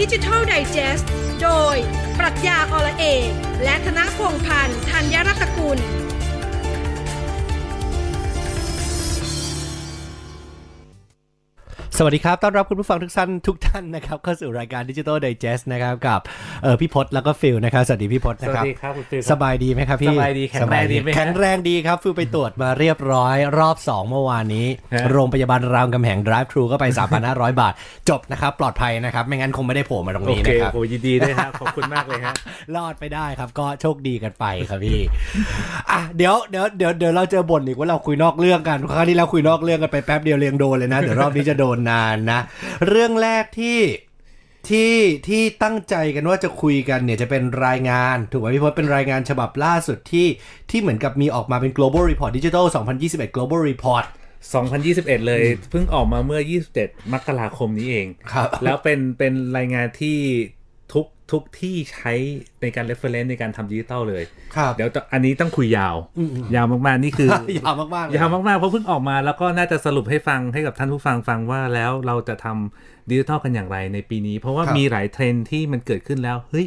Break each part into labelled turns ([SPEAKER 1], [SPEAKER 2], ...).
[SPEAKER 1] ดิจิทัลไดจ e s t โดย ปรัชญาอละเอก และธนพงษ์พันธ์ธัญรัตนกุล
[SPEAKER 2] สวัสดีครับ ต้อนรับคุณผู้ฟังทุกท่านทุกท่านนะครับเข้าสู่รายการดิจิ t a ล Digest นะครับกับเออพี่พศแล้วก็ฟิลนะครับ สวัสดีพี่พศ
[SPEAKER 3] ส
[SPEAKER 2] นะครั
[SPEAKER 3] วัส
[SPEAKER 2] บ
[SPEAKER 3] ดีครับคุณฟิล
[SPEAKER 2] สบายดีไหมครับพี่
[SPEAKER 3] สบายดีแข็งแรงดีไหมฮะ
[SPEAKER 2] แข็งแรงดีครับฟิลไปตรวจมาเรียบร้อยรอบ 2 เมื่อวานนี้
[SPEAKER 3] ฮะ
[SPEAKER 2] โรงพยาบาลรามคำแหง drive thru ก็ไป 3,500 บาท จบนะครับ ปลอดภัยนะครับ ไม่งั้นคงไม่ได้โผล่มาตรง
[SPEAKER 3] โอ
[SPEAKER 2] นี้
[SPEAKER 3] เค
[SPEAKER 2] นะครับ
[SPEAKER 3] โอ้ยินดีด้วยฮะ ขอบคุณมากเลยฮะ
[SPEAKER 2] รอดไปได้ครับก็โชคดีกันไปครับพี่ อ่ะเดี๋ยวเดี๋ยวเดี๋ยวเดี๋ยวเราเจอบ่นอีกว่าเราคุยนอกเรื่องกันครั้งที่เราคุยนอกเรื่องกันไปแป๊บเดียวเรียงโดนเลยนะ เดี๋ยวรอบนี้จะโดนนานนะ เรื่องแรกที่ที่ที่ตั้งใจกันว่าจะคุยกันเนี่ยจะเป็นรายงาน ถูกไหมพี่พจน์เป็นรายงานฉบับล่าสุดที่ที่เหมือนกับมีออกมาเป็น global report digital 2021 global report
[SPEAKER 3] 2021 เลยเพิ่งออกมาเมื่อ 27 มกราคมนี้เอง
[SPEAKER 2] ครับ
[SPEAKER 3] แล้วเป็นเป็นรายงานที่ทุกทุกที่ใช้ในการ reference ในการทำดิจิตอลเลย
[SPEAKER 2] ครับ
[SPEAKER 3] เดี๋ยวอันนี้ต้องคุยยาว ยาวมากๆ นี่ คือ
[SPEAKER 2] ยาวมากๆเลย
[SPEAKER 3] ยาวมากๆ เพราะเพิ่งออกมาแล้วก็น่าจะสรุปให้ฟังให้กับท่านผู้ฟังฟังว่าแล้วเราจะทำดิจิทัลกันอย่างไรในปีนี้ เพราะว่า
[SPEAKER 2] ครับ
[SPEAKER 3] มีหลายเทรนด์ที่มันเกิดขึ้นแล้ว เฮ้ย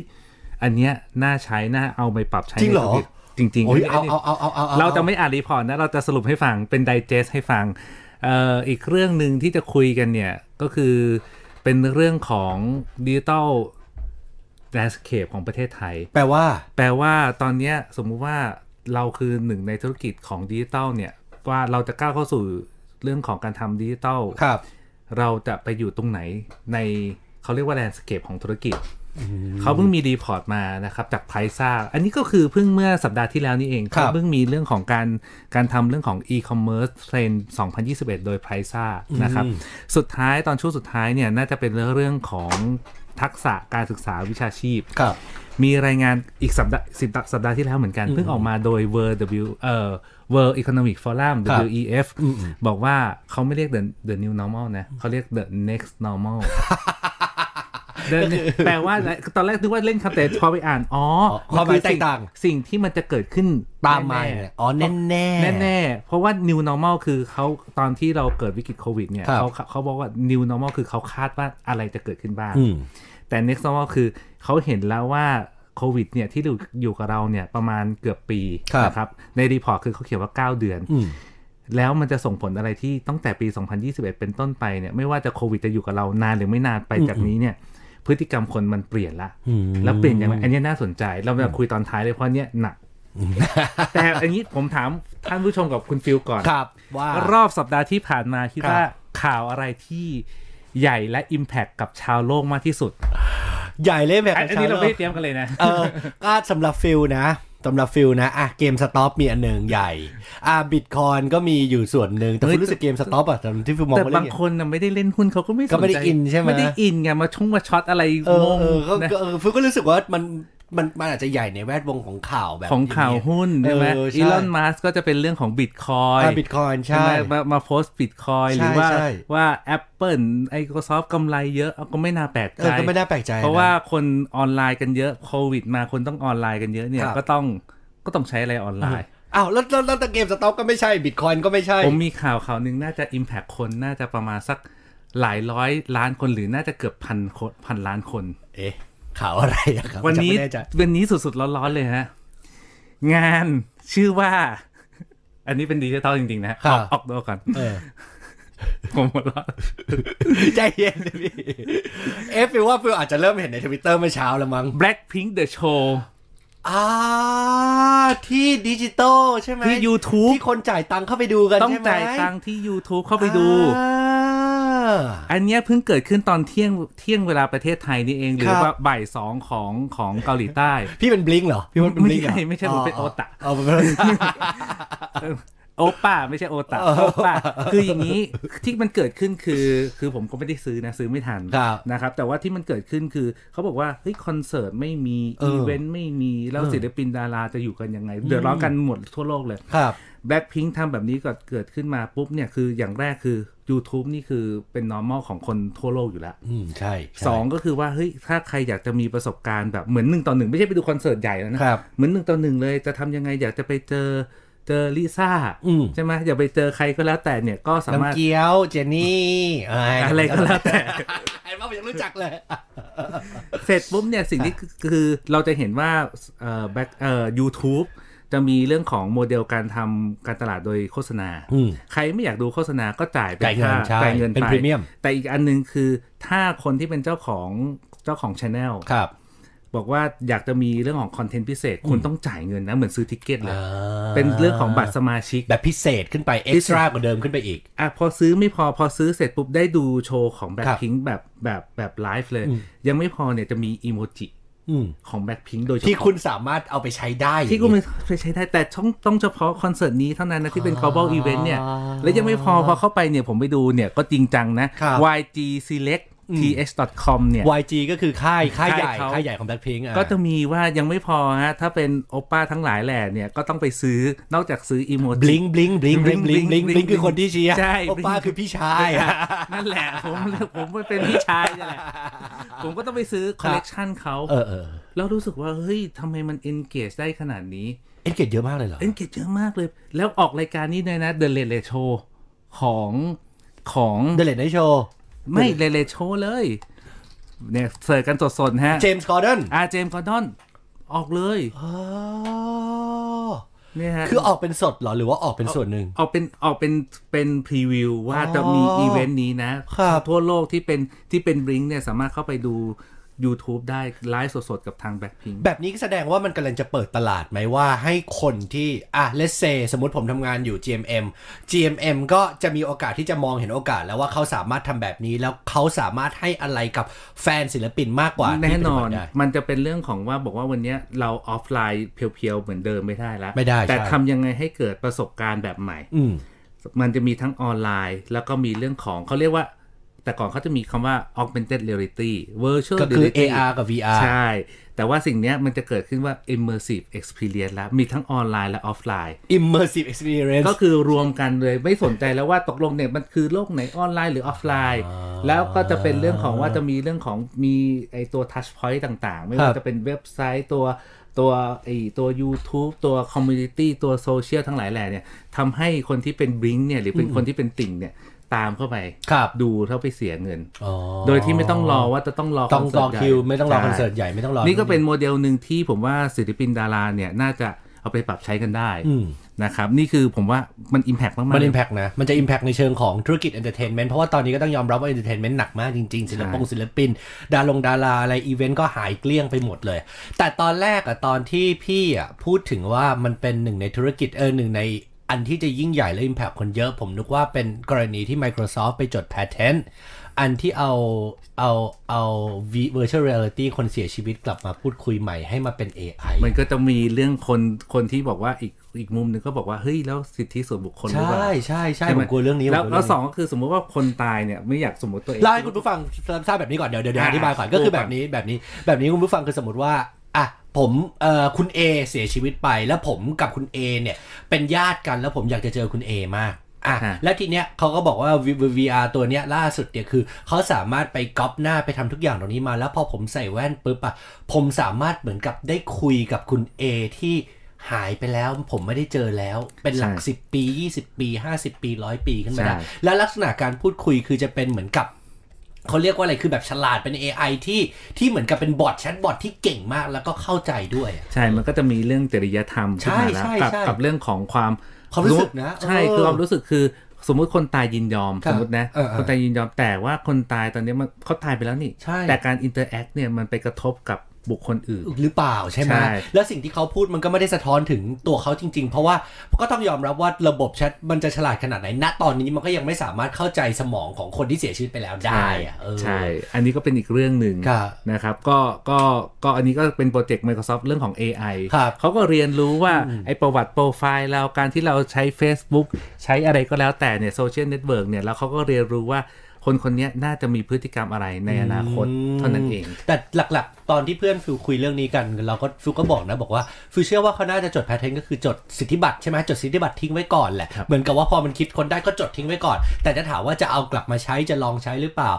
[SPEAKER 3] อันเนี้ยน่าใช้ น่าเอาไปปรับใช้
[SPEAKER 2] จริงเหรอ
[SPEAKER 3] ในธุกิจจริงๆ
[SPEAKER 2] โอ้ย
[SPEAKER 3] ฮ้ย
[SPEAKER 2] เอา
[SPEAKER 3] นนี้
[SPEAKER 2] เอาเอาเอาเอาอ
[SPEAKER 3] เราจะไม่อ่านรีพอร์ตนะ เราจะสรุปให้ฟังเป็นไดเจสให้ฟังเอ่ออีกเรื่องหนึ่งที่จะคุยกันเนี่ย ก็คือเป็นเรื่องของดิจิตอลแลนสเคปของประเทศไทย
[SPEAKER 2] แปลว่า
[SPEAKER 3] แปลว่าตอนเนี้ยสมมุติว่าเราคือหนึ่งในธุรกิจของดิจิตอลเนี่ย ว่าเราจะก้าวเข้าสู่เรื่องของการทำดิจิตอล
[SPEAKER 2] ครับ
[SPEAKER 3] เราจะไปอยู่ตรงไหนในเขาเรียกว่าแลนสเคปของธุรกิจ เขาเพิ่งมีรีพอร์ตมานะครับจากไพซ่าอันนี้ก็คือเพิ่งเมื่อสัปดาห์ที่แล้วนี่เอง
[SPEAKER 2] ครับ
[SPEAKER 3] เขาเพิ่งมีเรื่องของการการทำเรื่องของ e-commerce trend 2021 โดยไพซ่านะครับสุดท้ายตอนช่วงสุดท้ายเนี่ยน่าจะเป็นเรื่องของทักษะการศึกษาวิชาชีพ
[SPEAKER 2] ครับ
[SPEAKER 3] มีรายงานอีกสัปดาห์สิบสัปดาห์ที่แล้วเหมือนกัน เพิ่งออกมาโดย World W เอ่อ World Economic Forum
[SPEAKER 2] ครับ
[SPEAKER 3] WEF บอกว่าเขาไม่เรียก the the new normal นะเขาเรียก the next normal The- แปลว่าอะไรตอนแรกนึกว่าเล่นคำแต่พอไปอ่าน อ๋อ
[SPEAKER 2] ความหมาย
[SPEAKER 3] นอสิ่
[SPEAKER 2] แตกต่าง
[SPEAKER 3] สิ่งที่มันจะเกิดขึ้น
[SPEAKER 2] ตามมา
[SPEAKER 3] แน่ๆ
[SPEAKER 2] เนี่ยอ๋อแน่แน่
[SPEAKER 3] แน่ ๆ เพราะว่า new normal คือเขาตอนที่เราเกิดวิกฤตโควิดเนี่ย
[SPEAKER 2] ครับ
[SPEAKER 3] เขาเขาบอกว่า new normal คือเขาคาดว่าอะไรจะเกิดขึ้นบ้าง
[SPEAKER 2] อืม
[SPEAKER 3] แต่ next normal คือเขาเห็นแล้วว่าโควิดเนี่ยที่อยู่อยู่กับเราเนี่ยประมาณเกือบปีนะครับ ในรีพอร์ตคือเขาเขียนว่า 9 เดือน
[SPEAKER 2] อืม
[SPEAKER 3] แล้วมันจะส่งผลอะไรที่ตั้งแต่ปี 2021 เป็นต้นไปเนี่ยไม่ว่าจะโควิดจะอยู่กับเรานานหรือไม่นานไปจากนี้เนี่ยพฤติกรรมคนมันเปลี่ยนละ
[SPEAKER 2] อืม
[SPEAKER 3] แล้วเปลี่ยนอย่างไรอันเนี้ยน่าสนใจเราจะคุยตอนท้ายเลยเพราะเนี้ยหนัก แต่อันนี้ผมถามท่านผู้ชมกับคุณฟิลก่อน
[SPEAKER 2] ครับว่า
[SPEAKER 3] รอบสัปดาห์ที่ผ่านมาคิด
[SPEAKER 2] ครับ
[SPEAKER 3] ว่าข่าวอะไรที่ใหญ่และ Impact กับชาวโลกมากที่สุด
[SPEAKER 2] ใหญ่เลยแบบ
[SPEAKER 3] อันอันนี้เราไม่ได้เตรียมกันเลยนะ
[SPEAKER 2] เออก็สำหรับฟิลนะสำหรับฟิลนะอ่ะเกมสต็อปมีอันหนึ่งใหญ่ อ่ะบิตคอยก็มีอยู่ส่วนหนึ่งแต่
[SPEAKER 3] เฮ้
[SPEAKER 2] ฟิ
[SPEAKER 3] ย
[SPEAKER 2] ลรู้สึกเกมสต็อปอ่ะแต่ที่ฟิลมอง
[SPEAKER 3] แต่
[SPEAKER 2] ว่าเล่
[SPEAKER 3] บาง
[SPEAKER 2] น
[SPEAKER 3] คนน่ะไม่ได้เล่นหุ้นเขาก็ไม่สนใจ
[SPEAKER 2] ก็ไม่ได้อินใช่ไหม
[SPEAKER 3] ไม่ได้อินไงมาชุ่งมาช็อตอะไร
[SPEAKER 2] เออง เออก็
[SPEAKER 3] นะ
[SPEAKER 2] ก็เออฟิลก็รู้สึกว่ามันมันมันอาจจะใหญ่ในแวดวงของข่าวแบบ
[SPEAKER 3] ของข่าว
[SPEAKER 2] ย่เย
[SPEAKER 3] หุ้นใช่ไหม
[SPEAKER 2] เ
[SPEAKER 3] อีลอนมัสก็จะเป็นเรื่องของบิตคอย
[SPEAKER 2] อ่ะบิตคอย
[SPEAKER 3] ใช่
[SPEAKER 2] ใช่
[SPEAKER 3] ไหมมามาโพสต์บิตคอย
[SPEAKER 2] ใช่
[SPEAKER 3] หรือว่า
[SPEAKER 2] ใช่
[SPEAKER 3] ว่า Apple Microsoft กำไรเยอะเอาก็ไม่น่าแปลก
[SPEAKER 2] เอ
[SPEAKER 3] ใจ
[SPEAKER 2] อก็ไม่น่าแปลกใจน
[SPEAKER 3] เพราะว่าคนออนไลน์กันเยอะโควิดมาคนต้องออนไลน์กันเยอะเนี่ย
[SPEAKER 2] ครับ
[SPEAKER 3] ก็ต้องก็ต้องใช้อะไรออนไลน์
[SPEAKER 2] อ้าวแล้วแล้วแล้วแต่เกมสต็อปก็ไม่ใช่บิตคอยก็ไม่ใช่
[SPEAKER 3] ผมมีข่าวข่าวหนึ่งน่าจะ Impact คนน่าจะประมาณสักหลายร้อยล้านคนหรือน่าจะเกือบพันคนพันล้านคน
[SPEAKER 2] เอ๊ะข่าวอะไรอะครับ
[SPEAKER 3] วันนี้
[SPEAKER 2] จำไม่แใจ
[SPEAKER 3] วันนี้สุดๆร้อนๆเลยฮะ งานชื่อว่า อันนี้เป็นดิจิตอลจริงๆนะ
[SPEAKER 2] ครั
[SPEAKER 3] อ
[SPEAKER 2] บอก
[SPEAKER 3] ออกตัวก่อน
[SPEAKER 2] เออ
[SPEAKER 3] ผมหมดแล้ว
[SPEAKER 2] ใจเย็นดิพี่เอะฟิลว่าฟิลอาจจะเริ่มเห็นในทวิตเตอร์เมื่อเช้าแล้วมั้ง
[SPEAKER 3] แบล็ Pink The Show
[SPEAKER 2] อ่าที่ดิจิตอลใช่ไหม
[SPEAKER 3] ที่ YouTube
[SPEAKER 2] ที่คนจ่ายตังค์เข้าไปดูกัน
[SPEAKER 3] ต้อง
[SPEAKER 2] ใช่ไหม
[SPEAKER 3] จ่ายตังค์ที่ YouTube เข้าไปดู
[SPEAKER 2] อ่า
[SPEAKER 3] อันเนี้ยเพิ่งเกิดขึ้นตอนเที่ยงเที่ยงเวลาประเทศไทยนี่เอง หรือ
[SPEAKER 2] ครับ
[SPEAKER 3] ว่าบ่ายสองของของเกาหลีใต้
[SPEAKER 2] พี่เป็นบลิงก์เหรอพี่เป็นบลิงก์เหรอ
[SPEAKER 3] ไม่ใช่ไม่ใช่ผมเป็นโอตะ
[SPEAKER 2] อ๋อผมเป็นโอตะ
[SPEAKER 3] โอป้าไม่ใช่โอ ตาโอป้าคืออย่างนี้ที่มันเกิดขึ้นคือ คือผมก็ไม่ได้ซื้อนะซื้อไม่ทัน
[SPEAKER 2] ครับ
[SPEAKER 3] นะครับ แต่ว่าที่มันเกิดขึ้นคือเขาบอกว่าเฮ้ยคอนเสิร์ตไม่มี
[SPEAKER 2] เออ
[SPEAKER 3] อีเวนต์ไม่มีแล้ว
[SPEAKER 2] เออ
[SPEAKER 3] ศิลปินดาราจะอยู่กันยังไง เดือดร้อนกันหมดทั่วโลกเลย
[SPEAKER 2] ครับ
[SPEAKER 3] แบล็คพิงค์ทำแบบนี้ก็เกิดขึ้นมาปุ๊บเนี่ยคืออย่างแรกคือ YouTube นี่คือเป็น normal ของคนทั่วโลกอยู่แล้ว
[SPEAKER 2] อืมใช่ใช่
[SPEAKER 3] สองก็คือว่าเฮ้ยถ้าใครอยากจะมีประสบการณ์แบบเหมือนหนึ่งต่อหนึ่งไม่ใช่ไปดูคอนเสิร์ตใหญ่แล้วนะครับเหมือนหนึ่งต่อหนึ่งเลยจะทำยังไงอยากจะไปเจอ เจอลิซ่า
[SPEAKER 2] อืม
[SPEAKER 3] ใช่ไหมอย่าไปเจอใครก็แล้วแต่เนี่ยก็สา
[SPEAKER 2] น้ำ
[SPEAKER 3] มารถ
[SPEAKER 2] เกี๊ยวเจนี่
[SPEAKER 3] อะไรก็แล้วแต่
[SPEAKER 2] ไอ้บ้าผมยังรู้จักเลย
[SPEAKER 3] เสร็จปุ๊บเนี่ยสิ่งที่คือคือเราจะเห็นว่าเอ่อแบ็คเอ่อ YouTube จะมีเรื่องของโมเดลการทำการตลาดโดยโฆษณา
[SPEAKER 2] อืม
[SPEAKER 3] ใครไม่อยากดูโฆษณาก็จ่ายเป็น
[SPEAKER 2] จ่ายเงิน
[SPEAKER 3] ค่
[SPEAKER 2] ใช่
[SPEAKER 3] จ่ายเงิน
[SPEAKER 2] เป็น
[SPEAKER 3] ไ
[SPEAKER 2] premium
[SPEAKER 3] แต่อีกอันหนึงคือถ้าคนที่เป็นเจ้าของเจ้าของช anel
[SPEAKER 2] ครับ
[SPEAKER 3] บอกว่าอยากจะมีเรื่องของคอนเทนต์พิเศษ คุณต้องจ่ายเงินนะ เหมือนซื้อทิเกตเลย เป็นเรื่องของบัตรสมาชิก
[SPEAKER 2] แบบพิเศษขึ้นไปเอ็กซ์ตร้ากว่าเดิมขึ้นไปอีก
[SPEAKER 3] อ่ะพอซื้อไม่พอพอซื้อเสร็จปุ๊บได้ดูโชว์ของแบ็
[SPEAKER 2] ค
[SPEAKER 3] ครับ พิงแบบแบบแบบไลฟ์เลย ยังไม่พอเนี่ยจะมีอีโมจิ
[SPEAKER 2] อืม
[SPEAKER 3] ของแบ็คพิงโดยเฉ
[SPEAKER 2] ที่
[SPEAKER 3] พาะ
[SPEAKER 2] คุณสามารถเอาไปใช้ได้
[SPEAKER 3] ที่กูไปใช้ได้แต่ต้องต้องเฉพาะคอนเสิร์ตนี้เท่านั้นนะ ที่เป็น global event เนี่ย และยังไม่พอพอเข้าไปเนี่ย ผมไปดูเนี่ย ก็จริงจังนะ
[SPEAKER 2] ครับ
[SPEAKER 3] YG Select th.com เนี่ย
[SPEAKER 2] YG ก็คือค่ายค่ายใหญ่
[SPEAKER 3] ค่ายเขา
[SPEAKER 2] ค่ายใหญ่ของแบล็คพิงค์
[SPEAKER 3] ก็จะมีว่ายังไม่พอฮะ ถ้าเป็นโอป้าทั้งหลายแหล่เนี่ย ก็ต้องไปซื้อนอกจากซื้ออีโมจิ
[SPEAKER 2] บลิงบลิงบลิงบลิงบลิงบลิง
[SPEAKER 3] Blink
[SPEAKER 2] บลิงคือคนที่เชียร์
[SPEAKER 3] ใช่
[SPEAKER 2] โอป้าคือพี่ชายอะ
[SPEAKER 3] นั่นแหละ ผมผมเป็นพี่ชายนี่แหละ ผมก็ต้องไปซื้อคอลเลกชันเขา
[SPEAKER 2] เออเออ
[SPEAKER 3] แล้วรู้สึกว่าเฮ้ยทำไมมัน engage ได้ขนาดนี้
[SPEAKER 2] เอ็นเกจเยอะมากเลยเหรอ
[SPEAKER 3] เอ็นเกจเยอะมากเลย แล้วออกรายการนี้ด้วยนะ The Late Late Show ของของ
[SPEAKER 2] เดลเลตในโชว์
[SPEAKER 3] ไม่ Late Late Show เลย เนี่ยเสิร์ชกันสดๆนะฮะ
[SPEAKER 2] เจมส์คอร์เดน
[SPEAKER 3] อาเจมกอร์ดอน ออกเลยเนี่ยฮะ
[SPEAKER 2] คือออกเป็นสดเหรอ หรือว่าออกเป็นส่วนหนึ่ง
[SPEAKER 3] ออกเป็นออกเป็นเป็นพรีวิวว่าจะมี
[SPEAKER 2] อ๋ออี
[SPEAKER 3] อีเวนต์นี้นะครับ ทั่วโลกที่เป็นที่เป็นบริงเนี่ยสามารถเข้าไปดู YouTube ได้ไลฟ์สดๆ กับทางแบ็คพิง
[SPEAKER 2] แบบนี้ก็แสดงว่ามันกำลังจะเปิดตลาดไหมว่าให้คนที่ อ่ะ let's say สมมติผมทำงานอยู่ GMM GMM ก็จะมีโอกาสที่จะมองเห็นโอกาสแล้วว่าเขาสามารถทำแบบนี้แล้วเขาสามารถให้อะไรกับแฟนศิลปินมากกว่าที่
[SPEAKER 3] แน่นอ
[SPEAKER 2] ปัจจุ
[SPEAKER 3] น
[SPEAKER 2] บัได้
[SPEAKER 3] มันจะเป็นเรื่องของว่าบอกว่าวันเนี้ยเราออฟไลน์เพียวๆ เหมือนเดิมไม่ได้แล้ว
[SPEAKER 2] ไม่ได้
[SPEAKER 3] แต่
[SPEAKER 2] ใช่
[SPEAKER 3] ทำยังไงให้เกิดประสบการณ์แบบใหม่
[SPEAKER 2] อืม
[SPEAKER 3] มันจะมีทั้งออนไลน์ แล้วก็มีเรื่องของเขาเรียกว่า แต่ก่อนเขาจะมีคำว่า augmented reality virtual
[SPEAKER 2] ก็คือ
[SPEAKER 3] reality
[SPEAKER 2] AR กับ VR
[SPEAKER 3] ใช่ แต่ว่าสิ่งเนี้ยมันจะเกิดขึ้นว่า immersive experience แล้ว มีทั้งออนไลน์และออฟไลน์
[SPEAKER 2] immersive experience
[SPEAKER 3] ก็คือรวมกันเลยไม่สนใจแล้วว่าตกลงเนี่ยมันคือโลกไหนออนไลน์หรือออฟไลน์ แล้วก็จะเป็นเรื่องของว่าจะมีเรื่องของมีไอตัวทัชพอยต์ต่างๆ ไม่
[SPEAKER 2] ครั
[SPEAKER 3] ว่า
[SPEAKER 2] บ
[SPEAKER 3] จะเป็นเว็บไซต์ตัวตัวไอตัว YouTube ตัวคอมมูนิตี้ตัวโซเชียลทั้งหลายแหล่เนี่ยทำให้คนที่เป็นบ i ิงเนี่ยหรือเป็นคนที่เป็นติ่งเนี่ยตามเข้าไป
[SPEAKER 2] ครับ
[SPEAKER 3] ดูเท่าไปเสียเงิน
[SPEAKER 2] อ๋อ
[SPEAKER 3] โดยที่ไม่ต้องรอว่าจะต้องรอ
[SPEAKER 2] ต้องรอคิว ไม่ต้องรอคอน
[SPEAKER 3] ใช่
[SPEAKER 2] เสิร์ตใหญ่ไม่ต้องรอ
[SPEAKER 3] นี่ก็เป็นโมเดลหนึ่งที่ผมว่าศิลปินดาราเนี่ยน่าจะเอาไปปรับใช้กันได้
[SPEAKER 2] อืม
[SPEAKER 3] นะครับ นี่คือผมว่ามัน Impact มากๆ
[SPEAKER 2] มันอิมแพกนะ มันจะอิมแพกในเชิงของธุรกิจ Entertainment เพราะว่าตอนนี้ก็ต้องยอมรับว่า Entertainment หนักมากจริง ๆ ศิลปงศิลปิน ดารงดาราอะไรอีเวนต์ก็หายเกลี้ยงไปหมดเลย แต่ตอนแรกอะตอนที่พี่อะพูดถึงว่ามันเป็นหนึ่งในธุรกิจเออหนึ่งในอันที่จะยิ่งใหญ่และ Impact คนเยอะ ผมนึกว่าเป็นกรณีที่ Microsoft ไปจด Patent อันที่เอาเอาเอา V- virtual reality คนเสียชีวิตกลับมาพูดคุยใหม่ให้มาเป็น AI
[SPEAKER 3] มันก็จะมีเรื่องคนคนที่บอกว่าอีกอีกมุมหนึ่งก็บอกว่า เฮ้ย แล้วสิทธิส่วนบุคคลหรือเปล่า
[SPEAKER 2] ใช่ใช่ใช่ผ
[SPEAKER 3] ไห
[SPEAKER 2] มกลัวเรื่องนี้
[SPEAKER 3] แล้ว
[SPEAKER 2] ผมก
[SPEAKER 3] แล้
[SPEAKER 2] เรื่
[SPEAKER 3] ว
[SPEAKER 2] นี้
[SPEAKER 3] สองก็คือสมมุติว่าคนตายเนี่ยไม่อยากสมมติตัวเอง
[SPEAKER 2] เล่าให้คุณผู้ฟังทราบแบบนี้ก่อนเดี๋ยวเดี๋ยวเดี๋ยว
[SPEAKER 3] อ่ะ
[SPEAKER 2] อธิบายก่อนก็คือแบบนี้แบบนี้ แบบนี้คุณผู้ฟังคือสมมติว่าอ่ะผมเอ่อคุณ A เสียชีวิตไป แล้วผมกับคุณ A เนี่ยเป็นญาติกันแล้วผมอยากจะเจอคุณ A มากอ่ะ
[SPEAKER 3] ฮะ
[SPEAKER 2] แล้วทีเนี้ยเขาก็บอกว่า V- VR ตัวเนี้ยล่าสุดเนี่ยคือเขาสามารถไปก๊อปหน้าไปทำทุกอย่างตรงนี้มา แล้วพอผมใส่แว่นปุ๊บอ่ะผมสามารถเหมือนกับได้คุยกับคุณ A ที่หายไปแล้วผมไม่ได้เจอแล้วเป็นหลัก 10 ปี 20 ปี 50 ปี 100 ปีขึ้นมาได้
[SPEAKER 3] ใช่
[SPEAKER 2] แล้วลักษณะการพูดคุยคือจะเป็นเหมือนกับ เขาเรียกว่าอะไร คือแบบฉลาดเป็น AI ที่ที่เหมือนกับเป็นบอทแชทบอทที่เก่งมากแล้วก็เข้าใจด้วยอะ
[SPEAKER 3] ใช่ มันก็จะมีเรื่องจริยธรรมขึ้นมาแล้ว
[SPEAKER 2] ใช่ใช่
[SPEAKER 3] กับ
[SPEAKER 2] ใช่
[SPEAKER 3] กับเรื่องของความ
[SPEAKER 2] ความรู้สึกนะ
[SPEAKER 3] ใช่
[SPEAKER 2] เออ
[SPEAKER 3] คือความรู้สึกคือสมมุติคนตายยินยอม
[SPEAKER 2] ครั
[SPEAKER 3] ส
[SPEAKER 2] บ
[SPEAKER 3] มมตินะ
[SPEAKER 2] เออเออ
[SPEAKER 3] คนตายยินยอมแต่ว่าคนตายตอนนี้มันเขาตายไปแล้วนี่
[SPEAKER 2] ใช่
[SPEAKER 3] แต่การอินเตอร์แอคเนี่ยมันไปกระทบกับบุคคลอื่น
[SPEAKER 2] หรือเปล่าใช่ไหม
[SPEAKER 3] ใช่
[SPEAKER 2] แล้วสิ่งที่เขาพูดมันก็ไม่ได้สะท้อนถึงตัวเขาจริง ๆ เพราะว่าก็ต้องยอมรับว่าระบบแชทมันจะฉลาดขนาดไหน ณ ตอนนี้มันก็ยังไม่สามารถเข้าใจสมองของคนที่เสียชีวิตไปแล้วได้อะเออ
[SPEAKER 3] ใช่ อันนี้ก็เป็นอีกเรื่องหนึ่ง
[SPEAKER 2] ครับ
[SPEAKER 3] นะครับ ก็ก็ก็อันนี้ก็เป็นโปรเจกต์ Microsoft เรื่องของ AI
[SPEAKER 2] ครับ
[SPEAKER 3] เขาก็เรียนรู้ว่าไอ้ประวัติโปรไฟล์เราการที่เราใช้ Facebook ใช้อะไรก็แล้วแต่เนี่ยโซเชียลเน็ตเวิร์กเนี่ยแล้วเขาก็เรียนรู้ว่าคนคนเนี้ยน่าจะมีพฤติกรรมอะไรในอนาคตเท่านั้นเอง
[SPEAKER 2] แต่หลักๆ ตอนที่เพื่อนฟิวคุยเรื่องนี้กัน เราก็ฟิวก็บอกนะ บอกว่าฟิวเชื่อว่าเขาน่าจะจดแพทเทนก็คือจดสิทธิบัตรใช่ไหมจดสิทธิบัตรทิ้งไว้ก่อนแหละ
[SPEAKER 3] ครับ
[SPEAKER 2] เหมือนกับว่าพอมันคิดคนได้ก็จดทิ้งไว้ก่อน แต่จะถามว่าจะเอากลับมาใช้จะลองใช้หรือเปล่า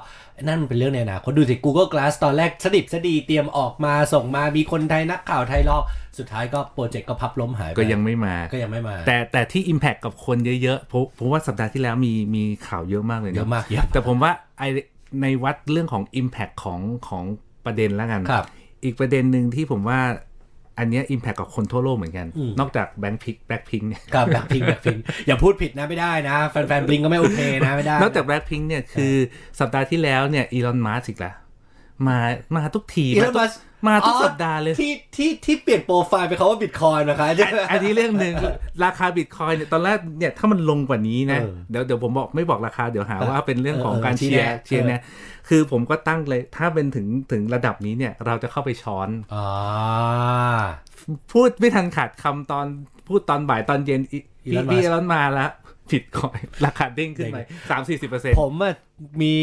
[SPEAKER 2] นั่นมันเป็นเรื่องในอนาคตดูสิ Google Glass ตอนแรกสดิบสดีเตรียมออกมาส่งมามีคนไทยนักข่าวไทยรอ สุดท้ายก็โปรเจกต์ก็พับล้มหายไป
[SPEAKER 3] ก็ยังไม่มา
[SPEAKER 2] ก็ยังไม่มา
[SPEAKER 3] แต่แต่ที่ Impact กับคนเยอะๆผมผมว่าสัปดาห์ที่แล้วมีมีข่าวเยอะมากเลยน
[SPEAKER 2] เยอะมากเยอะ
[SPEAKER 3] แต่ผมว่าไอในวัดเรื่องของ Impact ของของประเด็นแล้วกัน
[SPEAKER 2] ครับ
[SPEAKER 3] อีกประเด็นหนึ่งที่ผมว่าอันเนี้ย Impact กับคนทั่วโลกเหมือนกัน นอกจากแบงค์พิกแบ็คพิงเนี่ย
[SPEAKER 2] กับแบ็คพิงแบ็คพิงอย่าพูดผิดนะไม่ได้นะ แฟนๆบลิงก็ไม่โอเคนะไม่ได้
[SPEAKER 3] นอกจากแบล็คพิงเนี่ยคือสัปดาห์ที่แล้วเนี่ยอีลอนมัสอีกแล้วมามาทุกที
[SPEAKER 2] อีลอ
[SPEAKER 3] มา
[SPEAKER 2] น
[SPEAKER 3] ทุก
[SPEAKER 2] มัสก์
[SPEAKER 3] มาทุก
[SPEAKER 2] อ๋อ
[SPEAKER 3] สัปดาห์เลย
[SPEAKER 2] ที่ที่ที่เปลี่ยนโปรไฟล์ไปเขาว่าบิตคอยน์นะคะใช่ไหม
[SPEAKER 3] อันนี้เรื่องหนึ่งราคาบิตคอยเนี่ยตอนแรกเนี่ยถ้ามันลงกว่านี้นะ
[SPEAKER 2] เออ
[SPEAKER 3] เดี๋ยวเดี๋ยวผมบอกไม่บอกราคาเดี๋ยวหาว่าเป็นเรื่องของ
[SPEAKER 2] เออ
[SPEAKER 3] การ
[SPEAKER 2] ชี้
[SPEAKER 3] เชียร์
[SPEAKER 2] แนะ
[SPEAKER 3] เชียร์
[SPEAKER 2] เออ
[SPEAKER 3] นะคือผมก็ตั้งเลยถ้าเป็นถึงถึงระดับนี้เนี่ยเราจะเข้าไปช้อน
[SPEAKER 2] อ่า
[SPEAKER 3] พูดไม่ทันขาดคำตอนพูดตอนบ่ายตอนเย็นอี
[SPEAKER 2] อี
[SPEAKER 3] พี่
[SPEAKER 2] ลอนมัสก์
[SPEAKER 3] พี่ร้อนมาแล้วผิดคอยราคาเด้งขึ้นไป
[SPEAKER 2] เด้
[SPEAKER 3] สามสี่สิบเปอร์เซ็นต์
[SPEAKER 2] ผมอะมี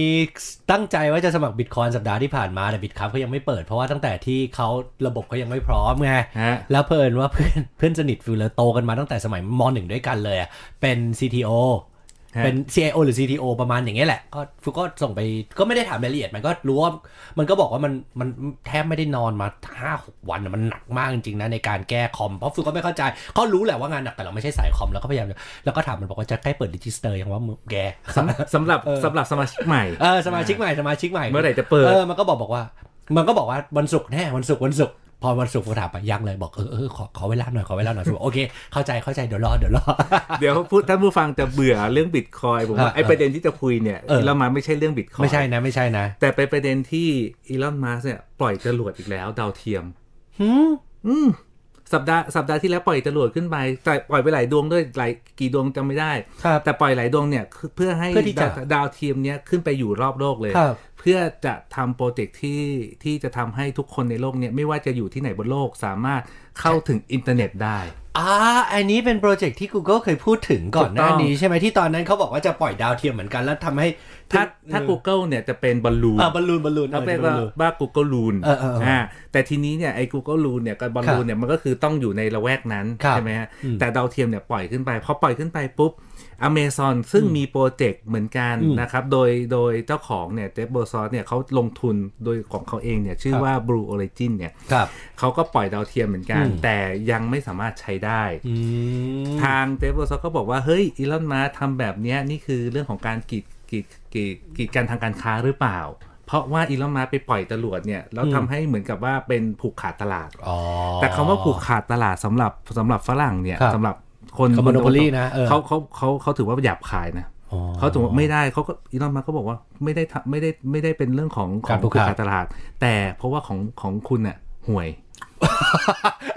[SPEAKER 2] ตั้งใจว่าจะสมัครบิตคอยน์สัปดาห์ที่ผ่านมาแต่บิตครับเขายังไม่เปิดเพราะว่าตั้งแต่ที่เขาระบบเขายังไม่พร้อมไง
[SPEAKER 3] ฮะ
[SPEAKER 2] แล้วเพิ่นว่าเพื่อน เพื่อนสนิทฟิลเลอร์โตกันมาตั้งแต่สมัยมหนึ่งด้วยกันเลยอะเป็น CTO
[SPEAKER 3] ฮะ
[SPEAKER 2] เป็น CIO หรือ CTO ประมาณอย่างเงี้ยแหละ ก็ฟุกก็ส่งไปก็ไม่ได้ถามรายละเอียดมันก็รู้ว่ามันก็บอกว่ามันมันแทบไม่ได้นอนมา 5 6 วันอะมันหนักมากจริงๆนะในการแก้คอม เพราะฟุกก็ไม่เข้าใจก็รู้แหละว่างานหนักแต่เราไม่ใช่สายคอมแล้วก็พยายามจะแล้วก็ถามมันบอกว่าจะใกล้เปิดดิจิสเตอร์ยังว่ามึงแก
[SPEAKER 3] สำสำหรับสำหรับสมาชิกใหม่
[SPEAKER 2] เออสมาชิกใหม่สมาชิกใหม่
[SPEAKER 3] เมื่อไหร่จะเปิด
[SPEAKER 2] เออมันก็บอกบอกว่า มันก็บอกว่าวันศุกร์แน่วันศุกร์วันศุกร์พอวันศุกร์ผมถามไปยังเลยบอกเออเออขอขอเวลาหน่อยขอเวลาหน่อย ผมบอกโอเคเข้าใจเข้าใจเดี๋ยวรอเดี๋ยวร อ
[SPEAKER 3] เดี๋ยวพูดท่านผู้ฟังจะเบื่อเรื่องบิตคอยผมว่า
[SPEAKER 2] เออ
[SPEAKER 3] ไอ้ประเด็นที่จะคุยเนี่ย
[SPEAKER 2] เออ
[SPEAKER 3] เรามาไม่ใช่เรื่องบิตคอย
[SPEAKER 2] ไม่ใช่นะไม่ใช่นะ
[SPEAKER 3] แต่เป็นประเด็นที่อีลอนมัสก์เนี่ยปล่อยจรวดอีกแล้ว ดาวเทียม
[SPEAKER 2] หืม
[SPEAKER 3] อืมสัปดาห์สัปดาห์ที่แล้วปล่อยจรวดขึ้นไปแต่ปล่อยไปหลายดวงด้วยหลายกี่ดวงจำไม่ได้
[SPEAKER 2] ครับ
[SPEAKER 3] แต่ปล่อยหลายดวงเนี่ยคือเพื่อให้
[SPEAKER 2] เพื่อที่จะ
[SPEAKER 3] ดาวดาวเทียมเนี่ยขึ้นไปอยู่รอบโลกเลย
[SPEAKER 2] ครับ
[SPEAKER 3] เพื่อจะทำโปรเจกต์ที่ที่จะทำให้ทุกคนในโลกเนี่ยไม่ว่าจะอยู่ที่ไหนบนโลกสามารถเข้าถึงอินเทอร์เน็ตได้
[SPEAKER 2] อ่าอันนี้เป็นโปรเจกต์ที่ Google เคยพูดถึงก่อนหน้า
[SPEAKER 3] ถูกต้อง
[SPEAKER 2] นี้ใช่ไหมที่ตอนนั้นเขาบอกว่าจะปล่อยดาวเทียมเหมือนกันแล้วทำให้
[SPEAKER 3] ถ้าถ้า Google เนี่ยจะเป็นบอลลูน
[SPEAKER 2] อ่าบอลลูนบอลลูน
[SPEAKER 3] เขาเรียก
[SPEAKER 2] บอ
[SPEAKER 3] ว่า
[SPEAKER 2] ลลูน
[SPEAKER 3] บ้า Google ลูน
[SPEAKER 2] เออเออเอออ่
[SPEAKER 3] แต่ทีนี้เนี่ยไอ้ Google ลูนเนี่ยกับบอลลู
[SPEAKER 2] ครั
[SPEAKER 3] น
[SPEAKER 2] บ
[SPEAKER 3] เนี่ยมันก็คือต้องอยู่ในละแวกนั้น
[SPEAKER 2] ครับ
[SPEAKER 3] ใช่ไหมฮะ
[SPEAKER 2] อืม
[SPEAKER 3] แต่ดาวเทียมเนี่ยปล่อยขึ้นไปพอปล่อยขึ้นไปปุ๊บ Amazon ซึ่งมีโปรเจกต์เหมือนกัน
[SPEAKER 2] อืม
[SPEAKER 3] นะครับโดยโดยเจ้าของเนี่ยเจฟเบอร์ซอสเนี่ยเขาลงทุนโดยของเขาเองเนี่ยชื่อ
[SPEAKER 2] ครับ
[SPEAKER 3] ว่า Blue Origin เนี่ย
[SPEAKER 2] ครับ
[SPEAKER 3] เขาก็ปล่อยดาวเทียมเหมือนกัน
[SPEAKER 2] อืม
[SPEAKER 3] แต่ยังไม่สามารถใช้ได้
[SPEAKER 2] อืม
[SPEAKER 3] ทางเจฟเบอร์ซอสก็บอกว่า เฮ้ยอีลอนมาทำแบบเนี้ยนี่คือเรื่องของการกีดกีดกีดกีดกันทางการค้าหรือเปล่า เพราะว่าอีลอนมาไปปล่อยตรวจเนี่ยแล้ว
[SPEAKER 2] อืม
[SPEAKER 3] ทำให้เหมือนกับว่าเป็นผูกขาดตลาด
[SPEAKER 2] อ๋อ
[SPEAKER 3] แต่คำว่าผูกขาดตลาดสำหรับสำหรับฝรั่งเนี่ย
[SPEAKER 2] ครับ
[SPEAKER 3] สำหรับคน
[SPEAKER 2] เขา monopoly นะเออ
[SPEAKER 3] เขาเขาเขาเขาถือว่าหยาบขายนะ
[SPEAKER 2] อ๋อ
[SPEAKER 3] เขาถึงว่าไม่ได้เขาก็อีลอนมัสก์เขาบอกว่าไม่ได้ทำไม่ได้ไม่ได้เป็นเรื่องของของ
[SPEAKER 2] การผูกขาด
[SPEAKER 3] ผูกขาดตลาด แต่เพราะว่าของของคุณน่ะห่วย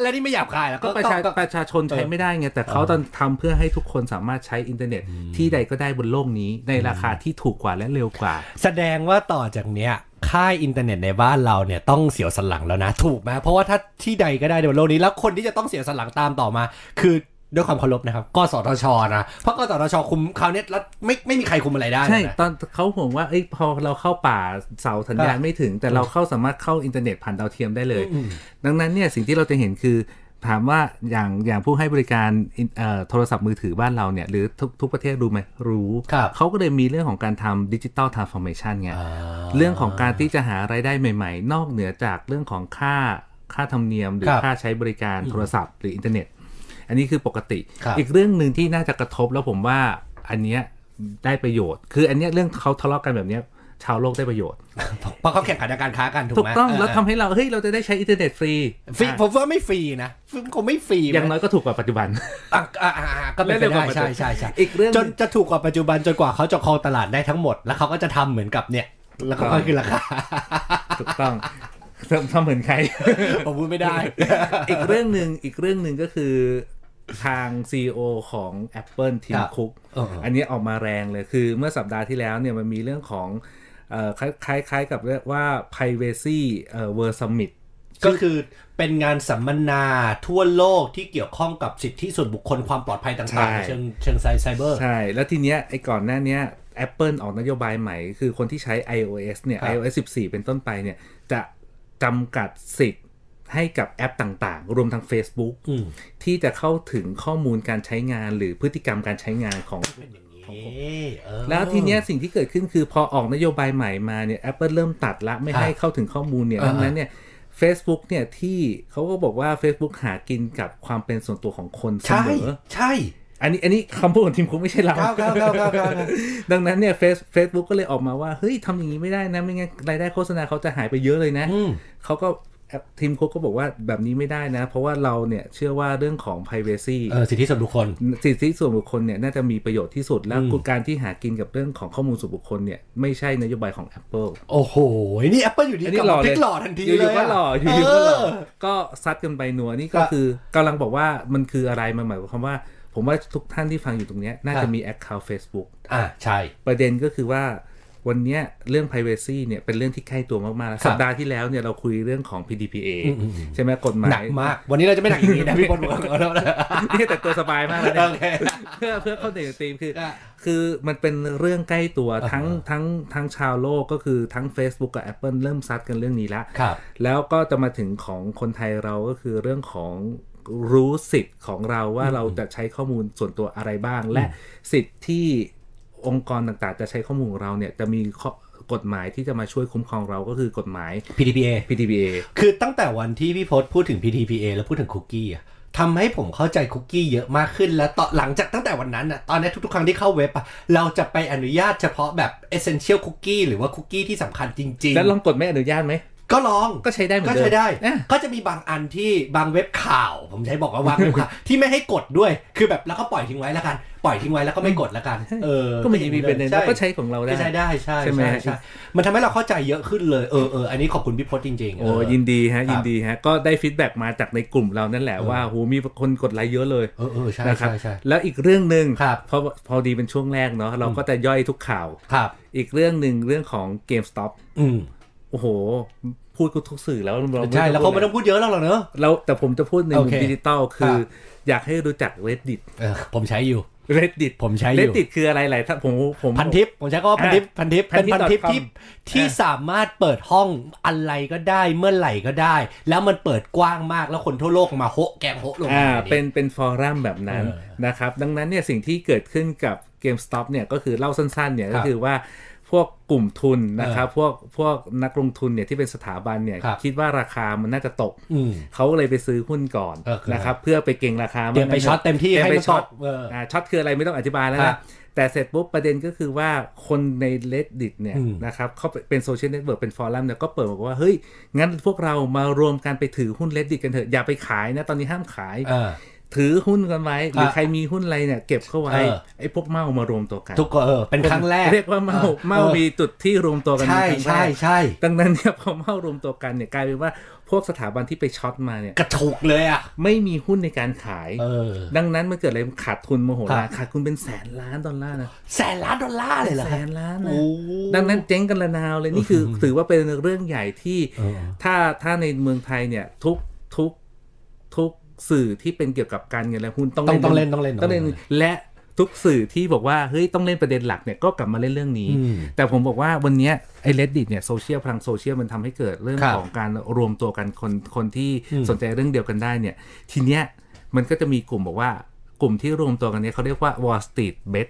[SPEAKER 2] แล้วนี่ไม่หยาบคายแล้ว
[SPEAKER 3] ก็
[SPEAKER 2] ก็
[SPEAKER 3] ประชา
[SPEAKER 2] ก็
[SPEAKER 3] ประชาชนใช้ไม่ได้ไง แต่เขาตอนทำเพื่อให้ทุกคนสามารถใช้อินเทอร์เน็ตที่ใดก็ได้บนโลกนี้ ในราคาที่ถูกกว่าและเร็วกว่า
[SPEAKER 2] แสดงว่าต่อจากเนี้ยค่ายอินเทอร์เน็ตในบ้านเราเนี่ยต้องเสียวสันหลังแล้วนะ ถูกไหมเพราะว่าถ้าที่ใดก็ได้ในโลกนี้แล้วคนที่จะต้องเสียสันหลังตามต่อมา คือด้วยความเคารพนะครับกสทชนะเพราะกสทชคุมคราวเนี้ยรัฐไม่ไม่มีใครคุมอะไรได้
[SPEAKER 3] ใช่
[SPEAKER 2] นะ
[SPEAKER 3] ตอนเขาห่วงว่าเอ้ยพอเราเข้าป่าเสาสัญญาณ
[SPEAKER 2] อ่ะ
[SPEAKER 3] ไม่ถึง แต่เราเข้าสามารถเข้าอินเทอร์เน็ตผ่านดาวเทียมได้เลย
[SPEAKER 2] อืม
[SPEAKER 3] ดังนั้นเนี่ยสิ่งที่เราจะเห็นคือถามว่าอย่างอย่างผู้ให้บริการอินเอ่อโทรศัพท์มือถือบ้านเราเนี่ยหรือทุกทุกประเทศรู้ไหมรู้
[SPEAKER 2] ครับ
[SPEAKER 3] เขาก็เลยมีเรื่องของการทำดิจิตอลทาร์ฟอร์เมชันไง
[SPEAKER 2] อ่า
[SPEAKER 3] เรื่องของการที่จะหารายได้ใหม่ๆ นอกเหนือจากเรื่องของค่าค่าธรรมเนียม หรือ
[SPEAKER 2] ครับ
[SPEAKER 3] ค่าใช้บริการโทรศัพท์ หรืออินเทอร์เน็ต อันนี้คือปกติ
[SPEAKER 2] ครับ
[SPEAKER 3] อีกเรื่องหนึ่งที่น่าจะกระทบแล้วผมว่าอันเนี้ยได้ประโยชน์ คืออันเนี้ยเรื่องเขาทะเลาะกันแบบเนี้ยชาวโลกได้ประโยชน์
[SPEAKER 2] เพราะเขาแข่งขันทางการค้ากันถูก
[SPEAKER 3] ถู
[SPEAKER 2] ไห
[SPEAKER 3] ก
[SPEAKER 2] ม
[SPEAKER 3] ต้อง
[SPEAKER 2] เ
[SPEAKER 3] แล้วทำให้เราเฮ้ยเราจะได้ใช้อินเทอร์เน็ตฟรี
[SPEAKER 2] ฟรี
[SPEAKER 3] อ่ะ
[SPEAKER 2] ผมว่าไม่ฟรีนะคงไม่ฟรีไหม
[SPEAKER 3] อย่างน้อยก็ถูกกว่าปัจจุบัน
[SPEAKER 2] อ่ะอ่ะอ่ะอ่ะก็เป็นไป
[SPEAKER 3] เรื่องเดียวกั
[SPEAKER 2] ได้
[SPEAKER 3] บ
[SPEAKER 2] ใช่ใช่ใช่
[SPEAKER 3] อีกเรื่อง
[SPEAKER 2] จนจะถูกกว่าปัจจุบันจนกว่าเขาจะครองตลาดได้ทั้งหมดแล้วเขาก็จะทำเหมือนกับเนี่ย แล้วก็ค่อยขึ้น ราคา
[SPEAKER 3] ถูกต้องทำเหมือน ใคร
[SPEAKER 2] ผมพูดไม่ได้
[SPEAKER 3] อีกเรื่องหนึ่งอีกเรื่องหนึ่งก็คือทาง CEO ของ Apple ที
[SPEAKER 2] ค
[SPEAKER 3] ม
[SPEAKER 2] รับ
[SPEAKER 3] คุก
[SPEAKER 2] เอออั
[SPEAKER 3] อันนี้ออกมาแรงเลยคือเมื่อสัปดาห์ที่แล้วเนี่ยมันมีเรื่องของเอ่อคล้ายคล้ายคล้ายกับเรียกว่า privacy เอ่อ world summit
[SPEAKER 2] ก็คือเป็นงานสัมมนาทั่วโลกที่เกี่ยวข้องกับสิทธิส่วนบุคคลความปลอดภัย
[SPEAKER 3] ใช่
[SPEAKER 2] ต่างๆในเชิงเชิงไซไซเบอร์
[SPEAKER 3] ใช่ แล้วทีเนี้ยไอ้ก่อนหน้าเนี้ย Apple ออกนโยบายใหม่ คือคนที่ใช้ iOS เนี่ย
[SPEAKER 2] ครับ
[SPEAKER 3] iOS 14 เป็นต้นไปเนี่ย จะจำกัดสิทธิ์ให้กับแอปต่างๆ รวมทั้ง Facebook
[SPEAKER 2] อืม
[SPEAKER 3] ที่จะเข้าถึงข้อมูลการใช้งานหรือพฤติกรรมการใช้งานของ
[SPEAKER 2] เป็นอย่างนี้เออ
[SPEAKER 3] แล้วทีเนี้ยสิ่งที่เกิดขึ้นคือพอออกนโยบายใหม่มาเนี่ย Apple เริ่มตัดละไม่ให้
[SPEAKER 2] อ่ะ
[SPEAKER 3] เข้าถึงข้อมูลเนี่ย
[SPEAKER 2] อ่า
[SPEAKER 3] ดังนั้นเนี่ย Facebook เนี่ยที่เขาก็บอกว่า Facebook หากินกับความเป็นส่วนตัวของคนเส
[SPEAKER 2] ใช่
[SPEAKER 3] มอ
[SPEAKER 2] ใช่
[SPEAKER 3] อันนี้อันนี้คำพูดของทีมคุกไม่ใช่เรา
[SPEAKER 2] ครับครับครับครับครับ
[SPEAKER 3] ดังนั้นเนี่ยเฟซเฟซบุ๊กก็เลยออกมาว่า เฮ้ยทำอย่างนี้ไม่ได้นะ ไม่งั้นรายได้โฆษณาเขาจะหายไปเยอะเลยนะ
[SPEAKER 2] อืม
[SPEAKER 3] เขาก็ทีมคุกก็บอกว่าแบบนี้ไม่ได้นะ เพราะว่าเราเนี่ยเชื่อว่าเรื่องของ p r i เวซี
[SPEAKER 2] เออสิทธิส่วนบุคคล
[SPEAKER 3] สิทธิส่วนบุคคลเนี่ยน่าจะมีประโยชน์ที่สุด แล้ว
[SPEAKER 2] อืม
[SPEAKER 3] การที่หากินกับเรื่องของข้อมูลส่วนบุคคลเนี่ยไม่ใช่นโยบายของ Apple
[SPEAKER 2] โอ้โห นี่ Apple อยู่ดี
[SPEAKER 3] อัน
[SPEAKER 2] ก
[SPEAKER 3] นี้
[SPEAKER 2] ลับ
[SPEAKER 3] หล่อ
[SPEAKER 2] มาพลิ
[SPEAKER 3] เล
[SPEAKER 2] ก
[SPEAKER 3] ย
[SPEAKER 2] หล่อทันที
[SPEAKER 3] อยู่
[SPEAKER 2] เลย
[SPEAKER 3] ๆ
[SPEAKER 2] อะ
[SPEAKER 3] ก็หล่ออยู่ๆก็หล่อ
[SPEAKER 2] เ
[SPEAKER 3] ก็ซัดกันไปนัวนี่ก็
[SPEAKER 2] ครับ
[SPEAKER 3] คือกำลังบอกว่ามันคืออะไรมันหมายความว่า ผมว่าทุกท่านที่ฟังอยู่ตรงเนี้ยน่า
[SPEAKER 2] ครั
[SPEAKER 3] จะ
[SPEAKER 2] บ
[SPEAKER 3] มี Account Facebook
[SPEAKER 2] อ่ะใช่
[SPEAKER 3] ประเด็นก็คือว่าวันเนี้ยเรื่อง p r i เวซีเนี่ยเป็นเรื่องที่ใกล้ตัวมากๆแล้
[SPEAKER 2] ค
[SPEAKER 3] ว
[SPEAKER 2] รับ
[SPEAKER 3] สัปดาห์ที่แล้วเนี่ยเราคุยเรื่องของ PDPA
[SPEAKER 2] อืมๆ
[SPEAKER 3] ใช่ไหมกฎหมา
[SPEAKER 2] หนัก
[SPEAKER 3] ย
[SPEAKER 2] มาก วันนี้เราจะไม่หนักอย่างนี้นะพี่บอลบอกแล้วนะ
[SPEAKER 3] เนี่ยแต่ตัวสบายมากเลย
[SPEAKER 2] โอ
[SPEAKER 3] เนี่ย
[SPEAKER 2] เค
[SPEAKER 3] เพื่อเพื่อเข้าใจในธีมคือ
[SPEAKER 2] อ่ะ
[SPEAKER 3] คือมันเป็นเรื่องใกล้ตัว
[SPEAKER 2] อ่าฮะ
[SPEAKER 3] ทั้งทั้งทั้งชาวโลกก็คือทั้ง Facebook กับ Apple เริ่มซัดกันเรื่องนี้แล้ว
[SPEAKER 2] ครับ
[SPEAKER 3] แล้วก็จะมาถึงของคนไทยเราก็คือเรื่องของรู้สิทธิ์ของเราว่าเราจะใช้ข้อมูลส่วนตัวอะไรบ้าง และสิทธิ์ที่องค์กรต่างๆ จะใช้ข้อมูลของเราเนี่ยจะมีข้อกฎหมายที่จะมาช่วยคุ้มครองเราก็คือกฎหมาย
[SPEAKER 2] PDPA
[SPEAKER 3] PDPA
[SPEAKER 2] คือตั้งแต่วันที่พี่พศพูดถึง PDPA แล้วพูดถึงคุกกี้อะทำให้ผมเข้าใจคุกกี้เยอะมากขึ้น และต่อหลังจากตั้งแต่วันนั้นอะตอนนี้ทุกๆ ครั้งที่เข้าเว็บอะเราจะไปอนุญาตเฉพาะแบบ essential cookie หรือว่าคุกกี้ที่สำคัญจริง
[SPEAKER 3] แล้วลองกดไม่อนุญาตไหม
[SPEAKER 2] ๆ ก็ลอง
[SPEAKER 3] ก็ใช้ได้เหมือน
[SPEAKER 2] ก็
[SPEAKER 3] เดิม
[SPEAKER 2] ใช้ได้
[SPEAKER 3] อ่ะ
[SPEAKER 2] ก็จะมีบางอันที่บางเว็บข่าว ผมใช้บอกว่าบางเว็บข่าว ที่ไม่ให้กดด้วย คือแบบแล้วก็ปล่อยทิ้งไว้แล้วกัน ปล่อยทิ้งไว้แล้วก็ไม่กดแล้วกัน เออ
[SPEAKER 3] ก็ไม่มีประเด็น
[SPEAKER 2] ใช่
[SPEAKER 3] เราก็ใช้ของเราได้
[SPEAKER 2] ใช้ได้ใช่
[SPEAKER 3] ใช่
[SPEAKER 2] ใช่
[SPEAKER 3] ไหม
[SPEAKER 2] ใช่ใช่มันทำให้เราเข้าใจเยอะขึ้นเลย เออเอออันนี้ขอบคุณพี่พศจริงๆ
[SPEAKER 3] โอ้
[SPEAKER 2] เ
[SPEAKER 3] ยินดี
[SPEAKER 2] ครั
[SPEAKER 3] ฮะ
[SPEAKER 2] บ
[SPEAKER 3] ยินดีฮะ ก็ได้ฟีดแบ็กมาจากในกลุ่มเรานั่นแหละว่าโหมีคนกดไลค์เยอะเลย
[SPEAKER 2] เออเออใช่
[SPEAKER 3] นะครั
[SPEAKER 2] ใช่ใช่
[SPEAKER 3] แล้วอีกเรื่องหนึ่ง
[SPEAKER 2] ครับ
[SPEAKER 3] พอพอดีเป็นช่วงแรกเนาะเราก็จะย่อยทุกข่าว
[SPEAKER 2] ครับ
[SPEAKER 3] อีกเรื่องหนึ่งเรื่องของ GameStop
[SPEAKER 2] อืม
[SPEAKER 3] โอ้โห พูดทุกสื่อแล้วเรา
[SPEAKER 2] ใช่แล้วเขาไม่ต้องพูดเยอะแล้วหรอกเนอะ
[SPEAKER 3] เราแต่ผมจะพูดในมุ
[SPEAKER 2] โอ
[SPEAKER 3] ม
[SPEAKER 2] เค
[SPEAKER 3] ดิจิตอล
[SPEAKER 2] ค
[SPEAKER 3] คื
[SPEAKER 2] รั
[SPEAKER 3] อ
[SPEAKER 2] บ
[SPEAKER 3] อยากให้รู้จัก Reddit
[SPEAKER 2] เออผมใช้อยู่
[SPEAKER 3] Reddit
[SPEAKER 2] ผมใช้อยู่
[SPEAKER 3] Reddit คืออะไรหลายท่านผมผม
[SPEAKER 2] พันทิปผมใช้คำว่าพันทิปพันทิป
[SPEAKER 3] พั
[SPEAKER 2] เป็น น
[SPEAKER 3] ทิป
[SPEAKER 2] พันทิป
[SPEAKER 3] dot com
[SPEAKER 2] ที่ที่สามารถเปิดห้องอะไรก็ได้เมื่อไหร่ก็ได้ แล้วมันเปิดกว้างมากแล้วคนทั่วโลกมาโฮะแกมโฮะลง
[SPEAKER 3] อ่า
[SPEAKER 2] มา
[SPEAKER 3] เป็นเป็นฟอรัมแบบนั้น
[SPEAKER 2] เออ
[SPEAKER 3] นะครับ ดังนั้นเนี่ยสิ่งที่เกิดขึ้นกับ GameStop เนี่ยก็คือเล่าสั้นๆเนี่ย
[SPEAKER 2] ครับ
[SPEAKER 3] ก็คือว่าพวกกลุ่มทุนนะครับพวกพวกนักลงทุนเนี่ยที่เป็นสถาบันเนี่ย
[SPEAKER 2] ครับ
[SPEAKER 3] คิดว่าราคามันน่าจะตก
[SPEAKER 2] อืม
[SPEAKER 3] เขาเลยไปซื้อหุ้นก่อน
[SPEAKER 2] เออครับ
[SPEAKER 3] นะครับเพื่อไปเก็งราคา
[SPEAKER 2] เตรียมไปช็อตเต็มที่
[SPEAKER 3] เตรีย
[SPEAKER 2] ให้
[SPEAKER 3] มไป
[SPEAKER 2] มัน
[SPEAKER 3] ช็
[SPEAKER 2] ช็
[SPEAKER 3] อ
[SPEAKER 2] อ
[SPEAKER 3] ต
[SPEAKER 2] ตเออ
[SPEAKER 3] อ่าช็อตคืออะไรไม่ต้องอธิบายแล้ว
[SPEAKER 2] ครั
[SPEAKER 3] นะ
[SPEAKER 2] บ
[SPEAKER 3] แต่เสร็จปุ๊บประเด็นก็คือว่าคนใน reddit เนี่ย
[SPEAKER 2] อืม
[SPEAKER 3] นะครับเขาเป็นโซเชียลเน็ตเวิร์กเป็นฟอรัมเนี่ยก็เปิดบอกว่า เฮ้ย งั้นพวกเรามารวมกันไปถือหุ้น reddit กันเถอะ อย่าไปขายนะ ตอนนี้ห้ามขาย
[SPEAKER 2] เออ
[SPEAKER 3] ถือหุ้นกันไว้ หรือ
[SPEAKER 2] เออ
[SPEAKER 3] ใครมีหุ้นอะไรเนี่ย เก็บเข้าไว้
[SPEAKER 2] เออ
[SPEAKER 3] ไอ้พวกเมามารวมตัวกัน
[SPEAKER 2] ทุกคนเออเป็นครั้งแรก
[SPEAKER 3] เรียกว่าเมา
[SPEAKER 2] ออ
[SPEAKER 3] เมา
[SPEAKER 2] ออ
[SPEAKER 3] มีจุดที่รวมตัวกัน
[SPEAKER 2] ใช่
[SPEAKER 3] เป็นครั้งแร
[SPEAKER 2] ใช่
[SPEAKER 3] ก
[SPEAKER 2] ใช่
[SPEAKER 3] ดังนั้นเนี่ย พอเมารวมตัวกันเนี่ยกลายเป็นว่าพวกสถาบันที่ไปช็อตมาเนี่ย
[SPEAKER 2] กระถูกเลยอ่ะ
[SPEAKER 3] ไม่มีหุ้นในการขาย
[SPEAKER 2] เออ
[SPEAKER 3] ดังนั้นมันเกิดอะไรขาดทุนโมโห
[SPEAKER 2] ครั
[SPEAKER 3] ลาร
[SPEAKER 2] บ
[SPEAKER 3] ขาดทุนเป็นแสนล้านดอลลาร์นะ
[SPEAKER 2] แสนล้านดอลลาร์เลยเหรอ
[SPEAKER 3] แสนล้านนะ
[SPEAKER 2] โอ้
[SPEAKER 3] ดังนั้นเจ๊งกันระนาวเลยนี่คือถือว่าเป็นเรื่องใหญ่ที่
[SPEAKER 2] เออ
[SPEAKER 3] ถ้าถ้าในเมืองไทยเนี่ยทุกทุกทุกสื่อที่เป็นเกี่ยวกับการเงินและหุ้นต้อง
[SPEAKER 2] ต้องต้องเล่น
[SPEAKER 3] รื่
[SPEAKER 2] ต้
[SPEAKER 3] ต้
[SPEAKER 2] อง ง
[SPEAKER 3] อ
[SPEAKER 2] เล่
[SPEAKER 3] เล่น
[SPEAKER 2] น
[SPEAKER 3] และทุกสื่อที่บอกว่าเฮ้ยต้องเล่นประเด็นหลักเนี่ยก็กลับมาเล่นเรื่องนี้
[SPEAKER 2] อืม
[SPEAKER 3] แต่ผมบอกว่าวันเนี้ยไอ้เลดดิเนี่ยโซเชียลพลังโซเชียลมันทำให้เกิดเรื่อง
[SPEAKER 2] ครับ
[SPEAKER 3] ของการรวมตัวกันคนคนที่
[SPEAKER 2] อืม
[SPEAKER 3] สนใจเรื่องเดียวกันได้เนี่ยทีเนี้ยมันก็จะมีกลุ่มบอกว่ากลุ่มที่รวมตัวกันเนี่ยเขาเรียกว่า Wall Street Bet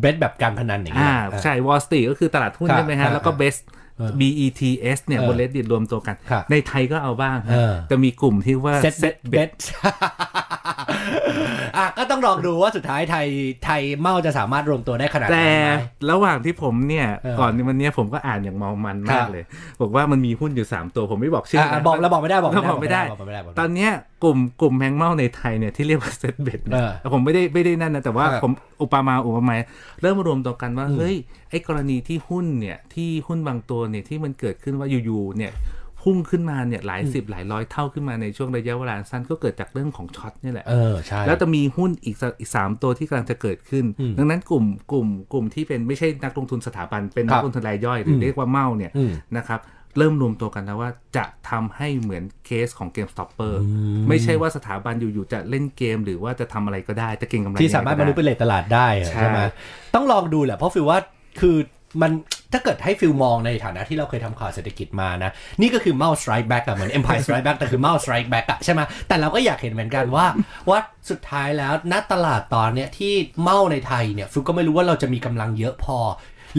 [SPEAKER 2] เบสแบบการพนันอย่างเงี้
[SPEAKER 3] อ่าย ใช่ Wall Street ก็คือตลาดหุ้น
[SPEAKER 2] ครับ
[SPEAKER 3] ใช่ไหมฮะ
[SPEAKER 2] อ่า
[SPEAKER 3] แล้วก็ Best
[SPEAKER 2] เออ
[SPEAKER 3] BETS เนี่ย
[SPEAKER 2] เออบ
[SPEAKER 3] น Reddit รวมตัวกัน
[SPEAKER 2] ครับ
[SPEAKER 3] ในไทยก็เอาบ้างฮะ
[SPEAKER 2] เออ
[SPEAKER 3] จะมีกลุ่มที่ว่า
[SPEAKER 2] เซ็ตเซ็ต
[SPEAKER 3] Set
[SPEAKER 2] เบ
[SPEAKER 3] Bet
[SPEAKER 2] ส อ่ะก็ต้องลองดูว่าสุดท้ายไทยไทยเมาจะสามารถรวมตัวได้ขนาดไหน
[SPEAKER 3] แต่
[SPEAKER 2] ไหม
[SPEAKER 3] ระหว่างที่ผมเนี่ย
[SPEAKER 2] เออ
[SPEAKER 3] ก่อนวันเนี้ยผมก็อ่านอย่างเมามัน
[SPEAKER 2] ครั
[SPEAKER 3] มา
[SPEAKER 2] บ
[SPEAKER 3] กเลย บอกว่ามันมีหุ้นอยู่ 3 ตัวผมไม่บอกชื่อ
[SPEAKER 2] อ่ะ
[SPEAKER 3] นะ
[SPEAKER 2] บอกแล้วบอกไม่ได้บอก
[SPEAKER 3] เราบอกไม่ได้
[SPEAKER 2] บอกไม่ได้บอกไม่
[SPEAKER 3] ต
[SPEAKER 2] ได้
[SPEAKER 3] อนเนี้ยกลุ่มกลุ่มแมงเม่าในไทยเนี่ยที่เรียกว่า Set Bet
[SPEAKER 2] เออ
[SPEAKER 3] แต่ผมไม่ได้ไม่ได้นั่นนะแต่ว่า
[SPEAKER 2] ครับ
[SPEAKER 3] ผมอุปมาอุปไมยเริ่มมารวมตัวกันว่าเฮ้ยไอ้กรณีที่หุ้นเนี่ยที่หุ้นบางตัวเนี่ยที่มันเกิดขึ้นว่าอยู่ๆเนี่ยพุ่งขึ้นมาเนี่ยหลายสิบหลายร้อยเท่าขึ้นมาในช่วงระยะเวลาสั้นก็เกิดจากเรื่องของช็อตเนี่ยแหละ
[SPEAKER 2] เออใช่
[SPEAKER 3] แล้วจะมีหุ้นอีกสักอีกสามตัวที่กำลังจะเกิดขึ้น
[SPEAKER 2] อืม
[SPEAKER 3] ดังนั้นกลุ่มกลุ่มกลุ่มที่เป็นไม่ใช่นักลงทุนสถาบันเป็น
[SPEAKER 2] ค
[SPEAKER 3] นั
[SPEAKER 2] รั
[SPEAKER 3] ก
[SPEAKER 2] บ
[SPEAKER 3] ลงทุนรายย่อยหรืออ
[SPEAKER 2] ม
[SPEAKER 3] เรียกว่าเมาเนี่ย
[SPEAKER 2] อืม
[SPEAKER 3] นะครับเริ่มรวมตัวกันแล้วว่าจะทำให้เหมือนเคสของเกมสต็อปเปอร์
[SPEAKER 2] อืม
[SPEAKER 3] ไม่ใช่ว่าสถาบันอยู่ ๆ จะเล่นเกมหรือว่าจะทำอะไรก็ได้จะเก่งกำไร
[SPEAKER 2] ที่สามารถ
[SPEAKER 3] ยัง
[SPEAKER 2] มา
[SPEAKER 3] ไง
[SPEAKER 2] นุ
[SPEAKER 3] ก็
[SPEAKER 2] เป็น
[SPEAKER 3] ได้
[SPEAKER 2] เลทตลาดได้อะ
[SPEAKER 3] ใช่
[SPEAKER 2] ใช่ไหมต้องลองดูแหละเพราะฟิลว่าคือมันถ้าเกิดให้ฟิลมองในฐานะที่เราเคยทำข่าวเศรษฐกิจมานะ นี่ก็คือเมาส์ strike back อะเหมือน empire strike back แต่คือเมาส์ strike back อะใช่ไหมแต่เราก็อยากเห็นเหมือนกันว่า ว่าสุดท้ายแล้วณตลาดตอนเนี้ยที่เมาส์ในไทยเนี่ยฟิลก็ไม่รู้ว่าเราจะมีกำลังเยอะพอ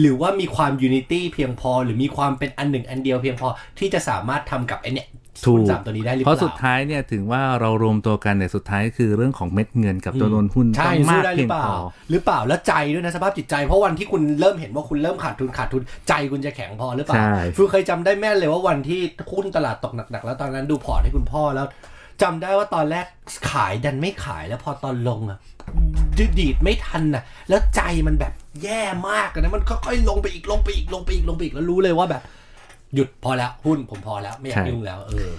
[SPEAKER 2] หรือว่ามีความยูนิตี้เพียงพอ หรือมีความเป็นอันหนึ่งอันเดียวเพียงพอที่จะสามารถทำกับไอเนี่ย
[SPEAKER 3] ถูก
[SPEAKER 2] จับตัวนี้ได้หรือเป
[SPEAKER 3] เพ
[SPEAKER 2] ล่า
[SPEAKER 3] ราะสุดท้ายเนี่ยถึงว่าเรารวมตัวกันเนี่ยสุดท้ายคือเรื่องของเม็ดเงินกับจำนวนหุ้น
[SPEAKER 2] ใช่
[SPEAKER 3] ต้องมา
[SPEAKER 2] สู้
[SPEAKER 3] ก
[SPEAKER 2] ได้หรือ
[SPEAKER 3] เพีย
[SPEAKER 2] ง เปล่า
[SPEAKER 3] พอ
[SPEAKER 2] หรือเปล่าแล้วใจด้วยนะสภาพจิตใจ เพราะวันที่คุณเริ่มเห็นว่าคุณเริ่มขาดทุนขาดทุนใจคุณจะแข็งพอหรือเปล่า
[SPEAKER 3] ใช่
[SPEAKER 2] ฟิวเคยจำได้แม่นเลยว่าวันที่หุ้นตลาดตกหนักๆ แล้วตอนนั้นดูพอร์ตให้คุณพ่อแล้วจำได้ว่าตอนแรกขายดันไม่ขายแล้วพอตอนลงอะดีดีดไม่ทันน่ะแล้วใจมันแบบแย่มากอะนะมันค่อยๆลงไปอีกลงไปอีกลงไปอีกลงไปอีกแล้วรู้เลยว่าแบบ หยุดพอแล้วหุ้นผมพอแล้วไม่อยากยุ่งแล้วเออ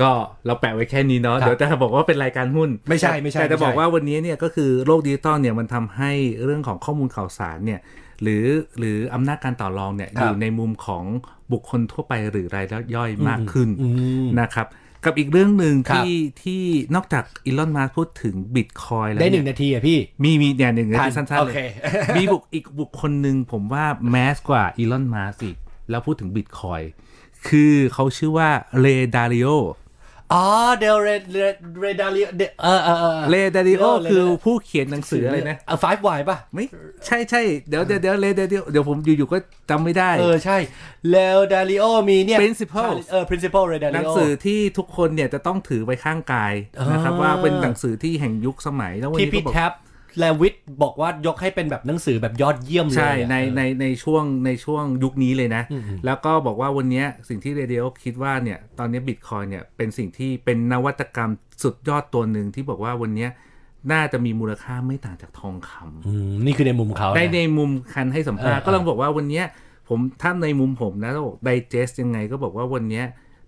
[SPEAKER 3] ก็เราแปะไว้แค่นี้เนาะ
[SPEAKER 2] ครับ
[SPEAKER 3] เดี๋ยวจะบอกว่าเป็นรายการหุ้น
[SPEAKER 2] ไม่ใช่ไม่ใช่
[SPEAKER 3] แต่จะบอก
[SPEAKER 2] ไม่ใช่
[SPEAKER 3] ว่าวันนี้เนี่ยก็คือโลกดิจิตอลเนี่ยมันทำให้เรื่องของข้อมูลข่าวสารเนี่ยหรือหรืออำนาจการต่อรองเนี่ยอยู่ในมุมของบุคคลทั่วไปหรือรายย่อยมากขึ้น
[SPEAKER 2] อืม
[SPEAKER 3] นะครับ กับอีกเรื่องหนึ่ง
[SPEAKER 2] ครับ
[SPEAKER 3] ที่ที่นอกจากอีลอนมัสพูดถึงบิตคอยแล้ว
[SPEAKER 2] ได้ห
[SPEAKER 3] เนี่
[SPEAKER 2] นึ่
[SPEAKER 3] ย
[SPEAKER 2] งนาทีอะพี่
[SPEAKER 3] มีมีเนี่ยหนึ่งนา
[SPEAKER 2] ทั
[SPEAKER 3] ที
[SPEAKER 2] น
[SPEAKER 3] สั้นๆ
[SPEAKER 2] โอ
[SPEAKER 3] เลย
[SPEAKER 2] เค
[SPEAKER 3] มีบุคอีกบุคคลหนึ่งผมว่าแมสกว่าอีลอนมัสอีกแล้วพูดถึงบิตคอยคือเขาชื่อว่าเลดาริโอ
[SPEAKER 2] อ๋อเดลเรเรเรดาริเดเออเออออ
[SPEAKER 3] เลดาริโอ
[SPEAKER 2] Dario
[SPEAKER 3] คือผู้เขียนหนังสืออะไรนะ
[SPEAKER 2] เออ five why ป่ะ
[SPEAKER 3] ไม่ใช่ใช่เดี๋ยวเดี๋ยวเดี๋ยวเลดาริโอเดี๋ยวผมอยู่ๆก็จำไม่ได้
[SPEAKER 2] เออ ใช่ แล้วดาริโอมีเนี่ย
[SPEAKER 3] Principles
[SPEAKER 2] เออ principle เรดา
[SPEAKER 3] ห
[SPEAKER 2] ริ
[SPEAKER 3] นัง
[SPEAKER 2] โอ
[SPEAKER 3] สือที่ทุกคนเนี่ยจะต้องถือไว้ข้างกายนะครับ
[SPEAKER 2] อ่า
[SPEAKER 3] ว่าเป็นหนังสือที่แห่งยุคสมัยแล้ววัน
[SPEAKER 2] ที่
[SPEAKER 3] นี้
[SPEAKER 2] พี่
[SPEAKER 3] ก็บอก
[SPEAKER 2] แท็บและวิทย์บอกว่ายกให้เป็นแบบหนังสือแบบยอดเยี่ยมเลย
[SPEAKER 3] ใช่ใน
[SPEAKER 2] อะ
[SPEAKER 3] ในในช่วงในช่วงยุคนี้เลยนะ แล้วก็บอกว่าวันเนี้ยสิ่งที่เรดิโอคิดว่าเนี่ยตอนนี้บิตคอยเนี่ยเป็นสิ่งที่เป็นนวัตกรรมสุดยอดตัวหนึ่งที่บอกว่าวันเนี้ยน่าจะมีมูลค่าไม่ต่างจากทองคำ
[SPEAKER 2] อืม นี่คือในมุมเขา
[SPEAKER 3] ในใน
[SPEAKER 2] นะ
[SPEAKER 3] มุมคันให้สัมภาษณ์
[SPEAKER 2] เออ
[SPEAKER 3] ก็ลองบอกว่าวันเนี้ยผมถ้าในมุมผมนะต้องบอกไดเจสยังไงก็บอกว่าวันเนี้ย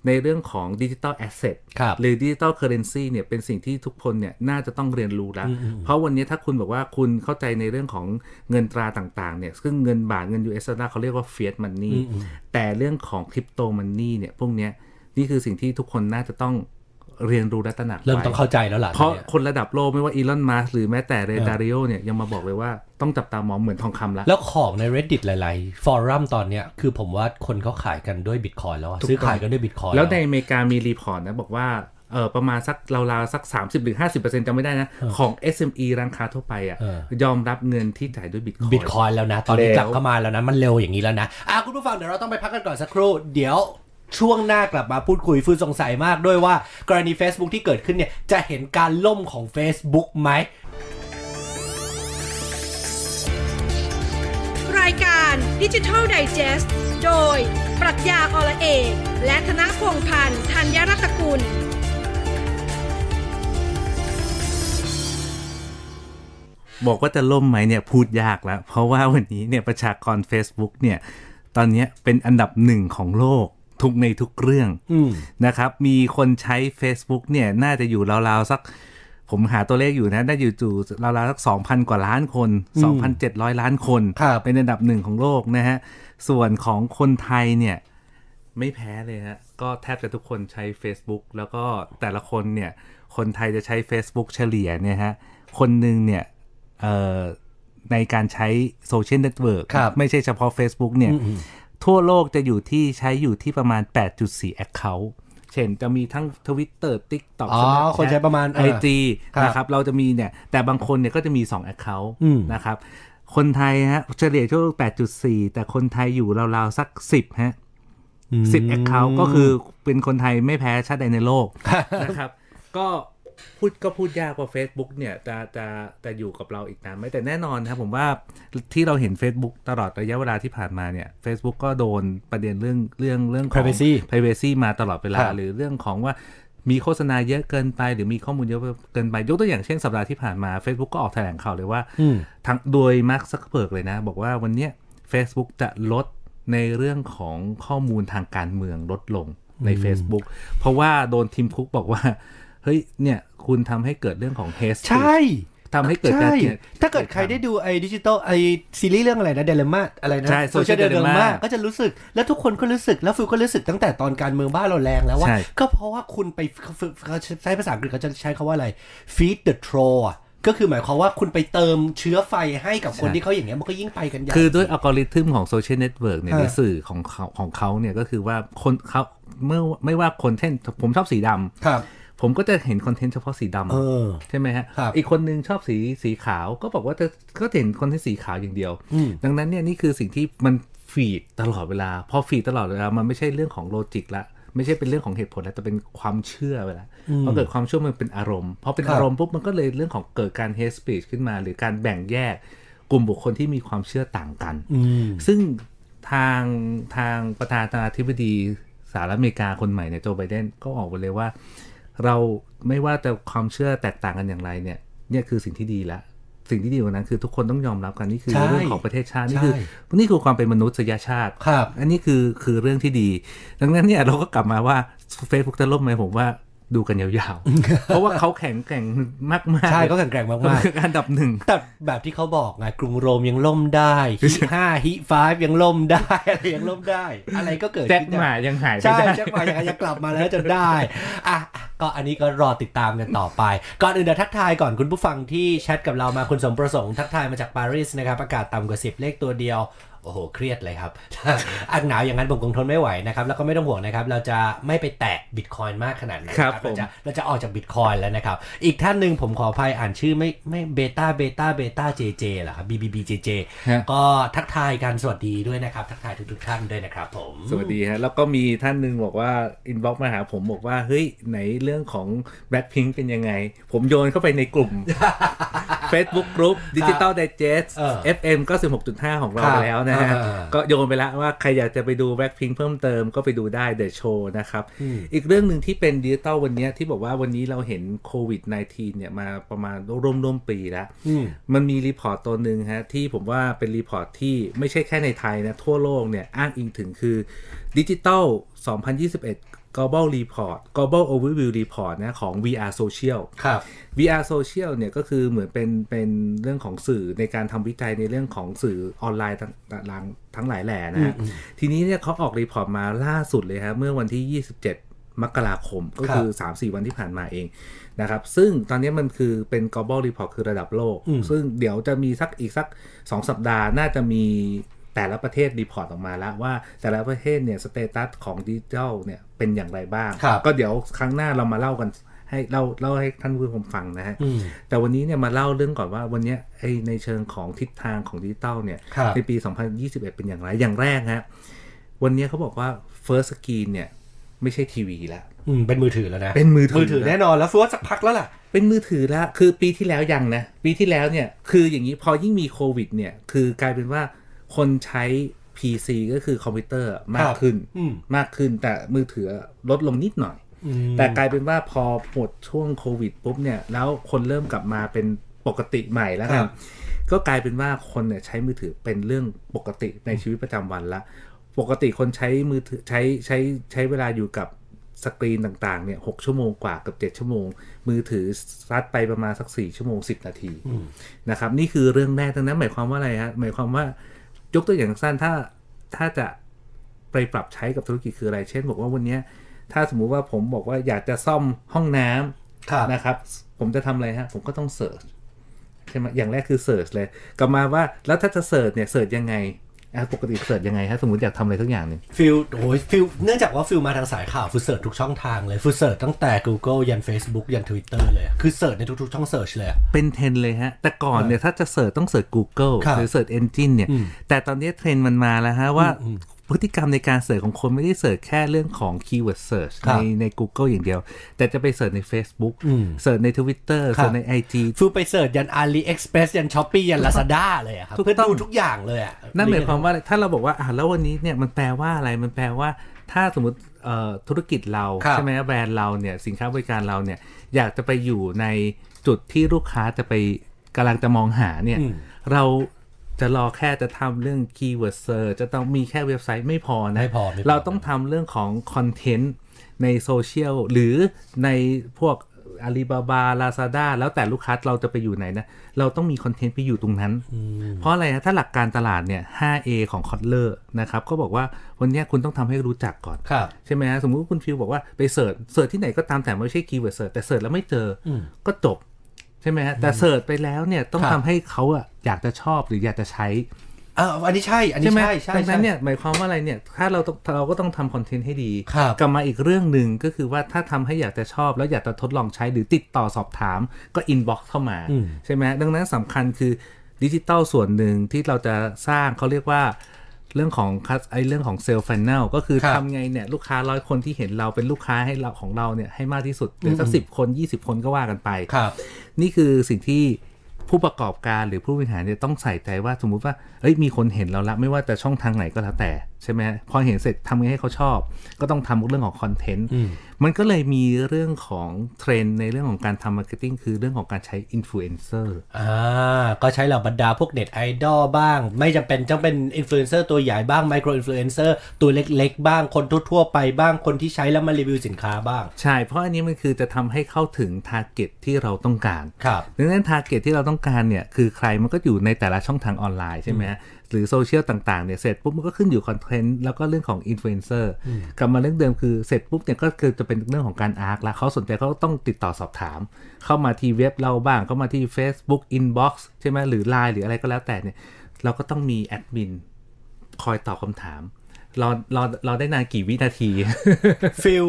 [SPEAKER 3] ในเรื่องของดิจิ t a ลแอสเซท
[SPEAKER 2] ครับ
[SPEAKER 3] หรือดิจิ t a ลเคอร์เรนซีเนี่ยเป็นสิ่งที่ทุกคนเนี่ยน่าจะต้องเรียนรู้แล้ว เพราะวันเนี้ยถ้าคุณบอกว่าคุณเข้าใจในเรื่องของเงินตราต่างๆเนี่ยซึ่งเงินบาทเงิน US ดอลลาร์เขาเรียกว่า Fiat Money แต่เรื่องของคริปโตมันนี่เนี่ยพวกเนี้ยนี่คือสิ่งที่ทุกคนน่าจะต้องเรียนรู้และตระหนักไว้
[SPEAKER 2] เริ่มต้องเข้าใจแล้วล่ะ
[SPEAKER 3] เพราะ
[SPEAKER 2] เนี่ย
[SPEAKER 3] คนระดับโลกไม่ว่าอีลอนมัสหรือแม้แต่เรดาริโอเนี่ยยังมาบอกเลยว่าต้องจับตามองเหมือนทองคำละ
[SPEAKER 2] แล้วของใน reddit หลายๆ ฟอรัมตอนเนี้ย คือผมว่าคนเขาขายกันด้วยบิตคอยแล้วอะ
[SPEAKER 3] ถูกต้อง
[SPEAKER 2] ซื้อขายกันด้วยบิตคอย
[SPEAKER 3] แล้วในอเมริกามีรีพอร์ตนะ บอกว่าเออประมาณสักราวๆสัก 30หรือ50%จำไม่ได้นะ ของ SME ร้านค้าทั่วไปอ่ะ
[SPEAKER 2] เออ
[SPEAKER 3] ยอมรับเงินที่จ่ายด้วยบิตคอย
[SPEAKER 2] บิตคอยแล้วนะ ตอนนี้
[SPEAKER 3] เร็ว
[SPEAKER 2] กลับเข้ามาแล้วนะ มันเร็วอย่างนี้แล้วนะ อ่ะคุณผู้ฟังเดี๋ยวเราต้องไปพักกันก่อนสักครู่ เดี๋ยวช่วงหน้ากลับมาพูดคุยฟืนสงสัยมากด้วยว่า กรณี Facebook ที่เกิดขึ้นเนี่ย จะเห็นการล่มของ Facebook ไหม
[SPEAKER 1] รายการดิจิทัลไดจ e s t โดย ปรัชญาอลเอกและธนพงษ์พันธ์ธัญรัตนกุล
[SPEAKER 3] บอกว่าจะล่มไหมเนี่ยพูดยากแล้ว เพราะว่าวันนี้เนี่ยประชากร Facebook เนี่ยตอนเนี้ยเป็นอันดับหนึ่งของโลกทุกในทุกเรื่อง
[SPEAKER 2] อืม
[SPEAKER 3] นะครับ มีคนใช้ Facebook เนี่ยน่าจะอยู่ราวๆสัก ผมหาตัวเลขอยู่นะ น่าจะอยู่จู่ราวๆสัก 2,000 กว่าล้านคน 2,700 ล้านคน
[SPEAKER 2] ครับ
[SPEAKER 3] เป็นอันดับหนึ่งของโลกนะฮะ ส่วนของคนไทยเนี่ย ไม่แพ้เลยฮะ ก็แทบจะทุกคนใช้ Facebook แล้วก็แต่ละคนเนี่ย คนไทยจะใช้ Facebook เฉลี่ยเนี่ยฮะ คนหนึ่งเนี่ยเอ่อในการใช้โซเชียลเน็ตเวิร์ก
[SPEAKER 2] ครับ
[SPEAKER 3] ไม่ใช่เฉพาะ Facebook เนี่ย ทั่วโลกจะอยู่ที่ใช้อยู่ที่ประมาณ 8.4 Account เช่นจะมีทั้ง Twitter TikTok
[SPEAKER 2] อ๋อคนใช้ประมาณ
[SPEAKER 3] ไอ
[SPEAKER 2] เออ
[SPEAKER 3] จี
[SPEAKER 2] ครับ
[SPEAKER 3] นะครับ เราจะมีเนี่ย แต่บางคนเนี่ยก็จะมี 2 Account
[SPEAKER 2] อืม
[SPEAKER 3] นะครับ คนไทยฮะเฉลี่ยช่วง8.4 แต่คนไทยอยู่ราวๆสัก 10ฮะ สิบแอคเคาท์ก็คือเป็นคนไทยไม่แพ้ชาติใดในโลก นะครับ ก็พูดก็พูดยากว่า Facebook เนี่ยจะจะจะอยู่กับเราอีกนานไหมแต่แน่นอนนะครับผมว่าที่เราเห็น Facebook ตลอดระยะเวลาที่ผ่านมาเนี่ย Facebook ก็โดนประเด็นเรื่องเรื่องเรื่องของ
[SPEAKER 2] Privacy
[SPEAKER 3] privacy มาตลอดเวลา
[SPEAKER 2] ครับ
[SPEAKER 3] หรือเรื่องของว่ามีโฆษณาเยอะเกินไป หรือมีข้อมูลเยอะเกินไป ยกตัวอย่างเช่นสัปดาห์ที่ผ่านมา Facebook ก็ออกแถลงข่าวเลยว่า
[SPEAKER 2] อืม
[SPEAKER 3] ทางโดยมาร์คซักเบิร์กเลยนะ บอกว่าวันเนี้ย Facebook จะลดในเรื่องของข้อมูลทางการเมืองลดลงใน Facebook เพราะว่าโดนทีมคุกบอกว่า เฮ้ย เนี่ย คุณทำให้เกิดเรื่องของเฮส
[SPEAKER 2] ใช่
[SPEAKER 3] ทำให้เกิดการ
[SPEAKER 2] ใช่
[SPEAKER 3] เกลียด
[SPEAKER 2] ถ้าเกิดใครได้ดูไอ้ดิจิตอลไอ้ซีรีส์เรื่องอะไรนะเดลม่าอะไรนะ
[SPEAKER 3] ใช่ Social
[SPEAKER 2] Dilemma
[SPEAKER 3] Dilemma
[SPEAKER 2] ก็จะรู้สึกแล้วทุกคนก็รู้สึกแล้วฟิวก็รู้สึกตั้งแต่ตอนการเมืองบ้านเราแรงแล้วว่า
[SPEAKER 3] ใช่
[SPEAKER 2] ก็เพราะว่าคุณไปเขาเขาใช้ภาษาอังกฤษเขาจะใช้คาว่าอะไร feed the troll อะก็คือหมายความว่าคุณไปเติมเชื้อไฟให้กับคนที่เขาอย่างเงี้ยมันก็ยิ่งไปกันใหญ่
[SPEAKER 3] คือด้วยอัลกอริทึมของโซเชียลเน็ตเวิร์กเนี่ย
[SPEAKER 2] ฮะ
[SPEAKER 3] ในสื่อของเขาของเขาเนี่ยก็คือว่าคนเขาเมื่อไม่ว่าคนเช่นผมชอบสีดำ
[SPEAKER 2] ครับ
[SPEAKER 3] ผมก็จะเห็นคอนเทนต์เฉพาะสีดำ
[SPEAKER 2] เออ
[SPEAKER 3] ใช่ไหมฮะ
[SPEAKER 2] ครับ
[SPEAKER 3] อีกคนนึงชอบสีสีขาวก็บอกว่าจะก็เห็นคอนเทนต์สีขาวอย่างเดียว
[SPEAKER 2] อืม
[SPEAKER 3] ดังนั้นเนี่ยนี่คือสิ่งที่มันฟีดตลอดเวลา พอฟีดตลอดเวลา มันไม่ใช่เรื่องของโลจิกละ ไม่ใช่เป็นเรื่องของเหตุผลแล้วแต่เป็นความเชื่อไปแล้วพอเกิดความเชื่อมันเป็นอารมณ์พอเป็นอารมณ์ปุ๊บมันก็เลยเรื่องของเกิดการ hate speech ขึ้นมา หรือการแบ่งแยกกลุ่มบุคคลที่มีความเชื่อต่างกัน
[SPEAKER 2] อืม
[SPEAKER 3] ซึ่งทางทางประธานาธิบดีสหรัฐอเมริกาคนใหม่เนี่ยโจไบเดนก็ออกมาเลยว่า เราไม่ว่าแต่ความเชื่อแตกต่างกันอย่างไรเนี่ยเนี่ยคือสิ่งที่ดีละสิ่งที่ดีกว่านั้นคือทุกคนต้องยอมรับกันนี่คือ
[SPEAKER 2] ใช่
[SPEAKER 3] เรื่องของประเทศชาตินี่
[SPEAKER 2] ใช่
[SPEAKER 3] คือนี่คือความเป็นมนุษยชาติ
[SPEAKER 2] ครับ
[SPEAKER 3] อันนี้คือคือเรื่องที่ดี ดังนั้นเนี่ยเราก็กลับมาว่า Facebook จะล่มไหมผมว่าดูกันยาวๆ เพราะว่าเขาแข็งแกร่งมากๆ
[SPEAKER 2] ใช่เขาแข็งแกร่งมากๆ
[SPEAKER 3] เขาคืออันดับหนึ่ง
[SPEAKER 2] แต่แบบที่เขาบอกไงกรุงโรมยังล่มได้ ฮิห้าฮิฟายยังล่มได้ อะไรยังล่มได้ อะไรก็เกิด
[SPEAKER 3] แจ็ค
[SPEAKER 2] ขึ้นได้
[SPEAKER 3] หมายังหายไป
[SPEAKER 2] ใช่
[SPEAKER 3] ได้
[SPEAKER 2] แจ็คหมาอยากจะกลับมาแล้วจนได้อ่ะก็อันนี้ก็รอติดตามกันต่อไป ก่อนอื่นเดี๋ยวทักทายก่อนคุณผู้ฟังที่แชทกับเรามาคุณสมประสงค์ทักทายมาจากปารีสนะครับ อากาศต่ำกว่า 10 เลขตัวเดียว โอ้โห เครียดเลยครับ อันหนาวอย่างนั้นผมคงทนไม่ไหวนะครับ แล้วก็ไม่ต้องห่วงนะครับ เราจะไม่ไปแตะบิตคอยน์มากขนาดนั้น
[SPEAKER 3] ครับผ
[SPEAKER 2] เรา
[SPEAKER 3] ม
[SPEAKER 2] จะเราจะออกจากบิตคอยน์แล้วนะครับ อีกท่านหนึ่งผมขออภัยอ่านชื่อไม่ไม่เบต้าเบต้าเบต้าเจเจเหรอครับ BBB JJ
[SPEAKER 3] ฮะ
[SPEAKER 2] ก็ทักทายกันสวัสดีด้วยนะครับทักทายทุกๆท่านด้วยนะครับผม
[SPEAKER 3] สวัสดีฮะ แล้วก็มีท่านหนึ่งบอกว่าอินบ็อกมาหาผมบอกว่า เฮ้ย ไหนเรื่องของแบล็คพิงเป็นยังไง ผมโยนเข้าไปในก ลุ่ม Facebook Group Digital Digest
[SPEAKER 2] เออ
[SPEAKER 3] FM 96.5 ของเรา
[SPEAKER 2] ครับ
[SPEAKER 3] แล้วนะฮะ
[SPEAKER 2] เออเออ
[SPEAKER 3] ก็โยนไปแล้วว่าใครอยากจะไปดูแบล็คพิงเพิ่มเติมก็ไปดูได้เด e s โช w นะครับ
[SPEAKER 2] อืม
[SPEAKER 3] อีกเรื่องหนึ่งที่เป็นดิจิตอลวันเนี้ยที่บอกว่าวันนี้เราเห็นโควิด -19 เนี่ยมาประมาณร่วมๆปีแล้ว
[SPEAKER 2] อืม
[SPEAKER 3] มันมีรีพอร์ตตัวหนึ่งฮะที่ผมว่าเป็นรีพอร์ตที่ไม่ใช่แค่ในไทยนะทั่วโลกเนี่ยอ้างอิงถึงคือดิจิตอล2021 Global Report Global Overview Report นะของ VR Social
[SPEAKER 2] ครับ
[SPEAKER 3] VR Social เนี่ยก็คือเหมือนเป็นเป็นเรื่องของสื่อในการทำวิจัยในเรื่องของสื่อออนไลน์ต่างๆทั้งหลายแหล่นะฮะทีนี้เนี่ยเขาออกรีพอร์ตมาล่าสุดเลยฮะเมื่อวันที่ 27 มกราคมก็คือ 3-4 วันที่ผ่านมาเองนะครับ ซึ่งตอนนี้มันคือเป็น global report คือระดับโลก
[SPEAKER 2] อืม
[SPEAKER 3] ซึ่งเดี๋ยวจะมีสักอีกสัก 2 สัปดาห์น่าจะมีแต่ละประเทศรีพอร์ตออกมาแล้วว่าแต่ละประเทศเนี่ยสเตตัสของดิจิทัลเนี่ยเป็นอย่างไรบ้าง
[SPEAKER 2] ครับ
[SPEAKER 3] ก็เดี๋ยวครั้งหน้าเรามาเล่ากันให้เล่าเล่าให้ท่านผู้ชมฟังนะฮะ
[SPEAKER 2] อืม
[SPEAKER 3] แต่วันนี้เนี่ยมาเล่าเรื่องก่อนว่าวันเนี้ยไอในเชิงของทิศทางของดิจิตอลเนี่ย
[SPEAKER 2] ครับ
[SPEAKER 3] ในปี 2021 เป็นอย่างไรอย่างแรกฮะวันเนี้ยเขาบอกว่า first screen เนี่ยไม่ใช่ทีวีละ
[SPEAKER 2] อืมเป็นมือถือแล้วนะ
[SPEAKER 3] เป็นมือถือ
[SPEAKER 2] มือถือแน่นอนแล้วฟัวสักพักแล้วล่ะ
[SPEAKER 3] เป็นมือถือละคือปีที่แล้วยังนะ ปีที่แล้วเนี่ยคืออย่างนี้พอยิ่งมีโควิดเนี่ยคือกลายเป็นว่าคนใช้ PC ก็คือคอมพิวเตอร์มา
[SPEAKER 2] ค
[SPEAKER 3] ก
[SPEAKER 2] รับ
[SPEAKER 3] ขึ้น
[SPEAKER 2] อืม
[SPEAKER 3] มากขึ้นแต่มือถือลดลงนิดหน่อย แต่กลายเป็นว่าพอหมดช่วงโควิดปุ๊บเนี่ย แล้วคนเริ่มกลับมาเป็นปกติใหม่แล้วค
[SPEAKER 2] ครั
[SPEAKER 3] รับ บ ก็กลายเป็นว่าคนเนี่ยใช้มือถือเป็นเรื่องปกติในชีวิตประจำวันละ ปกติคนใช้มือถือใช้ใช้ใช้เวลาอยู่กับสกรีนต่างๆเนี่ยหชั่วโมงกว่าเกับ7ชั่วโมง มือถือซัดไปประมาณสัก 4 ชั่วโมง 10 นาทีนะครับนี่คือเรื่องแรกดังนั้นหมายความว่าอะไรฮะหมายความว่ายกตัวอย่างสั้นถ้าถ้าจะ ไปปรับใช้กับธุรกิจคืออะไร เช่น บอกว่าวันเนี้ยถ้าสมมุติว่าผมบอกว่าอยากจะซ่อมห้องน้ำ
[SPEAKER 2] ครับ
[SPEAKER 3] นะครับ ผมจะทำอะไรฮะ ผมก็ต้องเสิร์ชใช่ไหมอย่างแรกคือเสิร์ชเลย กลับมาว่าแล้วถ้าจะเสิร์ชเนี่ยเสิร์ชยังไงอ่ะปกติเสิร์ชยังไงฮะ สมมติอยากทำอะไรสักอย่างหนึ่ง
[SPEAKER 2] ฟิลโอ้ยฟิลเนื่องจากว่าฟิลมาทางสายข่าวฟิลเสิร์ชทุกช่องทางเลยฟิลเสิร์ชตั้งแต่ Google ยัน Facebook ยัน Twitter เลยอะคือเสิร์ชในทุกๆ ช่องเสิร์ชเลยอะ
[SPEAKER 3] เป็นเทรนด์เลยฮะ แต่ก่อนเนี่ยถ้าจะเสิร์ชต้องเสิร์ช Google
[SPEAKER 2] ครับ
[SPEAKER 3] หรือเสิร์ช Engine เนี่ย แต่ตอนนี้เทรนด์มันมาแล้วฮะ ว่าพฤติกรรมในการเสิร์ชของคนไม่ได้เสิร์ชแค่เรื่องของคีย์เวิร์ดเสิร์ช
[SPEAKER 2] ครั
[SPEAKER 3] ใน
[SPEAKER 2] บ
[SPEAKER 3] ใน Google อย่างเดียว แต่จะไปเสิร์ชใน Facebook
[SPEAKER 2] อืม
[SPEAKER 3] เสิร์ชใน Twitter
[SPEAKER 2] ครับ
[SPEAKER 3] เสิร์ชใน IG
[SPEAKER 2] ฟิลไปเสิร์ชยัน AliExpress ยัน Shopee ยัน Lazada เลยอะครับ
[SPEAKER 3] ถูก
[SPEAKER 2] เพื่อ
[SPEAKER 3] ต้อง
[SPEAKER 2] ดูทุกอย่างเลยอะ
[SPEAKER 3] นั่นหมายความว่าถ้าเราบอกว่าอ่ะแล้ววันนี้เนี่ยมันแปลว่าอะไรมันแปลว่า ถ้าสมมติเอ่อธุรกิจเรา
[SPEAKER 2] ครับ
[SPEAKER 3] ใช่ไหมแบรนด์เราเนี่ยสินค้าบริการเราเนี่ยอยากจะไปอยู่ในจุดที่ลูกค้าจะไปกำลังจะมองหาเนี่ยเราจะรอแค่จะทำเรื่องคีย์เวิร์ดเซอร์จะต้องมีแค่เว็บไซต์ไม่พอนะ
[SPEAKER 2] ไม่พอไม่พอ
[SPEAKER 3] เราต้องทำเรื่องของคอนเทนต์ในโซเชียลหรือในพวกอาลีบาบาลาซาด้าแล้วแต่ลูกค้าเราจะไปอยู่ไหนนะ เราต้องมีคอนเทนต์ไปอยู่ตรงนั้น เพราะอะไรนะถ้าหลักการตลาดเนี่ย 5A ของคอตเลอร์นะครับ ก็บอกว่าวันเนี้ยคุณต้องทำให้รู้จักก่อน
[SPEAKER 2] ครับ
[SPEAKER 3] ใช่ไหมฮะสมมุติว่าคุณฟิวบอกว่าไปเสิร์ชเสิร์ชที่ไหนก็ตามแต่ไม่ใช่คีย์เวิร์ดเสิร์ชแต่เสิร์ชแล้วไม่เจออ
[SPEAKER 2] ม
[SPEAKER 3] ก็จบ ใช่ไหมฮะแต่เสิร์ชไปแล้วเนี่ยต้อง
[SPEAKER 2] ครับ
[SPEAKER 3] ทำให้เขาอะอยากจะชอบหรืออยากจะใช้
[SPEAKER 2] อ่าอันนี้ใช่ อันนี้
[SPEAKER 3] ใช่ไหม
[SPEAKER 2] ใช่ใช่
[SPEAKER 3] ดังนั้น
[SPEAKER 2] ใช่
[SPEAKER 3] เนี่ยหมายความว่าอะไรเนี่ย ถ้าเราต้องเราก็ต้องทำคอนเทนต์ให้ดี
[SPEAKER 2] ครับ
[SPEAKER 3] กลับมาอีกเรื่องหนึ่งก็คือว่าถ้าทำให้อยากจะชอบ แล้วอยากจะทดลองใช้หรือติดต่อสอบถามก็อินบ็อกซ์เข้ามา
[SPEAKER 2] อืม
[SPEAKER 3] ใช่ไหมดังนั้นสำคัญคือดิจิตอลส่วนหนึ่งที่เราจะสร้างเขาเรียกว่า เรื่องของคัสไอเรื่องของเซลล์ฟันแนลก็คือ
[SPEAKER 2] ครับ
[SPEAKER 3] ทำไงเนี่ยลูกค้าร้อยคนที่เห็นเราเป็นลูกค้าให้เราของเราเนี่ยให้มากที่สุดหรือสักสิบคน 20 คนก็ว่ากันไป
[SPEAKER 2] ครับ
[SPEAKER 3] นี่คือสิ่งที่ผู้ประกอบการหรือผู้บริหารเนี่ยต้องใส่ใจว่าสมมุติว่าเอ้ยมีคนเห็นเราละไม่ว่าจะช่องทางไหนก็แล้วแต่ใช่ไหมฮะพอเห็นเสร็จทำไงให้เขาชอบ ก็ต้องทำเรื่องของคอนเทนต์
[SPEAKER 2] อืม
[SPEAKER 3] มันก็เลยมีเรื่องของเทรนด์ในเรื่องของการทำมาร์เก็ตติ้งคือเรื่องของการใช้อินฟลูเอนเซอร์
[SPEAKER 2] อ่าก็ใช้เหล่าบรรดาพวกเน็ตไอดอลบ้าง ไม่จำเป็นต้องเป็นอินฟลูเอนเซอร์ตัวใหญ่บ้างไมโครอินฟลูเอนเซอร์ตัวเล็กๆ บ้างคนทั่วๆไปบ้างคนที่ใช้แล้วมารีวิวสินค้าบ้าง
[SPEAKER 3] ใช่ เพราะอันนี้มันคือจะทำให้เข้าถึงทาร์เก็ตที่เราต้องการ
[SPEAKER 2] ครับ
[SPEAKER 3] ดังนั้นทาร์เก็ตที่เราต้องการเนี่ย คือใครมันก็อยู่ในแต่ละช่องทางออนไลน์ใช่ไหมฮะ หรือโซเชียลต่างๆเนี่ย เสร็จปุ๊บมันก็ขึ้นอยู่คอนเทนต์แล้วก็เรื่องของอินฟลูเอนเซอร์ กลับมาเรื่องเดิมคือเสร็จปุ๊บเนี่ยก็คือจะเป็นเรื่องของการอาร์คละเขาสนใจเขาต้องติดต่อสอบถาม เข้ามาที่เว็บเราบ้าง เข้ามาที่ Facebook Inbox ใช่ไหมหรือ Line หรืออะไรก็แล้วแต่เนี่ย เราก็ต้องมีแอดมินคอยตอบคำถาม เราเราเราได้นานกี่วินาที
[SPEAKER 2] ฟิล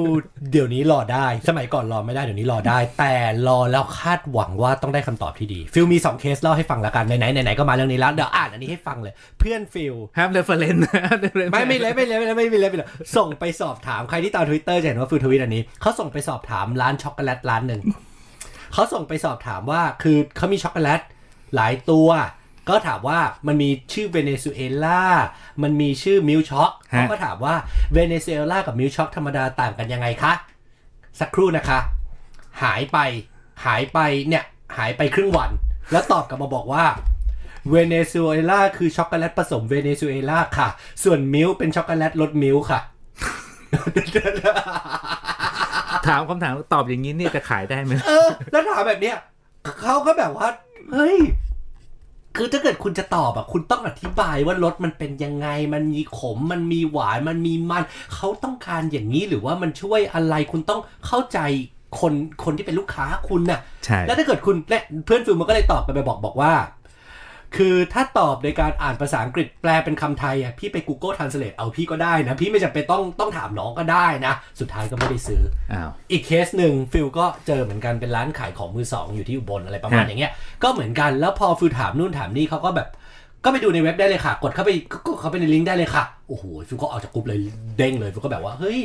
[SPEAKER 2] เดี๋ยวนี้รอได้ สมัยก่อนรอไม่ได้เดี๋ยวนี้รอได้ แต่รอแล้วคาดหวังว่าต้องได้คำตอบที่ดี ฟิลมี 2 เคสเล่าให้ฟังละกันไหนๆไหนๆก็มาเรื่องนี้แล้วเดี๋ยวอ่านอันนี้ให้ฟังเลย เพื่อนฟิล
[SPEAKER 3] ครับเรฟเฟร น
[SPEAKER 2] ไม่ไม่เลยไม่เลยไม่เลยไม่มีเลยไม่เลยส่งไปสอบถามใครที่ตามทวิตเตอร์จะเห็นว่าฟิลทวิตอันนี้เขาส่งไปสอบถามร้านช็อกโกแลตร้านหนึ่งเขาส่งไปสอบถามว่าคือเขามีช็อกโกแลตหลายตัว ก็ถามว่ามันมีชื่อเวเนซุเอลามันมีชื่อมิลช็อก
[SPEAKER 3] ฮะ
[SPEAKER 2] เขาก็ถามว่าเวเนซุเอลากับมิลช็อกธรรมดาต่างกันยังไงคะ สักครู่นะคะ หายไปหายไปเนี่ยหายไปครึ่งวัน แล้วตอบกลับมาบอกว่า เวเนซุเอลาคือช็อกโกแลตผสมเวเนซุเอลาค่ะ ส่วนมิลค์เป็นช็อกโกแลตรสมิลค์ค่ะ
[SPEAKER 3] ถามคำถามตอบอย่างนี้เนี่ยจะขายได้ไหม
[SPEAKER 2] เออ แล้วถามแบบเนี้ยเขาก็แบบว่า เฮ้ย คือถ้าเกิดคุณจะตอบอ่ะ คุณต้องอธิบายว่ารสมันเป็นยังไง มันมีขม มันมีหวาน มันมีมัน เขาต้องการอย่างนี้หรือว่ามันช่วยอะไร คุณต้องเข้าใจคนคนที่เป็นลูกค้าคุณน่ะ
[SPEAKER 3] ใช่
[SPEAKER 2] แล้วถ้าเกิดคุณเนี่ยเพื่อนฟิลมันก็เลยตอบไปไปบอกบอกว่า คือถ้าตอบโดยการอ่านภาษาอังกฤษแปลเป็นคำไทยอ่ะพี่ไป Google Translate เอาพี่ก็ได้นะ พี่ไม่จำเป็นต้องต้องถามน้องก็ได้นะ สุดท้ายก็ไม่ได้ซื้อ
[SPEAKER 3] อ้าว
[SPEAKER 2] อีกเคสหนึ่งฟิลก็เจอเหมือนกันเป็นร้านขายของมือสองอยู่ที่อุบลอะไรประมาณ
[SPEAKER 3] ฮะ
[SPEAKER 2] อย่างเงี้ยก็เหมือนกันแล้วพอฟิลถามนู่นถามนี่เขาก็แบบ ก็ไปดูในเว็บได้เลยค่ะ กดเข้าไปก็ก็เข้าไปในลิงก์ได้เลยค่ะโอ้โหฟิลก็ออกจากกลุ่มเลยเด้งเลยฟิลก็แบบว่าเฮ้ย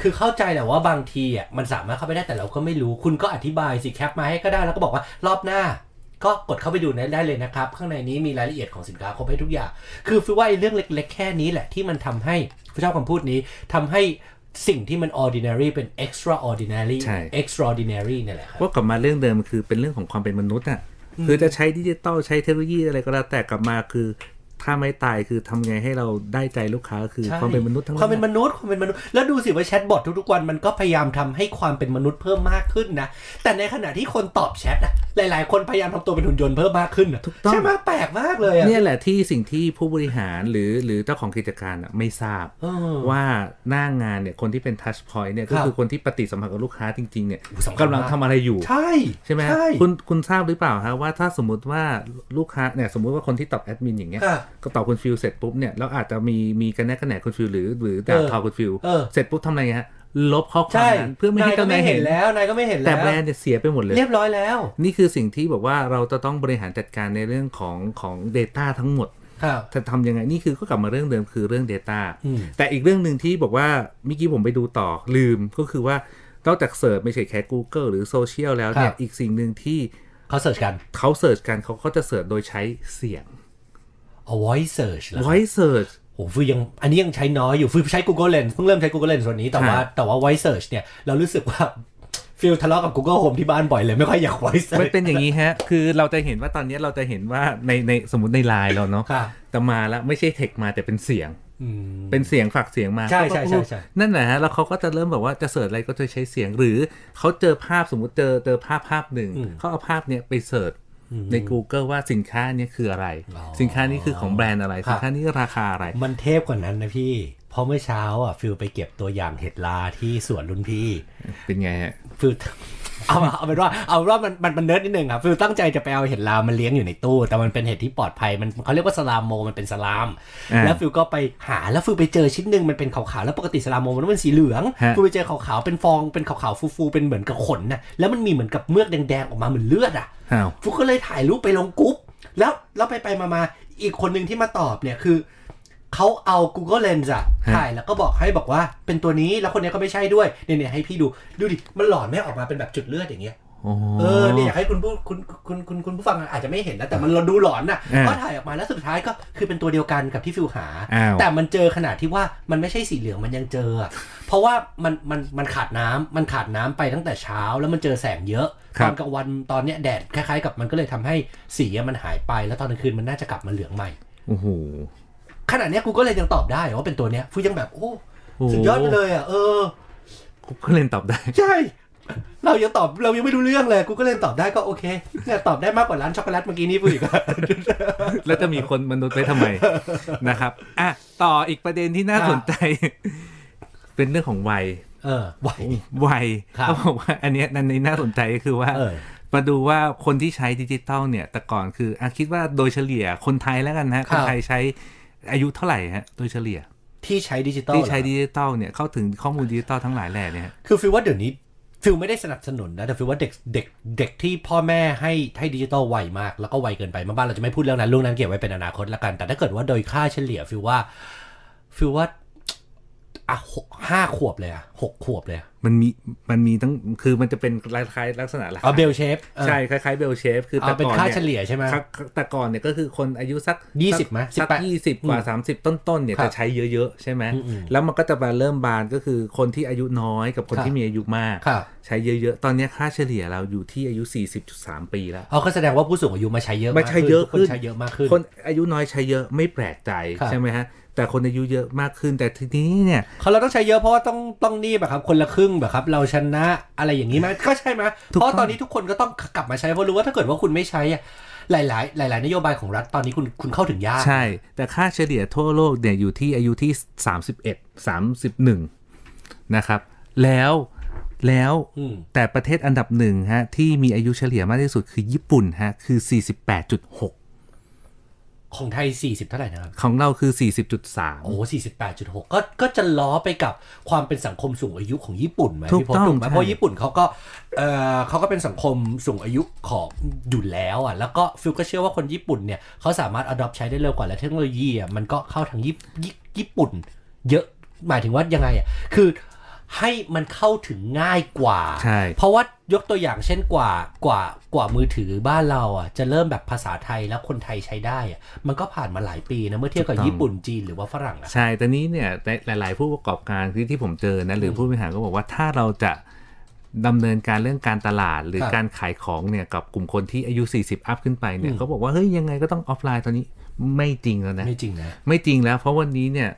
[SPEAKER 2] คือเข้าใจแหละว่าบางทีอ่ะมันสามารถเข้าไปได้แต่เราก็ไม่รู้คุณก็อธิบายสิแคปมาให้ก็ได้แล้วก็บอกว่ารอบหน้า ก็กดเข้าไปดูได้เลยนะครับ ข้างในนี้มีรายละเอียดของสินค้าครบให้ทุกอย่าง คือฟิลว่าไอ้เรื่องเล็ก ๆ แค่นี้แหละที่มันทำให้ผู้ชอบคำพูดนี้ทำให้สิ่งที่มัน ordinary เป็น extraordinary
[SPEAKER 3] ใช่
[SPEAKER 2] extraordinary เนี่ยแหละครับ
[SPEAKER 3] ว่ากลับมาเรื่องเดิมคือเป็นเรื่องของความเป็นมนุษย์อ่ะคือจะใช้ดิจิตอลใช้เทคโนโลยีอะไรก็แล้วแต่กลับมาคือ ถ้าไม่ตายคือทำไงให้เราได้ใจลูกค้าคือ
[SPEAKER 2] ใช่
[SPEAKER 3] ความเป็นมนุษย์ทั้ง
[SPEAKER 2] ความเป็นม
[SPEAKER 3] นั้น
[SPEAKER 2] นุษย์ความเป็นมนุษย์แล้วดูสิว่าแชทบอททุกๆวันมันก็พยายามทำให้ความเป็นมนุษย์เพิ่มมากขึ้นนะ แต่ในขณะที่คนตอบแชทอะหลายๆ คนพยายามทำตัวเป็นหุ่นยนต์เพิ่มมากขึ้นอะใช่ไหมแปลกมากเลยอะ
[SPEAKER 3] เนี่ยแหละที่สิ่งที่ผู้บริหารหรือหรือเจ้าของกิจการอะไม่ทราบ
[SPEAKER 2] เออ
[SPEAKER 3] ว่าหน้างานเนี่ยคนที่เป็นทัชพอยต์เนี่ยก็
[SPEAKER 2] ครับ
[SPEAKER 3] คือคนที่ปฏิสัมพันธ์กับลูกค้าจริงๆเนี่ย
[SPEAKER 2] สำคัญมาก
[SPEAKER 3] กำลังทำอะไรอยู่
[SPEAKER 2] ใช่
[SPEAKER 3] ใช่ไหม
[SPEAKER 2] ใช่
[SPEAKER 3] คุณคุณทราบหรือเปล่าฮะว่าถ้าสมมติว่าลูกค้าเนี่ยสมมติว่าคนที่ตอบแอดมินอย่างเงี้ย
[SPEAKER 2] อ่ะ
[SPEAKER 3] ก็ตอบคุณฟิลเสร็จปุ๊บเนี่ยแล้วอาจจะมีมีกันแนกกันแหนคุณฟิลหรือหรือด่า
[SPEAKER 2] เออ
[SPEAKER 3] ทอคุณฟิล
[SPEAKER 2] เออ
[SPEAKER 3] เสร็จปุ๊บทำอะไรฮะลบข้อความ
[SPEAKER 2] ใช่
[SPEAKER 3] นั้นเพื่อไม่ให้
[SPEAKER 2] ก็
[SPEAKER 3] เจ้านายเห็น
[SPEAKER 2] แล้วนายก็ไม่เห็นแล้ว
[SPEAKER 3] แต่แบรนด์เนี่ยเสียไปหมดเลย
[SPEAKER 2] เรียบร้อยแล้ว
[SPEAKER 3] นี่คือสิ่งที่บอกว่าเราจะต้องบริหารจัดการในเรื่องของของ Data ทั้งหมด
[SPEAKER 2] ครับ
[SPEAKER 3] จะทำยังไง นี่คือก็กลับมาเรื่องเดิมคือเรื่อง Data
[SPEAKER 2] อืม
[SPEAKER 3] แต่อีกเรื่องหนึ่งที่บอกว่าเมื่อกี้ผมไปดูต่อลืมก็คือว่านอกจากเสิร์ชไม่ใช่แค่ Google หรือโซเชียลแล้ว
[SPEAKER 2] ค
[SPEAKER 3] เนี่ย
[SPEAKER 2] รับ
[SPEAKER 3] อีกสิ่งหนึ่งที่
[SPEAKER 2] เขาเสิร์ชกัน
[SPEAKER 3] เขาเสิร์ชกันเขาก็จะเสิร์ชโดยใช้เสียง
[SPEAKER 2] a voice search เหรอ
[SPEAKER 3] voice search
[SPEAKER 2] โอ้ฟิวยังอันนี้ยังใช้น้อยอยู่ฟิวใช้ Google Lens เพิ่งเริ่มใช้ Google Lens ส่วนนี้แต่ว่า
[SPEAKER 3] ครับ
[SPEAKER 2] แต่ว่า voice search เนี่ย เรารู้สึกว่า ฟิลทะเลาะกับ Google Home ที่บ้านบ่อยเลย ไม่ค่อยอยาก voice
[SPEAKER 3] มัน
[SPEAKER 2] search
[SPEAKER 3] เป็นอย่างนี้ฮะ คือเราจะเห็นว่าตอนนี้เราจะเห็นว่าในในสมมติในไลน์เราเนาะ
[SPEAKER 2] ค่ะ
[SPEAKER 3] แต่มาแล้วไม่ใช่เทคมาแต่เป็นเสียง
[SPEAKER 2] อืม
[SPEAKER 3] เป็นเสียงฝากเสียงมา
[SPEAKER 2] ใช่ใช่ใช่
[SPEAKER 3] เขาก็พูด
[SPEAKER 2] ใช่
[SPEAKER 3] นั่นแหละฮะแล้วเขาก็จะเริ่มแบบว่าจะเสิร์ชอะไรก็จะใช้เสียงหรือเขาเจอภาพสมมติเจอเจอภาพภาพหนึ่งเขาเอาภาพเนี้ยไปเสิร์ชใน Google ว่าสินค้าเนี้ยคืออะไร สินค้านี้คือของแบรนด์อะไรสินค้านี้ราคาอะไร
[SPEAKER 2] มันเทพกว่านั้นนะพี่ เพราะเมื่อเช้าอ่ะฟิลไปเก็บตัวอย่างเห็ดลาที่สวนรุ่นพี่
[SPEAKER 3] เป็นไงฮะ
[SPEAKER 2] ฟิล เอาเอาเป็นว่าเอาเป็นว่ามันมันมันเนิร์ดนิดนึงครับฟิลตั้งใจจะไปเอาเห็ดลามมาเลี้ยงอยู่ในตู้ แต่มันเป็นเห็ดที่ปลอดภัยมันเขาเรียกว่าสลามโมมันเป็นสลาม
[SPEAKER 3] อ่า
[SPEAKER 2] แล้วฟิลก็ไปหาแล้วฟิลไปเจอชิ้นหนึ่งมันเป็นขาวๆแล้วปกติสลามโมมันต้องเป็นสีเหลือง
[SPEAKER 3] ฮะ
[SPEAKER 2] ฟิลไปเจอขาวๆเป็นฟองเป็นขาวๆฟูๆเป็นเหมือนกับขนนะแล้วมันมีเหมือนกับเมือกแดงๆออกมาเหมือนเลือดอ่ะ
[SPEAKER 3] อ้าว
[SPEAKER 2] ฟุกก็เลยถ่ายรูปไปลงกรุ๊ปแล้วแล้วไปไปมามาอีกคนหนึ่งที่มาตอบเนี่ยคือ เขาเอา Google Lens อะ
[SPEAKER 3] ฮะ
[SPEAKER 2] ถ่ายแล้วก็บอกให้บอกว่าเป็นตัวนี้แล้วคนเนี้ยก็ไม่ใช่ด้วยเนี่ยเนี่ยให้พี่ดูดูดิมันหลอนไม่ออกมาเป็นแบบจุดเลือดอย่างเงี้ย
[SPEAKER 3] โอ้โห
[SPEAKER 2] เออเนี่ยอยากให้คุณผู้คุณคุณคุณคุณผู้ฟังอาจจะไม่เห็นนะแต่มันเราดูหลอนนะ
[SPEAKER 3] อ่า
[SPEAKER 2] ก็ถ่ายออกมาแล้วสุดท้ายก็คือเป็นตัวเดียวกันกับที่ฟิวหา
[SPEAKER 3] อ้าว
[SPEAKER 2] แต่มันเจอขนาดที่ว่ามันไม่ใช่สีเหลืองมันยังเจออะเพราะว่ามันมันมันขาดน้ำมันขาดน้ำไปตั้งแต่เช้าแล้วมันเจอแสงเยอะตอนกลางวันตอนเนี้ยแดดคล้ายๆ กับมันก็เลยทำให้สีอะมันหายไป แล้วตอนกลางคืนมันน่าจะกลับมาเหลืองใหม่
[SPEAKER 3] โอ้โห
[SPEAKER 2] ขนาดเนี้ยกูก็เลยยังตอบได้ว่าเป็นตัวเนี้ยฟูยังแบบโอ้
[SPEAKER 3] โอ้โห
[SPEAKER 2] สุดยอดไปเลยอ่ะเออ
[SPEAKER 3] กูก็เล่นตอบได้
[SPEAKER 2] ใช่ เรายังตอบเรายังไม่รู้เรื่องเลยกูก็เลยตอบได้ก็โอเคเนี่ยตอบได้มากกว่าร้านช็อกโกแลตเมื่อกี้นี้กูอี กอะ
[SPEAKER 3] แล้วจะมีคนมนุษย์ไปทำไม นะครับอ่ะต่ออีกประเด็นที่น่า
[SPEAKER 2] ครับ
[SPEAKER 3] สนใจ เป็นเรื่องของวัย
[SPEAKER 2] เออไหว
[SPEAKER 3] วัย
[SPEAKER 2] ครับ
[SPEAKER 3] เขาบอกว่าอันเนี้ยนั่นในน่าสนใจก็คือว่า
[SPEAKER 2] เออ
[SPEAKER 3] มาดูว่าคนที่ใช้ดิจิตอลเนี่ย แต่ก่อนคืออะคิดว่าโดยเฉลี่ยคนไทยแล้วกันนะฮะ
[SPEAKER 2] ค
[SPEAKER 3] ครับ นไทยใช้อายุเท่าไหร่ฮะโดยเฉลี่ย
[SPEAKER 2] ที่ใช้ดิจิตอล
[SPEAKER 3] ที่ใช้
[SPEAKER 2] เหรอ
[SPEAKER 3] ดิจิตอลเนี่ยเข้าถึงข้อมูลดิจิตอลทั้งหลายแหล่เนี่ย
[SPEAKER 2] คือฟิลว่าเดี๋ยวนี้ฟิลไม่ได้สนับสนุนนะแต่ฟิลว่าเด็กเด็กเด็กที่พ่อแม่ให้ให้ดิจิตอลไวมากแล้วก็ไวเกินไปมาบ้านเราจะไม่พูดเรื่องนั้นเรื่องนั้นเก็บไว้เป็นอนาคตละกัน แต่ถ้าเกิดว่าโดยค่าเฉลี่ยฟิลว่าฟิลว่าอ่ะหกห้าขวบเลยอะหกขวบเลยอะ
[SPEAKER 3] มันมีมันมีทั้งคือมันจะเป็นคล้ายๆลักษณะหลัก
[SPEAKER 2] อ๋อเบลเชฟ
[SPEAKER 3] ใช่ คล้ายๆเบลเชฟ คือแต่
[SPEAKER 2] เอาเป็น
[SPEAKER 3] ก่อน
[SPEAKER 2] ค่า
[SPEAKER 3] นี่
[SPEAKER 2] เฉลี่ยใช่ไหม
[SPEAKER 3] ครับแต่ก่อนเนี่ยก็คือคนอายุสัก
[SPEAKER 2] ยี่สิ
[SPEAKER 3] สั
[SPEAKER 2] บ
[SPEAKER 3] ก
[SPEAKER 2] ไหม
[SPEAKER 3] สัก
[SPEAKER 2] 18
[SPEAKER 3] ยี่สิบกว่าสามสิบต้นๆเนี่ย
[SPEAKER 2] ครับ
[SPEAKER 3] จะใช้เยอะๆ ใช่ไหม
[SPEAKER 2] อืม
[SPEAKER 3] แล้วมันก็จะมาเริ่มบานก็คือคนที่อายุน้อยกับคน
[SPEAKER 2] ครับ
[SPEAKER 3] ที่มีอายุมาก
[SPEAKER 2] ครับ
[SPEAKER 3] ใช้เยอะๆ ตอนเนี้ยค่าเฉลี่ยเราอยู่ที่อายุ 40.3 ปีแล้ว
[SPEAKER 2] เอาก็แสดงว่าผู้สูงอายุมาใช้เยอะ
[SPEAKER 3] มาใช้เยอะ
[SPEAKER 2] ก
[SPEAKER 3] ขึ้น
[SPEAKER 2] คนใช้เยอะมากขึ้น
[SPEAKER 3] คนอายุน้อยใช้เยอะไม่แปลกใจ
[SPEAKER 2] ครับ
[SPEAKER 3] ใช่ไหมฮะแต่คนอายุเยอะมากขึ้นแต่ทีนี้เนี่ย
[SPEAKER 2] เขาเราต้องใช้เยอะเพราะว่าต้องต้องนี่แบบครับคนละครึ่งแบบครับ เราชนะอะไรอย่างนี้ไหมก็ใช่ไหม
[SPEAKER 3] ถูก
[SPEAKER 2] เพ
[SPEAKER 3] ต้อง
[SPEAKER 2] ราะตอนนี้ทุกคนก็ต้องกลับมาใช้เพราะรู้ว่าถ้าเกิดว่าคุณไม่ใช้อะหลายหลายหลาย ๆ นโยบายของรัฐตอนนี้คุณคุณเข้าถึงยาก
[SPEAKER 3] ใช่ แต่ค่าเฉลี่ยทั่วโลกเนี่ยอยู่ที่อายุที่ 31 31 นะครับ แล้วแล้ว
[SPEAKER 2] อืม
[SPEAKER 3] แต่ประเทศอันดับหนึ่งฮะที่มีอายุเฉลี่ยมากที่สุดคือญี่ปุ่นฮะคือ 48.6
[SPEAKER 2] ของไทย 40 เท่าไหร่นะครับ
[SPEAKER 3] ของเราคือ
[SPEAKER 2] โอ้
[SPEAKER 3] 40.3
[SPEAKER 2] สี่สิบแปดจุดหกก็ก็จะล้อไปกับความเป็นสังคมสูงอายุของญี่ปุ่นไหม
[SPEAKER 3] ถูก
[SPEAKER 2] พี่พจ
[SPEAKER 3] ต้
[SPEAKER 2] น์
[SPEAKER 3] อง
[SPEAKER 2] ถูกไหม
[SPEAKER 3] ใช่
[SPEAKER 2] เพราะญี่ปุ่นเขาก็เออเขาก็เป็นสังคมสูงอายุของอยู่แล้วอ่ะแล้วก็ฟิลก็เชื่อว่าคนญี่ปุ่นเนี่ยเขาสามารถ adopt ใช้ได้เร็วกว่าและเทคโนโลยีอ่ะมันก็เข้าทางญี่ญี่ญี่ปุ่น เยอะหมายถึงว่ายังไงอ่ะคือให้มันเข้าถึงง่ายกว่า
[SPEAKER 3] ใช่
[SPEAKER 2] เพราะว่ายกตัวอย่างเช่นกว่ากว่ากว่ามือถือบ้านเราอ่ะจะเริ่มแบบภาษาไทยแล้วคนไทยใช้ได้อ่ะมันก็ผ่านมาหลายปีนะเมื่อเทียบกับญี่ปุ่นจีนหรือว่าฝรั่งอ่ะ
[SPEAKER 3] ใช่แต่นี้เนี่ยหลาย ๆ ผู้ประกอบการที่ที่ผมเจอนะหรือผู้บริหารก็บอกว่าถ้าเราจะดำเนินการเรื่องการตลาด หรือ
[SPEAKER 2] ครับ
[SPEAKER 3] การขายของเนี่ยกับกลุ่มคนที่อายุ 40 อัพขึ้นไปเนี่ย
[SPEAKER 2] อืม
[SPEAKER 3] เขาบอกว่าเฮ้ยยังไงก็ต้องออฟไลน์ตอนนี้ไม่จริงแล้วนะ
[SPEAKER 2] ไม่จริงนะ
[SPEAKER 3] ไม่จริงแล้วเพราะวันนี้เนี่ย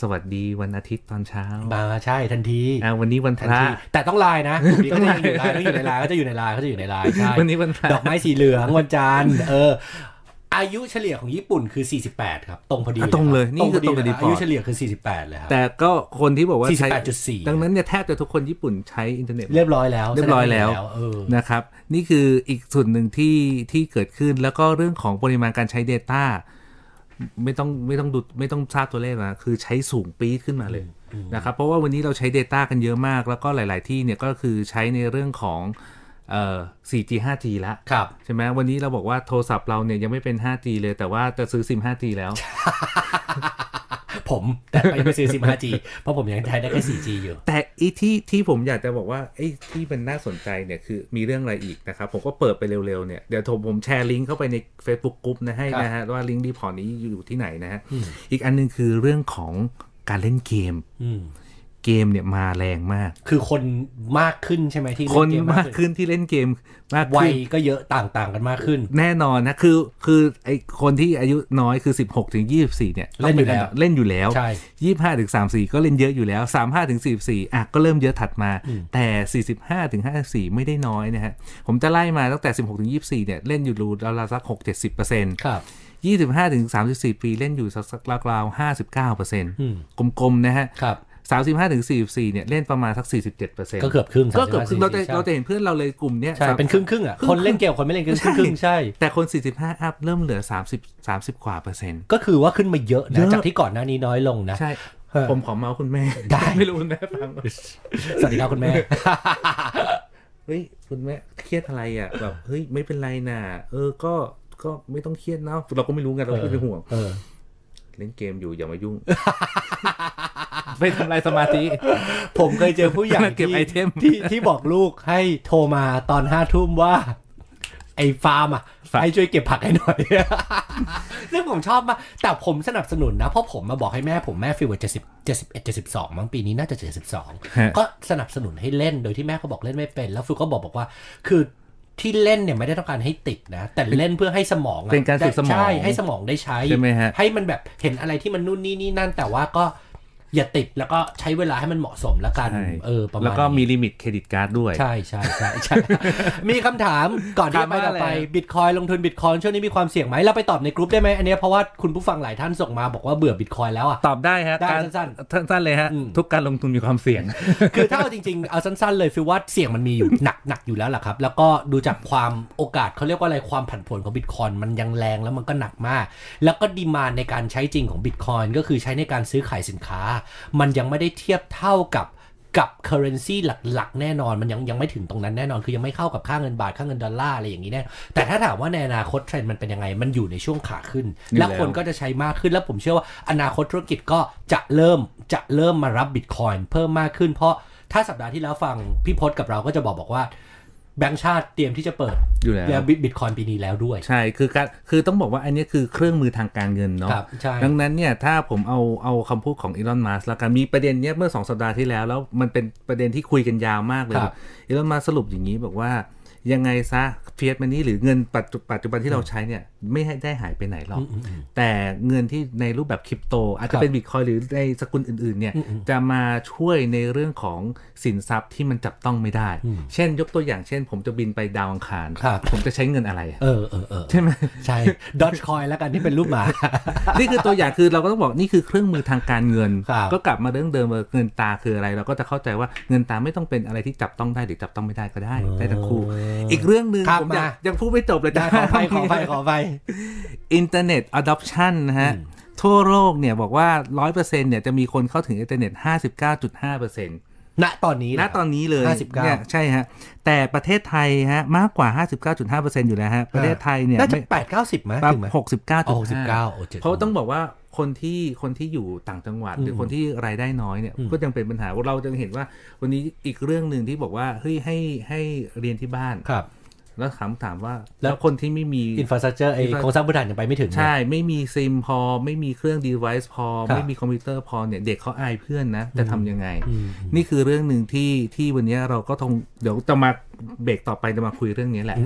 [SPEAKER 3] สวัสดีวันอาทิตย์ตอนเช้า
[SPEAKER 2] มาใช่ทันที
[SPEAKER 3] อ่าวันนี้วันพ
[SPEAKER 2] ทัน
[SPEAKER 3] ระ
[SPEAKER 2] ทีแต่ต้องไลน์ นะกลุ่มนี้ก็จะยังอยู่ไลน์ต้องอยู่ในไลน์ก็จะอยู่ในไลน์ก็จะอยู่ในไลน์ใช่
[SPEAKER 3] วันนี้วันพระ
[SPEAKER 2] ดอกไม้สีเหลืองวันจันทร์เออ อายุเฉลี่ยของญี่ปุ่นคือ 48 ครับ ตรงพอดี
[SPEAKER 3] อ่ะตรงเลยนี่คือตรงพอดี
[SPEAKER 2] นะ
[SPEAKER 3] พออ
[SPEAKER 2] อายุเฉลี่ยคือ 48 เลยครับ
[SPEAKER 3] แต่ก็คนที่บอกว่าใช้
[SPEAKER 2] 48.4
[SPEAKER 3] ดังนั้นเนี่ยแทบจะทุกคนญี่ปุ่นใช้อินเทอร์เน็ต
[SPEAKER 2] เรียบร้อยแล้ว
[SPEAKER 3] เรียบร้อยแล้ว
[SPEAKER 2] สดงาเออ
[SPEAKER 3] นะครับ นี่คืออีกส่วนหนึ่งที่ที่เกิดขึ้นแล้วก็เรื่องของปริมาณการใช้ Data ไม่ต้องไม่ต้องดูไม่ต้องทราบตัวเลขนะคือใช้สูงปี๊ดขึ้นมาเลยนะครับ เพราะว่าวันนี้เราใช้ Data กันเยอะมาก แล้วก็หลาย ๆ ที่เนี่ยก็คือใช้ในเรื่องของเอ่อ 4G 5G ละ
[SPEAKER 2] ครับ
[SPEAKER 3] ใช่ไหมวันนี้เราบอกว่าโทรศัพท์เราเนี่ยยังไม่เป็น 5G เลยแต่ว่าจะซื้อซิม 5G แล้ว
[SPEAKER 2] ผมแต่ไปไม่ซื้อ 15G เพราะผมยังใช้ได้แค่ 4G อยู่
[SPEAKER 3] แต่อีที่ที่ผมอยากจะบอกว่าไอ้ที่มันน่าสนใจเนี่ยคือมีเรื่องอะไรอีกนะครับ ผมก็เปิดไปเร็วๆเนี่ยเดี๋ยวผมผมแชร์ลิงก์เข้าไปใน Facebook กลุ่มนะให้นะฮะว่าลิงก์รีพอร์ตนี้อยู่ที่ไหนนะฮะอีกอันหนึงคือเรื่องของการเล่นเกม
[SPEAKER 2] อืม
[SPEAKER 3] เกมเนี่ยมาแรงมาก
[SPEAKER 2] คือคนมากขึ้นใช่ไหมที่
[SPEAKER 3] คน
[SPEAKER 2] เล่เ
[SPEAKER 3] มากขึ้นที่เล่นเกมมาก
[SPEAKER 2] วั
[SPEAKER 3] ขึ้
[SPEAKER 2] ย
[SPEAKER 3] น
[SPEAKER 2] ก็เยอะต่างๆกันมากขึ้น
[SPEAKER 3] แน่นอนนะคือคือไอคนที่อายุน้อยคือ 16ถึง24เนี่ย
[SPEAKER 2] เล่นอยู่แล้ว
[SPEAKER 3] เล่นอยู่แล้ว
[SPEAKER 2] ใช่
[SPEAKER 3] ยี่ห้าถึงสามสี่ก็เล่นเยอะอยู่แล้วสามห้าถึงสี่สี่อ่ะก็เริ่มเยอะถัดมา
[SPEAKER 2] อืม
[SPEAKER 3] แต่สี่สิบห้าถึงห้าสี่ไม่ได้น้อยนะฮะผมจะไล่มาตั้งแต่สิบหกถึงยี่สี่เนี่ยเล่นอยู่รูราวๆสักหกเจ็ดสิบเปอร์เซ็นต์
[SPEAKER 2] ครับ
[SPEAKER 3] ยี่สิบห้าถึงสามสิบสี่ปีเล่นอยู่สักราวๆห้าสิบเก้าเปอร์เซ็นต์
[SPEAKER 2] อืม
[SPEAKER 3] กลมๆนะฮะ
[SPEAKER 2] ครับ
[SPEAKER 3] สามสิบห้าถึงสี่สี่เนี่ยเล่นประมาณสักสี่สิบเจ็ดเปอร์เซ็นต์
[SPEAKER 2] ก็เกือบครึ่ง
[SPEAKER 3] ก็เกือบครึ่งเราจะ
[SPEAKER 2] ใช่
[SPEAKER 3] เราจะเห็นเพื่อนเราเลยกลุ่มเนี้ย
[SPEAKER 2] ใช่เป็นครึ่งครึ่งๆอ่ะ
[SPEAKER 3] ครึ่งๆ
[SPEAKER 2] คนเล่นเกมคนไม่เล่นเกมครึ่งครึ่งๆใช่
[SPEAKER 3] แต่คน 45 อัพ เริ่มเหลือ 30 30 กว่าเปอร์เซ็นต์
[SPEAKER 2] ก็คือว่าขึ้นมาเยอะ
[SPEAKER 3] เย
[SPEAKER 2] นะ
[SPEAKER 3] อะ
[SPEAKER 2] จากที่ก่อนหน้านี้น้อยลงนะ
[SPEAKER 3] ใช่
[SPEAKER 2] เออ
[SPEAKER 3] ผมขอเมาส์คุณแม่
[SPEAKER 2] ได้
[SPEAKER 3] ไม่รู้คุณแม่ฟังไหม
[SPEAKER 2] สวัสดีครับคุณแม่
[SPEAKER 3] เฮ้ย คุณแม่เครียดอะไรอ่ะ แบบ เฮ้ย ไม่เป็นไรน่ะ เออ ก็ ก็ไม่ต้องเครียดเนาะ เราก็ไม่รู้ไงเราก็เป็นห่วง
[SPEAKER 2] เออ
[SPEAKER 3] เล่นเกมอยู่อย่ามายุ่ง ไปทำลายสมาธิ
[SPEAKER 2] ผมเคยเจอผู้ใหญ่
[SPEAKER 3] เก็บ
[SPEAKER 2] ที่
[SPEAKER 3] ไอเทม
[SPEAKER 2] ที่ที่บอกลูกให้โทรมาตอนห้าทุ่มว่า ไอ้ฟาร์มอ่ะให้ช่วยเก็บผักให้หน่อย เรื่องผมชอบมากแต่ผมสนับสนุนนะ เพราะผมมาบอกให้แม่ผมแม่ฟิวเจ็ดสิบเจ็ดสิบเอ็ดเจ็ดสิบสองมั้งปีนี้น่าจะเจ็ดสิบสอง
[SPEAKER 3] ฮะ
[SPEAKER 2] ก็สนับสนุนให้เล่นโดยที่แม่เขาบอกเล่นไม่เป็น แล้วฟิวก็บอกบอกว่า คือที่เล่นเนี่ยไม่ได้ต้องการให้ติดนะ แต่เล่นเพื่อให้สมองอะ
[SPEAKER 3] เป็นการฝึกสมอง
[SPEAKER 2] ใช่ให้สมองได้ใช้
[SPEAKER 3] ใช่ไหมฮะ
[SPEAKER 2] ให้มันแบบเห็นอะไรที่มันนู่นนี่นี่นั่น แต่ว่าก็อย่าติดแล้วก็ใช้เวลาให้มันเหมาะสมแล้วกัน
[SPEAKER 3] ใช่
[SPEAKER 2] เออประมาณ
[SPEAKER 3] แล้วก็มี
[SPEAKER 2] นี้
[SPEAKER 3] ลิมิตเครดิตการ์ดด้วย
[SPEAKER 2] ใช่ใช่ใช่ใช่ มีคำถามก่อนที่
[SPEAKER 3] ถา
[SPEAKER 2] จะ
[SPEAKER 3] ม
[SPEAKER 2] ไป
[SPEAKER 3] ว่า
[SPEAKER 2] ต่อไป
[SPEAKER 3] อะไร
[SPEAKER 2] บิตคอยลงทุนบิตคอยช่วงนี้มีความเสี่ยงไหมเราไปตอบในกรุ๊ปได้ไหมอันเนี้ยเพราะว่าคุณผู้ฟังหลายท่านส่งมาบอกว่าเบื่อบิตคอยแล้วอ่ะ
[SPEAKER 3] ตอบได้ฮะ
[SPEAKER 2] ได้
[SPEAKER 3] การ
[SPEAKER 2] สั้น
[SPEAKER 3] สั้นๆเลยฮะ
[SPEAKER 2] อืม
[SPEAKER 3] ทุกการลงทุนมีความเสี่ยง
[SPEAKER 2] คือถ้าเอาจริงๆ เอาสั้นๆเลยฟิวว่าเสี่ยงมันมี อยู่ หนักหนักอยู่แล้วล่ะครับ แล้วก็ดูจากความโอกาสเขาเรียกว่าอะไรความผันผวนของบิตคอยมันยังแรงแล้วมันก็หนักมาก แล้วก็ดีมานในการใช้จริงของบิตคอยก็คือใช้ในการซื้อขายสินค้า มันยังไม่ได้เทียบเท่ากับกับเคอร์เรนซีหลักๆ แน่นอนมันยังยังไม่ถึงตรงนั้นแน่นอนคือยังไม่เข้ากับค่าเงินบาทค่าเงินดอลลาร์อะไรอย่างนี้แน่แต่ถ้าถามว่าในอนาคตเทรนด์มันเป็นยังไงมันอยู่ในช่วงขาขึ้น
[SPEAKER 3] อยู่
[SPEAKER 2] และ
[SPEAKER 3] แล้ว
[SPEAKER 2] คนก็จะใช้มากขึ้นแล้วผมเชื่อว่าอนาคตธุรกิจก็จะเริ่มจะเริ่มมารับบิตคอยน์เพิ่มมากขึ้น เพราะถ้าสัปดาห์ที่แล้วฟังพี่พศกับเราก็จะบอกบอกว่า แบงก์ชาติเตรียมที่จะเปิด
[SPEAKER 3] อยู่แล้ว
[SPEAKER 2] แล้วบิตบิตคอยน์ปีนี้แล้วด้วย
[SPEAKER 3] ใช่ คือการ คือต้องบอกว่าอันนี้คือเครื่องมือทางการเงินเนาะ
[SPEAKER 2] ครับใช่
[SPEAKER 3] ดังนั้นเนี่ย ถ้าผมเอา เอาคำพูดของอีลอนมัสก์แล้วกัน มีประเด็นเนี้ยเมื่อ 2 สัปดาห์ที่แล้ว แล้วมันเป็นประเด็นที่คุยกันยาวมากเลย
[SPEAKER 2] ครับ
[SPEAKER 3] อีลอนมัสก์สรุปอย่างนี้บอกว่า ยังไงซะเฟียสมันนี้หรือเงินปัจจุปัจจุบันที่เราใช้เนี่ย ไม่ให้ได้หายไปไหนหรอก แต่เงินที่ในรูปแบบคริปโต อาจ
[SPEAKER 2] ครั
[SPEAKER 3] จะ
[SPEAKER 2] บ
[SPEAKER 3] เป็นบิตคอยหรือในสกุลอื่นๆเนี่ย
[SPEAKER 2] อืม
[SPEAKER 3] จะมาช่วยในเรื่องของสินทรัพย์ที่มันจับต้องไม่ได้
[SPEAKER 2] อืม
[SPEAKER 3] เช่น ยกตัวอย่าง เช่น ผมจะบินไปดาวอังคาร
[SPEAKER 2] ครับ
[SPEAKER 3] ผมจะใช้เงินอะไรอะ
[SPEAKER 2] เออเออเออ
[SPEAKER 3] ใช่ไหม
[SPEAKER 2] ใช่ดอ g คอยแล้วกันที่เป็นรูปหมา
[SPEAKER 3] นี่คือตัวอย่างคือเราก็ต้องบอกนี่คือเครื่องมือทางการเงิน
[SPEAKER 2] ครับ
[SPEAKER 3] ก็กลับมาเรื่องเดิมว่าเงินตาคืออะไร เราก็จะเข้าใจว่าเงินตาไม่ต้องเป็นอะไรที่จับต้องได้หรือจับต้องไม่ได้ก็ได้
[SPEAKER 2] อ๋อ
[SPEAKER 3] ได้ทั้งคู่ อีกเรื่องหนึ่ง
[SPEAKER 2] ครับ
[SPEAKER 3] ผมอยาก
[SPEAKER 2] มา
[SPEAKER 3] ยังพูดไม่จบเลย
[SPEAKER 2] ได้
[SPEAKER 3] จ้า
[SPEAKER 2] ขอไปขอไปขอไป
[SPEAKER 3] อินเทอร์เน็ตอะดอปชันนะฮะ ทั่วโลกเนี่ยบอกว่า 100%เนี่ยจะมีคนเข้าถึงอินเทอร์เน็ต 59.5%
[SPEAKER 2] ณตอนนี้
[SPEAKER 3] ณ
[SPEAKER 2] เหรครับ
[SPEAKER 3] ตอนนี้เลย
[SPEAKER 2] 59
[SPEAKER 3] เนี่ยใช่ฮะ แต่ประเทศไทยฮะ มากกว่า 59.5%อยู่แล้วฮะ ประเทศไทยเนี่ย
[SPEAKER 2] น่าจะ
[SPEAKER 3] ไม่
[SPEAKER 2] แปดเก้าสิบมั้ย
[SPEAKER 3] ปั๊บ
[SPEAKER 2] ถึงไหม
[SPEAKER 3] หกสิบเก้า
[SPEAKER 2] อ๋อ69โอ้เจ็ด
[SPEAKER 3] เพราะต้องบอกว่าคนที่คนที่อยู่ต่างจังหวัด หรือคนที่รายได้น้อยเนี่ย ก็ยังเป็นปัญหาเราจะเห็นว่า วันนี้อีกเรื่องหนึ่งที่บอกว่า เฮ้ยให้ให้เรียนที่บ้าน
[SPEAKER 2] ครับ
[SPEAKER 3] แล้วถามถามว่า
[SPEAKER 2] แล้ว
[SPEAKER 3] แล้วคนที่ไม่มี
[SPEAKER 2] อินฟราสตรักเจอร์ไอ
[SPEAKER 3] Infra-
[SPEAKER 2] โครงสร้างพื้นฐานยังไปไม่ถึงนะ
[SPEAKER 3] ใช่ ไม่มีซิมพอ ไม่มีเครื่อง device พอ
[SPEAKER 2] ครับ
[SPEAKER 3] ไม่มีคอมพิวเตอร์พอเนี่ย เด็กเขาอายเพื่อนนะ จะทำยังไง
[SPEAKER 2] อืม
[SPEAKER 3] นี่คือเรื่องหนึ่งที่ที่วันนี้เราก็ทงเดี๋ยวจะมาเบรกต่อไปจะมาคุยเรื่องนี้แหละ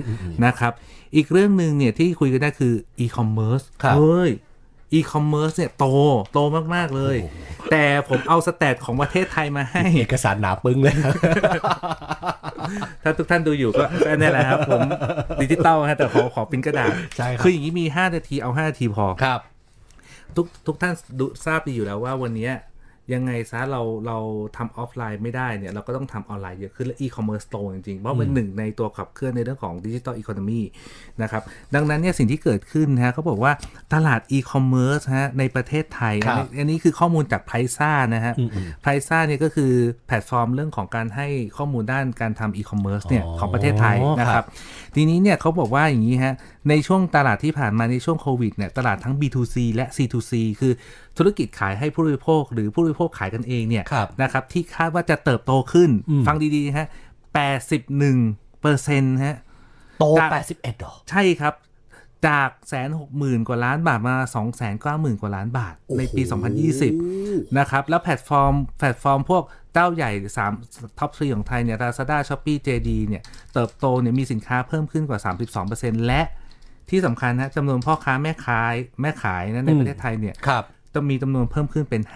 [SPEAKER 3] นะครับ อีกเรื่องหนึ่งเนี่ยที่คุยกันได้คือ e-commerce
[SPEAKER 2] ครับ
[SPEAKER 3] เฮ้ย e-commerce เนี่ยโตโตมากๆเลย แต่ผมเอาสแตทของประเทศไทยมาให้
[SPEAKER 2] เอกสารหนาปึ้งเลย
[SPEAKER 3] ถ้าทุกท่านดูอยู่ก็ ก็นี่แหละครับ ผมดิจิตอลฮะแต่ขอขอปริ้นกระดาษ
[SPEAKER 2] ใช่ครับ
[SPEAKER 3] คืออย่างนี้มี5นาทีเอา5นาทีพอ
[SPEAKER 2] ครับ
[SPEAKER 3] ทุกทุกท่านดูทราบดีอยู่แล้วว่าวันเนี้ยยังไงซะเราเราทำออฟไลน์ไม่ได้เนี่ย เราก็ต้องทำออนไลน์เยอะขึ้นและอีคอมเมิร์ซโตจริงๆ เพราะเป็นหนึ่งในตัวขับเคลื่อนในเรื่องของดิจิ t a ลอีโคโนมีนะครับ ดังนั้นเนี่ยสิ่งที่เกิดขึ้นนะฮะเขาบอกว่าตลาดอีคอมเมิร์ซฮะในประเทศไทย
[SPEAKER 2] ครั
[SPEAKER 3] อั
[SPEAKER 2] บ
[SPEAKER 3] นนี้อันนี้คือข้อมูลจากไพซ่านะฮะไพซ่าเนี่ยก็คือแพลตฟอร์มเรื่องของการให้ข้อมูลด้านการทำอีคอมเมิร์ซเนี่ย
[SPEAKER 2] อ๋อ
[SPEAKER 3] ของประเทศไทยนะค
[SPEAKER 2] ครั
[SPEAKER 3] รับ บ ทีนี้เนี่ยเขาบอกว่าอย่างนี้ฮะ ในช่วงตลาดที่ผ่านมาในช่วงโควิดเนี่ยตลาดทั้ง B2C และ C2C คือธุรกิจขายให้ผู้บริโภค หรือผู้บริโภคขายกันเองเนี่ย
[SPEAKER 2] ครับ
[SPEAKER 3] นะครับที่คาดว่าจะเติบโตขึ้น
[SPEAKER 2] อืม
[SPEAKER 3] ฟังดีๆฮะ 81เปอร์เซ็นต์ฮะ
[SPEAKER 2] โต
[SPEAKER 3] จาก
[SPEAKER 2] แปดสิบเอ็ดหรอ
[SPEAKER 3] ใช่ครับ จากแสนหกหมื่นกว่าล้านบาทมา2องแสนเก้าหมื่นกว่าล้านบาท ในปี 2020 นะครับ แล้วแพลตฟอร์ม แพลตฟอร์มพวกเจ้าใหญ่ 3 ท็อปซีของไทยเนี่ย Lazada, Shopee, JD เนี่ย เติบโตเนี่ยมีสินค้าเพิ่มขึ้นกว่า 32%และที่สำคัญนะจำนวนพ่อค้าแม่ขายแม่ขายนะใน
[SPEAKER 2] อืม
[SPEAKER 3] ประเทศไทยเนี่ย
[SPEAKER 2] ครับ
[SPEAKER 3] จะมีจำนวนเพิ่มขึ้นเป็น
[SPEAKER 2] ม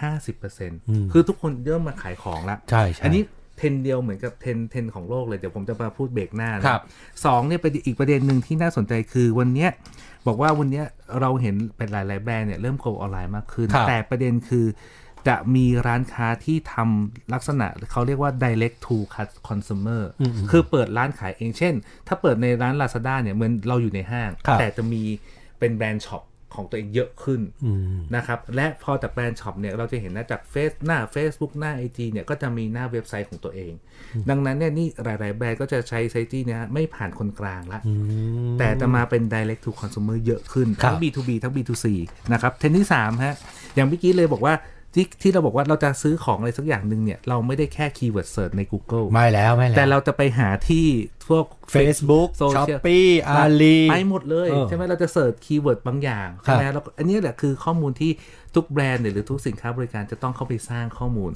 [SPEAKER 3] 50%คือทุกคนเริ่มมาขายของละ
[SPEAKER 2] ใช่ใช่
[SPEAKER 3] อันนี้เทรนเดียวเหมือนกับเทรนเทรนของโลกเลย เดี๋ยวผมจะมาพูดเบรกหน้านะครับ สองเนี่ยเป็นอีกประเด็นหนึ่งที่น่าสนใจคือวันเนี้ยบอกว่าวันเนี้ยเราเห็นเป็นหลาย ๆ แบรนด์เนี่ยเริ่มโกลออนไลน์มากขึ้น
[SPEAKER 2] ครับ
[SPEAKER 3] แต่ประเด็นคือจะมีร้านค้าที่ทำลักษณะเขาเรียกว่า direct to consumer คือเปิดร้านขายเองเช่น ถ้าเปิดในร้าน Lazada เนี่ยเหมือนเราอยู่ในห้าง
[SPEAKER 2] ครับ
[SPEAKER 3] แต่จะมีเป็นแบรนด์ช็อป ของตัวเองเยอะขึ้น
[SPEAKER 2] อืม
[SPEAKER 3] นะครับและพอจากแบรนด์ช็อปเนี่ยเราจะเห็นนะจากเฟซหน้า Facebook หน้า IG เนี่ยก็จะมีหน้าเว็บไซต์ของตัวเอง ดังนั้นเนี่ยนี่หลาย ๆ แบรนด์ก็จะใช้ไซต์ที่เนี่ยไม่ผ่านคนกลางละ แต่จะมาเป็น direct to consumer เยอะขึ้น
[SPEAKER 2] ครับ
[SPEAKER 3] ทั้ง B2B ทั้ง B2C นะครับเทรนด์ที่3ฮะอย่างเมื่อกี้เลยบอกว่าที่ที่เราบอกว่าเราจะซื้อของอะไรสักอย่างหนึ่งเนี่ยเราไม่ได้แค่คีย์เวิร์ดเสิร์ชใน Google
[SPEAKER 2] ไม่แล้วไม่แล้ว
[SPEAKER 3] แต่เราจะไปหาที่พวก
[SPEAKER 2] Facebook
[SPEAKER 3] Social
[SPEAKER 2] Shopee
[SPEAKER 3] ครับ
[SPEAKER 2] Ali
[SPEAKER 3] ไปหมดเลย
[SPEAKER 2] เออ
[SPEAKER 3] ใช่ไหมเราจะเสิร์ชคีย์เวิร์ดบางอย่างใช่ไหมแล้วก็อันนี้แหละคือข้อมูลที่ทุกแบรนด์เนี่ยหรือทุกสินค้าบริการจะต้องเข้าไปสร้างข้อมูล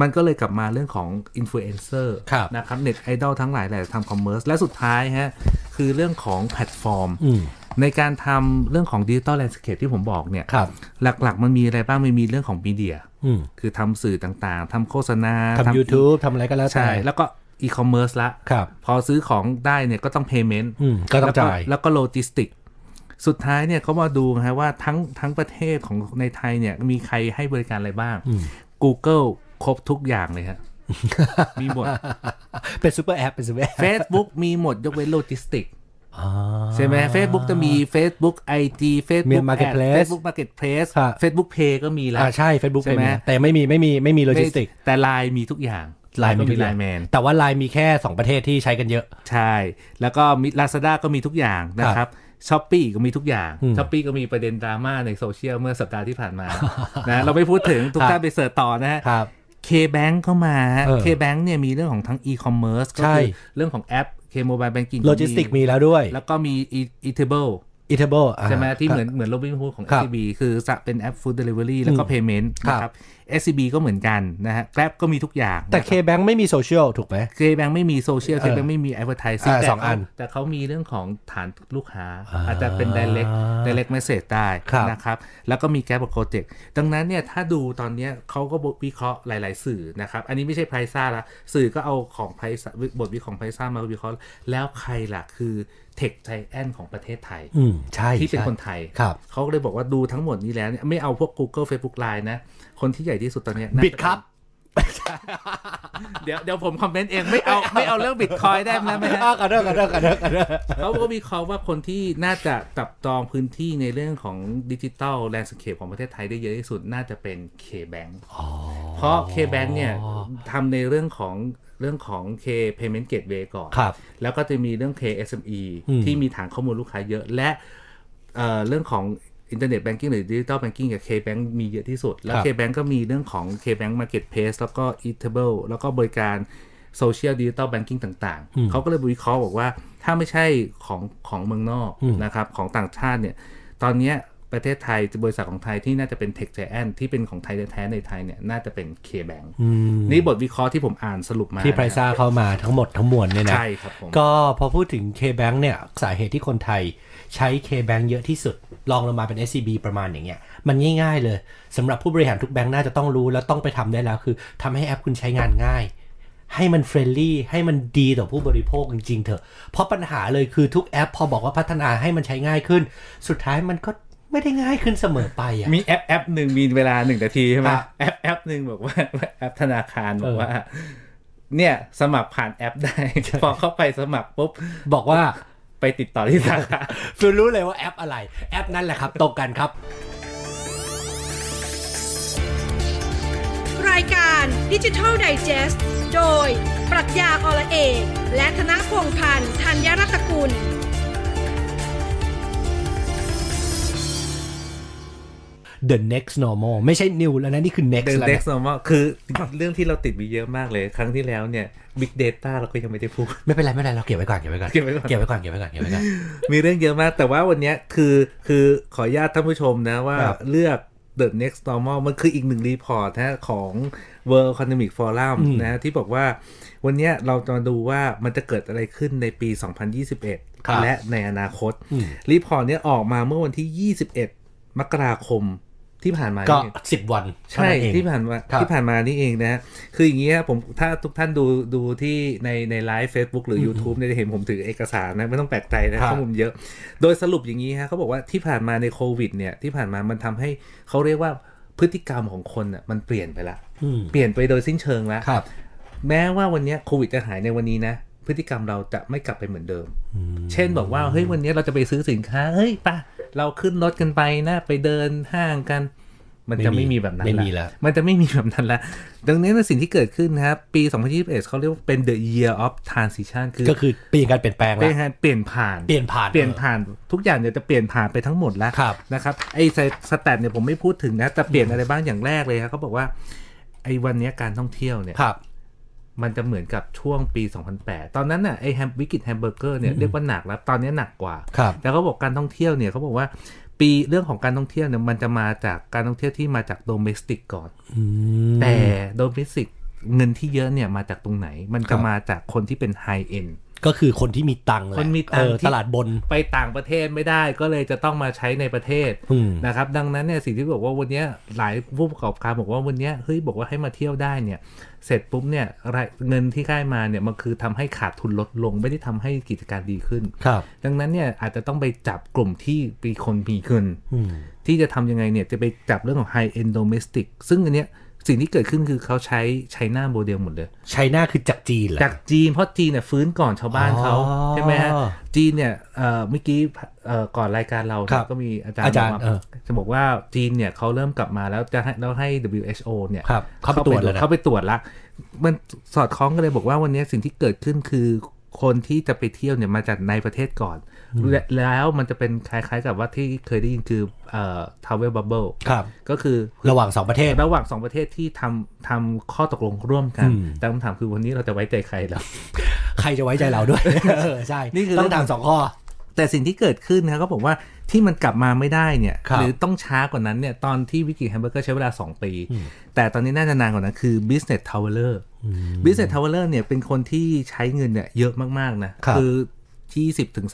[SPEAKER 3] มันก็เลยกลับมาเรื่องของอินฟลูเอนเซอร์
[SPEAKER 2] ครับ
[SPEAKER 3] นะครับเน็ตไอดอลทั้งหลายแหละทำคอมเมอร์สและสุดท้ายฮะคือเรื่องของแพลตฟอร์ม
[SPEAKER 2] อืม
[SPEAKER 3] ในการทำเรื่องของดิจิ t a ลแลนด์สเคปที่ผมบอกเนี่ย
[SPEAKER 2] ครับ
[SPEAKER 3] หลักๆ มันมีอะไรบ้างมันมีเรื่องของมีเดีย
[SPEAKER 2] อืม
[SPEAKER 3] คือทำสื่อต่างๆทำโฆษณา
[SPEAKER 2] ทำ YouTube ทำอะไรก็แล้วแต่
[SPEAKER 3] ใช่ แล้วก็อีคอมเมิร์ซละ
[SPEAKER 2] ครับ
[SPEAKER 3] พอซื้อของได้เนี่ยก็ต้อง payment
[SPEAKER 2] อืมก็ต้องจ่าย
[SPEAKER 3] แล้วแล้วก็โลจิสติก สุดท้ายเนี่ยเขามาดูนะฮะว่าทั้งทั้งประเทศของในไทยเนี่ยมีใครให้บริการอะไรบ้าง Google ครบทุกอย่างเลย ฮะ มีหมด
[SPEAKER 2] เป็นซูเปอร์แอปเป็นซูเปอร์แอป
[SPEAKER 3] Facebook มีหมดยกเว้นโลจิสติก ใช่ไหม Facebook จะมี Facebook IG
[SPEAKER 2] มี
[SPEAKER 3] Facebook
[SPEAKER 2] Marketplace
[SPEAKER 3] Ad Facebook Marketplace
[SPEAKER 2] ครับ
[SPEAKER 3] Facebook Pay ก็มีแล้ว
[SPEAKER 2] อ่าใช่ Facebook
[SPEAKER 3] ใช่ไหม
[SPEAKER 2] เป็นนะแต่ไม่มีไม่มีไม่มีโลจิสติก
[SPEAKER 3] แต่ Line มีทุกอย่าง
[SPEAKER 2] ไลน์
[SPEAKER 3] ก็
[SPEAKER 2] มี
[SPEAKER 3] มี Line Man
[SPEAKER 2] แต่ว่าไลน์มีแค่ 2 ประเทศที่ใช้กันเยอะ
[SPEAKER 3] ใช่ แล้วก็มี Lazada ก็มีทุกอย่างนะครับช้อปปีก็มีทุกอย่าง
[SPEAKER 2] อืม
[SPEAKER 3] ช้อปปีก็มีประเด็นดราม่าในโซเชียลเมื่อสัปดาห์ที่ผ่านมา นะเราไม่พูดถึงทุก
[SPEAKER 2] ครับ
[SPEAKER 3] ท่านไปเสิร์ชต่อนะฮะ
[SPEAKER 2] ครับ
[SPEAKER 3] K-Bank ก็มาฮะ
[SPEAKER 2] เออ
[SPEAKER 3] K-Bank เนี่ยมีเรื่องของทั้ง e-commerce ก็
[SPEAKER 2] ใช่
[SPEAKER 3] คือเรื่องของแอป K-Mobile Banking
[SPEAKER 2] โลจิสติกมีแล้วด้วย
[SPEAKER 3] แล้วก็มี E- Eatable
[SPEAKER 2] Eatable อ่า
[SPEAKER 3] ใช่ไหมที่เหมือน
[SPEAKER 2] ครับ
[SPEAKER 3] เหมือนโรบินฮูดของ
[SPEAKER 2] ครับ
[SPEAKER 3] SCB คือจะเป็นแอป Food Delivery แล้วก็
[SPEAKER 2] อืม
[SPEAKER 3] Payment นะค
[SPEAKER 2] ครั
[SPEAKER 3] รับ
[SPEAKER 2] บ
[SPEAKER 3] SCB ก็เหมือนกันนะฮะ Grab ก็มีทุกอย่าง
[SPEAKER 2] แต่ K-Bank ไม่มีโซเชียลถูกไหม
[SPEAKER 3] เคแบงไม่มีโซเชียล
[SPEAKER 2] เอ
[SPEAKER 3] เค
[SPEAKER 2] อ
[SPEAKER 3] แบงไม่มี Advertising
[SPEAKER 2] อ่า
[SPEAKER 3] แต่
[SPEAKER 2] สองอัน
[SPEAKER 3] เขาแต่เขามีเรื่องของฐานลูกค้า
[SPEAKER 2] อ่า
[SPEAKER 3] อาจจะเป็น Direct Direct Message ได้
[SPEAKER 2] ครับ
[SPEAKER 3] นะครับ แล้วก็มี Grab กับ Gojek ดังนั้นเนี่ยถ้าดูตอนเนี้ยเขาก็วิเคราะห์หลาย ๆ สื่อนะครับ อันนี้ไม่ใช่ไพรซ่าละสื่อก็เอาของไพรซ่าบทวิเคราะห์ของไพรซ่ามาวิเคราะห์แล้วใครล่ะคือเทคไทแอนของประเทศไทย
[SPEAKER 2] ืมใช่
[SPEAKER 3] ที่เป็น
[SPEAKER 2] ใช่
[SPEAKER 3] คนไทย
[SPEAKER 2] ครับ
[SPEAKER 3] เขาก็เลยบอกว่าดูทั้งหมดนี้แล้วเนี่ยไม่เอาพวก Google Facebook Line นะ คนที่ใหญ่ที่สุดตอนเนี้ยน่าจะ
[SPEAKER 2] บิดครับ
[SPEAKER 3] เดี๋ยวเดี๋ยวผมคอมเมนต์เองไม่เอา ไม่เอาเรื่องบิตคอยได้ไหมนะ
[SPEAKER 2] อ่ะกันเด้อกันเด้อกันเด้อกันเด้อ
[SPEAKER 3] เขาก็มีเขาะห์ว่าคนที่น่าจะจับจองพื้นที่ในเรื่องของดิจิทัลแลนด์สเคปของประเทศไทยได้เยอะที่สุดน่าจะเป็น K-Bank เพราะ K-Bank เนี่ยทำในเรื่องของเรื่องของ K Payment Gateway ก่อน
[SPEAKER 2] ครับ
[SPEAKER 3] แล้วก็จะมีเรื่อง KSME
[SPEAKER 2] อืม
[SPEAKER 3] ที่มีฐานข้อมูลลูกค้าเยอะ และเอ่อเรื่องของอินเทอร์เน็ตแบงกิ้งหรือดิจิตอลแบงกิ้งกับ KBank มีเยอะที่สุด แล้ว
[SPEAKER 2] ครับ
[SPEAKER 3] KBank ก็มีเรื่องของ KBank Marketplace แล้วก็ Eatable แล้วก็บริการโซเชียลดิจิตอลแบงกิ้งต่าง
[SPEAKER 2] อืม
[SPEAKER 3] ๆ เขาก็เลยวิเคราะห์บอกว่าถ้าไม่ใช่ของของเมืองนอก
[SPEAKER 2] อืม
[SPEAKER 3] นะครับของต่างชาติเนี่ย ตอนเนี้ยประเทศไทยบริษัทของไทยที่น่าจะเป็น Tech Giant ที่เป็นของไทยแท้ๆในไทยเนี่ยน่าจะเป็น KBank
[SPEAKER 2] อืม
[SPEAKER 3] นี่บทวิเคราะห์ที่ผมอ่านสรุปมา
[SPEAKER 2] ที่ไพรซ่าเข้ามาทั้งหมดทั้งมวลเนี่ยนะ
[SPEAKER 3] ใช่ครับผม
[SPEAKER 2] ก็พอพูดถึง K-Bank เนี่ย สาเหตุที่คนไทยใช้ K-Bank เยอะที่สุด ลองลงมาเป็น SCB ประมาณอย่างเงี้ย มันง่ายๆเลยสำหรับผู้บริหารทุกแบงค์น่าจะต้องรู้แล้วต้องไปทำได้แล้ว คือทำให้แอปคุณใช้งานง่าย ให้มันเฟรนลี่ให้มันดีต่อผู้บริโภคจริงๆเถอะ เพราะปัญหาเลยคือทุกแอปพอบอกว่าพัฒนาให้มันใช้ง่ายขึ้น สุดท้ายมันก็ไม่ได้ง่ายขึ้นเสมอไปอ่ะ
[SPEAKER 3] มีแอปแอปหนึ่งมีเวลาหนึ่งนาทีใช่ไหม
[SPEAKER 2] ครับ
[SPEAKER 3] แอปแอปหนึ่งบอกว่า แอปธนาคารบอ
[SPEAKER 2] เอก อ
[SPEAKER 3] ว่า เนี่ยสมัครผ่านแอปได้ พอเข้าไปสมัครปุ๊บ
[SPEAKER 2] บอกว่า
[SPEAKER 3] ไปติดต่อที่สาขา
[SPEAKER 2] ฟิลรู้เลยว่าแอปอะไร แอปนั่นแหละครับตรงกันครับ
[SPEAKER 1] รายการดิจิทัลไดจ e s t โดย ปรัชญาอละเอกและธนพงษ์พันธ์ธัญรัตนกุล
[SPEAKER 2] The next normal ไม่ใช่ new แล้วนะ นี่คือ next
[SPEAKER 3] The
[SPEAKER 2] แล้วนะ
[SPEAKER 3] Next Normal คือ เรื่องที่เราติดมีเยอะมากเลย ครั้งที่แล้วเนี่ย Big Data เราก็ยังไม่ได้พูด
[SPEAKER 2] ไม่เป็นไรไม่เป็นไรเราเก็บไว้ก่อนเก็บไว้ก่อน
[SPEAKER 3] เก็บไว้ก่อน
[SPEAKER 2] เก็บไว้ก่อนเก็บไว้ก่อนเก็บไว้ก่อน
[SPEAKER 3] มีเรื่องเยอะมาก แต่ว่าวันเนี้ยคือคือขออนุญาตท่านผู้ชมนะว่า
[SPEAKER 2] ครับ
[SPEAKER 3] เลือก The Next Normal มันคืออีกหนึ่งรีพอร์ตนะของ World Economic Forum
[SPEAKER 2] อืม
[SPEAKER 3] นะที่บอกว่าวันเนี้ยเราจะมาดูว่ามันจะเกิดอะไรขึ้นในปี 2021
[SPEAKER 2] ครับ
[SPEAKER 3] และในอนาคต
[SPEAKER 2] อืม
[SPEAKER 3] รีพอร์ตเนี้ยออกมาเมื่อวันที่ 21 มกราคมที่ผ่านมา
[SPEAKER 2] ก็
[SPEAKER 3] นี่เอง
[SPEAKER 2] สิบวันเท่า
[SPEAKER 3] ใช่
[SPEAKER 2] นั้นเอง
[SPEAKER 3] ที่ผ่านมา
[SPEAKER 2] ครับ
[SPEAKER 3] ที่ผ่านมานี่เองนะฮะคืออย่างเงี้ยผมถ้าทุกท่านดูดูที่ในในไลฟ์ Facebook หรือ YouTube เนี่ยจะเห็นผมถือเอกสารนะไม่ต้องแปลกใจนะครับ ข้อมูลเยอะ โดยสรุปอย่างนี้ฮะเขาบอกว่าที่ผ่านมาในโควิดเนี่ยที่ผ่านมามันทำให้เขาเรียกว่าพฤติกรรมของคนอ่ะมันเปลี่ยนไปละ
[SPEAKER 2] อืม
[SPEAKER 3] เปลี่ยนไปโดยสิ้นเชิงละ
[SPEAKER 2] ครับ
[SPEAKER 3] แม้ว่าวันเนี้ยโควิดจะหายในวันนี้นะ พฤติกรรมเราจะไม่กลับไปเหมือนเดิม เช่นบอกว่าเฮ้ยวันนี้เราจะไปซื้อสินค้าเฮ้ยไป เราขึ้นรถกันไปนะไปเดินห้างกัน มันจะ
[SPEAKER 2] ไม่
[SPEAKER 3] ไม่
[SPEAKER 2] มี
[SPEAKER 3] มีแบบนั้น
[SPEAKER 2] ไม่มีแล้ว
[SPEAKER 3] มันจะไม่มีแบบนั้นละดังนั้นนะสิ่งที่เกิดขึ้นนะครับปี 2021เขาเรียกว่าเป็น the year of transition คือ
[SPEAKER 2] ก็คือปีการเปลี่ยนแปลง
[SPEAKER 3] เป็
[SPEAKER 2] ละ
[SPEAKER 3] นการเปลี่ยนผ่าน
[SPEAKER 2] เปลี่ยนผ่าน
[SPEAKER 3] เปลี่ยนผ่านทุกอย่างเนี่ยจะเปลี่ยนผ่านไปทั้งหมดแล้ว
[SPEAKER 2] ครับ
[SPEAKER 3] นะครับไอ้สแตทเนี่ยผมไม่พูดถึงนะแต่เปลี่ยนอะไรบ้างอย่างแรกเลยครับเขาบอกว่าไอ้วันเนี้ยการท่องเที่ยวเนี่ย
[SPEAKER 2] ครับ
[SPEAKER 3] มันจะเหมือนกับช่วงปี 2008 ตอนนั้นน่ะไอ้แฮมวิกฤตแฮมเบอร์เกอร์เนี่ยเรียกว่าหนักแล้วตอนนี้หนักกว่า
[SPEAKER 2] ครับ
[SPEAKER 3] แต่เขาบอกการท่องเที่ยวเนี่ยเขาบอกว่าปีเรื่องของการท่องเที่ยวเนี่ยมันจะมาจากการท่องเที่ยวที่มาจากโดเมสติกก่อน แต่โดเมสติกเงินที่เยอะเนี่ยมาจากตรงไหน มัน
[SPEAKER 2] ครั
[SPEAKER 3] จะ
[SPEAKER 2] บ
[SPEAKER 3] มาจากคนที่เป็นไฮเอ็น
[SPEAKER 2] ก็คือคนที่มีตังค์แหละ
[SPEAKER 3] คนมีตั
[SPEAKER 2] เอง
[SPEAKER 3] ค์
[SPEAKER 2] อ
[SPEAKER 3] ที่
[SPEAKER 2] ตลาดบน
[SPEAKER 3] ไปต่างประเทศไม่ได้ก็เลยจะต้องมาใช้ในประเทศ
[SPEAKER 2] อืม
[SPEAKER 3] นะครับ ดังนั้นเนี่ยสิ่งที่บอกว่าวันเนี้ยหลายผู้ประกอบการบอกว่าวันเนี้ยเฮ้ยบอกว่าให้มาเที่ยวได้เนี่ย เสร็จปุ๊บเนี่ยรายเงินที่ได้มาเนี่ยมันคือทำให้ขาดทุนลดลง ไม่ได้ทำให้กิจการดีขึ้น
[SPEAKER 2] ครับ
[SPEAKER 3] ดังนั้นเนี่ยอาจจะต้องไปจับกลุ่มที่มีคนมีเงิน
[SPEAKER 2] อืม
[SPEAKER 3] ที่จะทำยังไงเนี่ยจะไปจับเรื่องของ high end domestic ซึ่งอันเนี้ยสิ่งที่เกิดขึ้นคือเขาใช้ไชน่าโมเดลหมดเลย
[SPEAKER 2] ไชน่าคือจากจีนแหละ
[SPEAKER 3] จากจีนเพราะจีนเนี่ยฟื้นก่อนชาวบ้านเขา
[SPEAKER 2] อ๋อ
[SPEAKER 3] ใช่ไหมฮะจีนเนี่ยเอ่อเมื่อกี้เอ่อก่อนรายการเรา
[SPEAKER 2] ครับ
[SPEAKER 3] ก็มีอาจารย์
[SPEAKER 2] อาจารย์
[SPEAKER 3] บกว่
[SPEAKER 2] เออ
[SPEAKER 3] จะบอกว่าจีนเนี่ยเขาเริ่มกลับมาแล้วจะให้แล้วให้ WHO เนี่ย
[SPEAKER 2] ครับ เข้าไปตรวจแล้วนะ
[SPEAKER 3] เข้าไปตรวจละมันสอดคล้องกันเลยบอกว่าวันนี้สิ่งที่เกิดขึ้นคือคนที่จะไปเที่ยวเนี่ยมาจากในประเทศก่อน และแล้วมันจะเป็นคล้ายๆ กับว่าที่เคยได้ยินคือเอ่อ travel bubble
[SPEAKER 2] ครับ
[SPEAKER 3] ก็คือ
[SPEAKER 2] ระหว่างสองประเทศ
[SPEAKER 3] ระหว่างสองประเทศที่ทำทำข้อตกลงร่วมกัน
[SPEAKER 2] อืม
[SPEAKER 3] แต่คำถามคือวันนี้เราจะไว้ใจใครแล้ว
[SPEAKER 2] ใครจะไว้ใจเราด้วย เออใช่
[SPEAKER 3] นี่คือ
[SPEAKER 2] ต้องถามสองข้อ
[SPEAKER 3] แต่สิ่งที่เกิดขึ้นนะก็บอกว่าที่มันกลับมาไม่ได้เนี่ย
[SPEAKER 2] ครับ
[SPEAKER 3] หรือต้องช้ากว่านั้นเนี่ยตอนที่วิกฤตแฮมเบอร์เกอร์ใช้เวลา 2 ปี แต่ตอนนี้น่าจะนานกว่านั้นคือ business traveler business traveler เนี่ยเป็นคนที่ใช้เงินเนี่ยเยอะมาก ๆ นะครับ อ20ถึง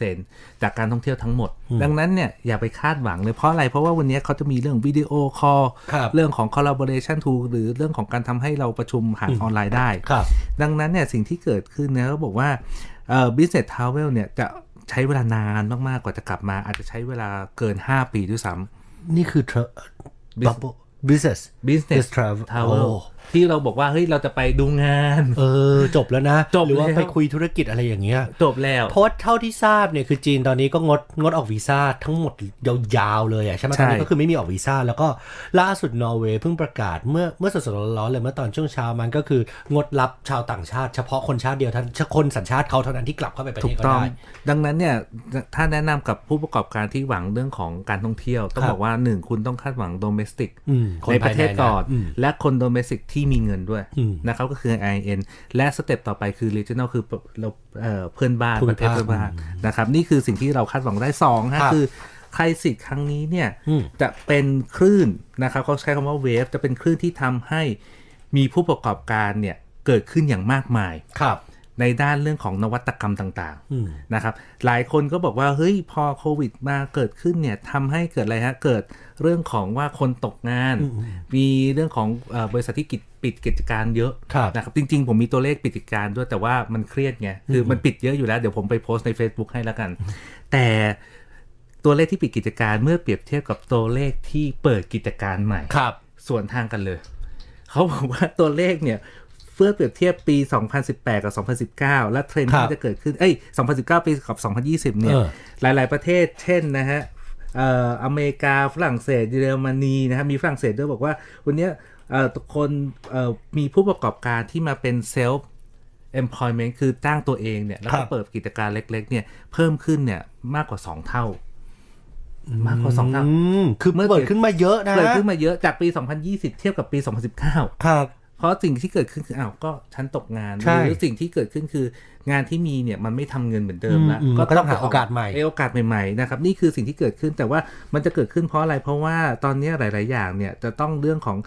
[SPEAKER 3] 30%จากการท่องเที่ยวทั้งหมด ดังนั้นเนี่ยอย่าไปคาดหวังเลยเพราะอะไร เพราะว่าวันนี้เขาจะมีเรื่องวิดีโอคอล
[SPEAKER 2] ครับ
[SPEAKER 3] เรื่องของ collaboration tool หรือเรื่องของการทำให้เราประชุมผ่านออนไลน์ได้
[SPEAKER 2] ครับ
[SPEAKER 3] ดังนั้นเนี่ยสิ่งที่เกิดขึ้นเนี่ยก็บอกว่าเอ่อ business travel เนี่ยจะใช้เวลานานมาก ๆ กว่าจะกลับมา อาจจะใช้เวลาเกิน 5 ปีด้วยซ้
[SPEAKER 2] นี่คือ tra- bubble business
[SPEAKER 3] ำ business
[SPEAKER 2] Business travel
[SPEAKER 3] travel
[SPEAKER 2] โอ้
[SPEAKER 3] ที่เราบอกว่า เฮ้ย เราจะไปดูงาน
[SPEAKER 2] เออ จบแล้วนะ
[SPEAKER 3] จบ
[SPEAKER 2] หรือว่า
[SPEAKER 3] แล้ว
[SPEAKER 2] ไปคุยธุรกิจอะไรอย่างเงี้ย
[SPEAKER 3] จบแล้ว
[SPEAKER 2] เพราะเท่าที่ทราบเนี่ยคือจีนตอนนี้ก็งดงดออกวีซ่าทั้งหมดยาวๆเลยอ่ะใช่ไหมต
[SPEAKER 3] ใช่
[SPEAKER 2] อนนี้ก็คือไม่มีออกวีซ่าแล้วก็ล่าสุดนอร์เวย์เพิ่งประกาศเมื่อเมื่อสดๆร้อนๆเลยเมื่อตอนช่วงเช้ามันก็คืองดรับชาวต่างชาติ เฉพาะคนชาติเดียวเท่านคนสัญชาติเขาเท่านั้นที่กลับเข้าไปประเท
[SPEAKER 3] ถู
[SPEAKER 2] ศ
[SPEAKER 3] ก
[SPEAKER 2] เขา
[SPEAKER 3] ต้อง
[SPEAKER 2] ได้
[SPEAKER 3] ดังนั้นเนี่ย ถ้าแนะนำกับผู้ประกอบการที่หวังเรื่องของการท่องเที่ยว ต้อง
[SPEAKER 2] ครับ
[SPEAKER 3] บอกว่า 1 คุณต้องคาดหวัง domestic
[SPEAKER 2] อืมคน
[SPEAKER 3] ในประเทศ
[SPEAKER 2] ภายในนะ
[SPEAKER 3] ก่อน
[SPEAKER 2] อืม
[SPEAKER 3] และคน domestic ที่มีเงินด้วย
[SPEAKER 2] อืม
[SPEAKER 3] นะครับก็คือ IN และสเต็ปต่อไปคือ regional คือเราเอ่อเพื่อนบ้าน
[SPEAKER 2] ภูมิ
[SPEAKER 3] ประเทศเพื่อนบ้า
[SPEAKER 2] ภา
[SPEAKER 3] น
[SPEAKER 2] ค
[SPEAKER 3] นะครับนี่คือสิ่งที่เราคาดหวังได้2ฮะ
[SPEAKER 2] ครับ
[SPEAKER 3] คือใครสิทธิ์ครั้งนี้เนี่ย
[SPEAKER 2] อืม
[SPEAKER 3] จะเป็นคลื่นนะครับเขาใช้คำว่าเวฟจะเป็นคลื่นที่ทำให้มีผู้ประกอบการเนี่ยเกิดขึ้นอย่างมากมาย
[SPEAKER 2] ครับ
[SPEAKER 3] ในด้านเรื่องของนวัตกรรมต่าง
[SPEAKER 2] อืม
[SPEAKER 3] ๆนะครับหลายคนก็บอกว่าเฮ้ยพอโควิดมาเกิดขึ้นเนี่ยทำให้เกิดอะไรฮะเกิดเรื่องของว่าคนตกงาน มีเรื่องของเออบริษัทที่กิจปิดกิจการเยอะ
[SPEAKER 2] ครับ
[SPEAKER 3] นะครับจริง ๆ ผมมีตัวเลขปิดกิจการด้วยแต่ว่ามันเครียดไงคือมันปิดเยอะอยู่แล้ว เดี๋ยวผมไปโพสต์ใน Facebook ให้แล้วกัน แต่ตัวเลขที่ปิดกิจการเมื่อเปรียบเทียบกับตัวเลขที่เปิดกิจการใหม่
[SPEAKER 2] ครับ
[SPEAKER 3] สวนทางกันเลย เขาบอกว่าตัวเลขเนี่ยเพื่อเปรียบเทียบปี 2018 กับ 2019 และเทรนด์
[SPEAKER 2] ครับ
[SPEAKER 3] ที่จะเกิดขึ้น เอ้ย 2019 ปีกับ 2020 เนี่ย
[SPEAKER 2] เออ
[SPEAKER 3] หลาย ๆ ประเทศ เช่นนะฮะเอ่ออเมริกา ฝรั่งเศส เยอรมนีนะฮะมีฝรั่งเศสด้วยบอกว่า วันเนี้ยเอ่อคนเอ่อมีผู้ประกอบการที่มาเป็นเซลฟ์ employment คือจ้างตัวเองเนี่ย แล้ว
[SPEAKER 2] ครั
[SPEAKER 3] ก็
[SPEAKER 2] บ
[SPEAKER 3] เปิดกิจการเล็ก ๆ เนี่ย เพิ่มขึ้นเนี่ยมากกว่า 2 เท่า มากกว่า 2 เท่า
[SPEAKER 2] อืมคือ
[SPEAKER 3] เมื่อ
[SPEAKER 2] เปิดขึ้นมาเยอะนะ
[SPEAKER 3] เกิดขึ้นมาเยอะจากปี 2020 เทียบกับปี 2019
[SPEAKER 2] ครับ
[SPEAKER 3] เพราะสิ่งที่เกิดขึ้นคืออ้าวก็ฉันตกงาน
[SPEAKER 2] ใช่
[SPEAKER 3] หรือสิ่งที่เกิดขึ้นคืองานที่มีเนี่ยมันไม่ทำเงินเหมือนเดิมแล้ว
[SPEAKER 2] อืมอืมก็ต้องหาโอกาสใหม่
[SPEAKER 3] เอโอกาสใหม่ๆนะครับนี่คือสิ่งที่เกิดขึ้นแต่ว่ามันจะเกิดขึ้นเพราะอะไรเพราะว่าตอนเนี้ยหลาย ๆ อย่างเนี่ยจะต้องเรื่องของ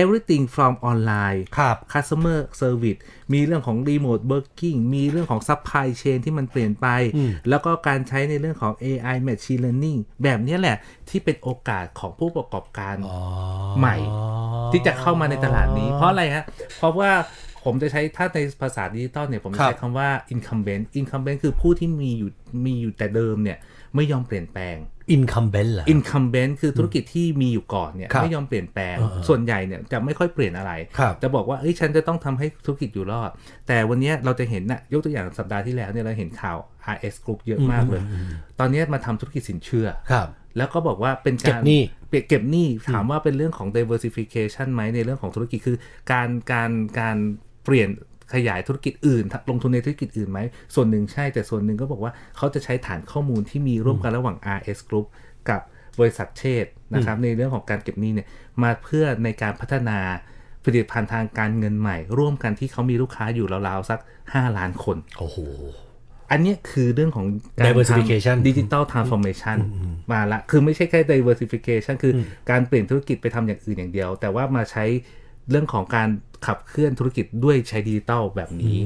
[SPEAKER 3] everything from online
[SPEAKER 2] ครับ
[SPEAKER 3] customer service มีเรื่องของ remote working มีเรื่องของ supply chain ที่มันเปลี่ยนไป
[SPEAKER 2] อืม
[SPEAKER 3] แล้วก็การใช้ในเรื่องของ AI machine learning แบบเนี้ยแหละที่เป็นโอกาสของผู้ประกอบการ
[SPEAKER 2] อ๋อ
[SPEAKER 3] ใหม่ ที่จะเข้ามาในตลาดนี้ เพราะอะไรฮะ เพราะว่าผมจะใช้ถ้าในภาษาดิจิตอลเนี่ย ผมจะใช้คำว่า incumbent incumbent คือผู้ที่มีอยู่มีอยู่แต่เดิมเนี่ย ไม่ยอมเปลี่ยนแปลง
[SPEAKER 2] อินคัมเบนเหรอ
[SPEAKER 3] อินคัมเบน t คือธุรกิจที่มีอยู่ก่อนเนี่ย
[SPEAKER 2] ครับ
[SPEAKER 3] ไม่ยอมเปลี่ยนแปลง
[SPEAKER 2] เออเออ
[SPEAKER 3] ส่วนใหญ่เนี่ยจะไม่ค่อยเปลี่ยนอะไร
[SPEAKER 2] ครับ
[SPEAKER 3] จะบอกว่าเอ้ยฉันจะต้องทำให้ธุรกิจอยู่รอด แต่วันเนี้ยเราจะเห็นนะยกตัวอย่างสัปดาห์ที่แล้วเนี่ยเราเห็นข่าว RS Group เยอะมากเลย ตอนเนี้ยมาทำธุรกิจสินเชื่อ
[SPEAKER 2] ครับ
[SPEAKER 3] แล้วก็บอกว่าเป็นกา
[SPEAKER 2] เก็
[SPEAKER 3] ร
[SPEAKER 2] บหนี้
[SPEAKER 3] เก็บเก็บหนี้ถามว่าเป็นเรื่องของ diversification ไหมในเรื่องของธุรกิจคือการการการเปลี่ยนขยายธุรกิจอื่น ลงทุนในธุรกิจอื่นไหม ส่วนหนึ่งใช่แต่ส่วนหนึ่งก็บอกว่าเขาจะใช้ฐานข้อมูลที่มีร่วมกันระหว่าง RS Group กับบริษัทเชษฐ์นะครับในเรื่องของการเก็บหนี้เนี่ยมาเพื่อในการพัฒนาผลิตภัณฑ์ทางการเงินใหม่ ร่วมกันที่เขามีลูกค้าอยู่ราวๆสัก 5 ล้านคน
[SPEAKER 2] โอ้โห
[SPEAKER 3] อันเนี้ยคือเรื่องของ
[SPEAKER 2] Diversification
[SPEAKER 3] ดิจิตอลท r a n s f o r m a t i o n มาละ คือไม่ใช่แค่ diversification คืออการเปลี่ยนธุรกิจไปทำอย่างอื่นอย่างเดียว แต่ว่ามาใช้เรื่องของการขับเคลื่อนธุรกิจด้วยใช้ดิจิตอลแบบนี้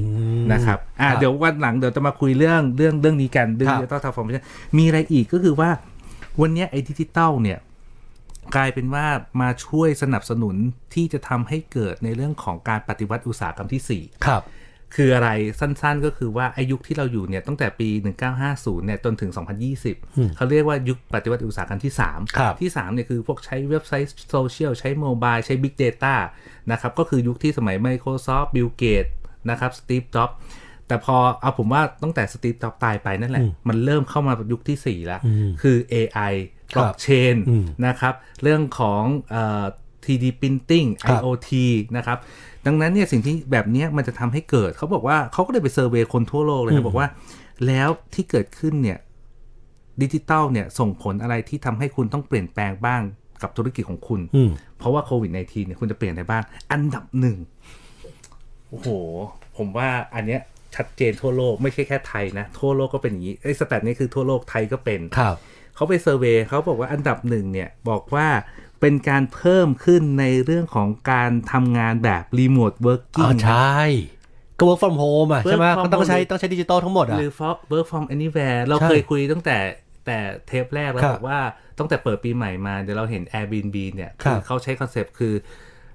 [SPEAKER 3] นะครับอ่ะเดี๋ยววันหลังเดี๋ยวจะมาคุยเรื่องเรื่องเรื่องนี้กันเรื่อง
[SPEAKER 2] ครับ
[SPEAKER 3] ดิจิตอลท r a n s f o r m a t i o n มีอะไรอีกก็คือว่าวันเนี้ยไอ้ดิจิตอลเนี่ย กลายเป็นว่ามาช่วยสนับสนุนที่จะทำให้เกิดในเรื่องของการปฏิวัติอุตสาหกรรมที่สี่
[SPEAKER 2] ครับ
[SPEAKER 3] คืออะไรสั้นๆก็คือว่าไอายุคที่เราอยู่เนี่ยตั้งแต่ปี 1950เนี่ยจนถึง 2020 เขาเรียกว่ายุคปฏิวัติอุตสาหกรรมที่
[SPEAKER 2] ครับ
[SPEAKER 3] 3 ที่ 3เนี่ยคือพวกใช้เว็บไซต์โซเชียลใช้โมบายใช้ Big Data นะครับก็คือยุคที่สมัย Microsoft Bill Gates นะครับสตีฟจ็อบแต่พอเอาผมว่าตั้งแต่สตีฟจ็อบตายไปนั่นแหละ มันเริ่มเข้ามายุคทีสี่4 แล้ว คือ AI บล็อกเชนนะครับเรื่องของเอ่อ 3D Printing
[SPEAKER 2] ครับ
[SPEAKER 3] IoT นะครับ ดังนั้นเนี่ยสิ่งที่แบบเนี้ยมันจะทำให้เกิด เขาบอกว่าเขาก็เลยไปเซอร์เวยคนทั่วโลกเลยนะบอกว่า แล้วที่เกิดขึ้นเนี่ยดิจิตอลเนี่ยส่งผลอะไรที่ทำให้คุณต้องเปลี่ยนแปลงบ้างกับธุรกิจของคุณ
[SPEAKER 2] อืม
[SPEAKER 3] เพราะว่าโควิด -19 เนี่ยคุณจะเปลี่ยนอะไรบ้าง อันดับหนึ่งโอ้โห ผมว่าอันเนี้ยชัดเจนทั่วโลกไม่ใช่แค่ไทยนะ ทั่วโลกก็เป็นอย่างนี้ไอ้สแตทนี้คือทั่วโลกไทยก็เป็น
[SPEAKER 2] ครับ
[SPEAKER 3] เขาไปเซอร์เวยเขาบอกว่าอันดับหนึ่งเนี่ยบอกว่าเป็นการเพิ่มขึ้นในเรื่องของการทำงานแบบรีโมทเวิร์
[SPEAKER 2] อ๋
[SPEAKER 3] กิ้
[SPEAKER 2] อง ใช่ก็ work from home อ่ะ
[SPEAKER 3] Work
[SPEAKER 2] ใช่ไหม
[SPEAKER 3] from
[SPEAKER 2] ก็ต้องใช้
[SPEAKER 3] home
[SPEAKER 2] ต้องใช้ดิจิตอลทั้งหมดอ่ะ
[SPEAKER 3] หรือ for- work from anywhere เรา
[SPEAKER 2] ใช่
[SPEAKER 3] เคยคุยตั้งแต่แต่เทปแรกแล้ว
[SPEAKER 2] ครับ
[SPEAKER 3] บอกว่าตั้งแต่เปิดปีใหม่มาเดี๋ยวเราเห็น Airbnb เนี่ย
[SPEAKER 2] ครับ
[SPEAKER 3] เขาใช้คอนเซปต์คือ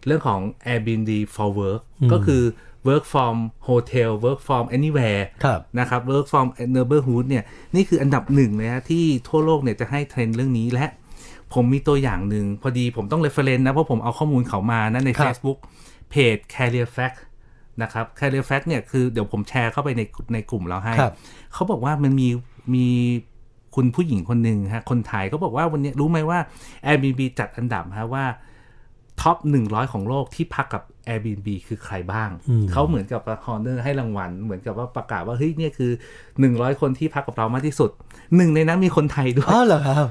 [SPEAKER 3] เรื่องของ Airbnb for work ก็คือ work from hotel work from anywhere
[SPEAKER 2] ครับ
[SPEAKER 3] นะครับ work from neighborhood เนี่ยนี่คืออันดับหนึ่งเลยฮะที่ทั่วโลกเนี่ยจะให้เทรนด์เรื่องนี้และ ผมมีตัวอย่างหนึ่งพอดีผมต้อง reference นะ เพราะผมเอาข้อมูลเขามานะใน
[SPEAKER 2] ครับ
[SPEAKER 3] Facebook เพจ Career Fact นะครับ Career Fact เนี่ยคือเดี๋ยวผมแชร์เข้าไปในในกลุ่มเราให้
[SPEAKER 2] ครับ
[SPEAKER 3] เขาบอกว่ามันมีมีคุณผู้หญิงคนหนึ่งฮะคนไทยเขาบอกว่าวันนี้รู้ไหมว่า Airbnb จัดอันดับฮะว่าท็อป 100 ของโลกที่พักกับ Airbnb คือใครบ้าง เขาเหมือนกับฮอนเนอร์ให้รางวัล เหมือนกับว่าประกาศว่าเฮ้ยเนี่ยคือ 100 คนที่พักกับเรามากที่สุดหนึ่งในนั้นมีคนไทยด้วย
[SPEAKER 2] อ๋อเหรอครับ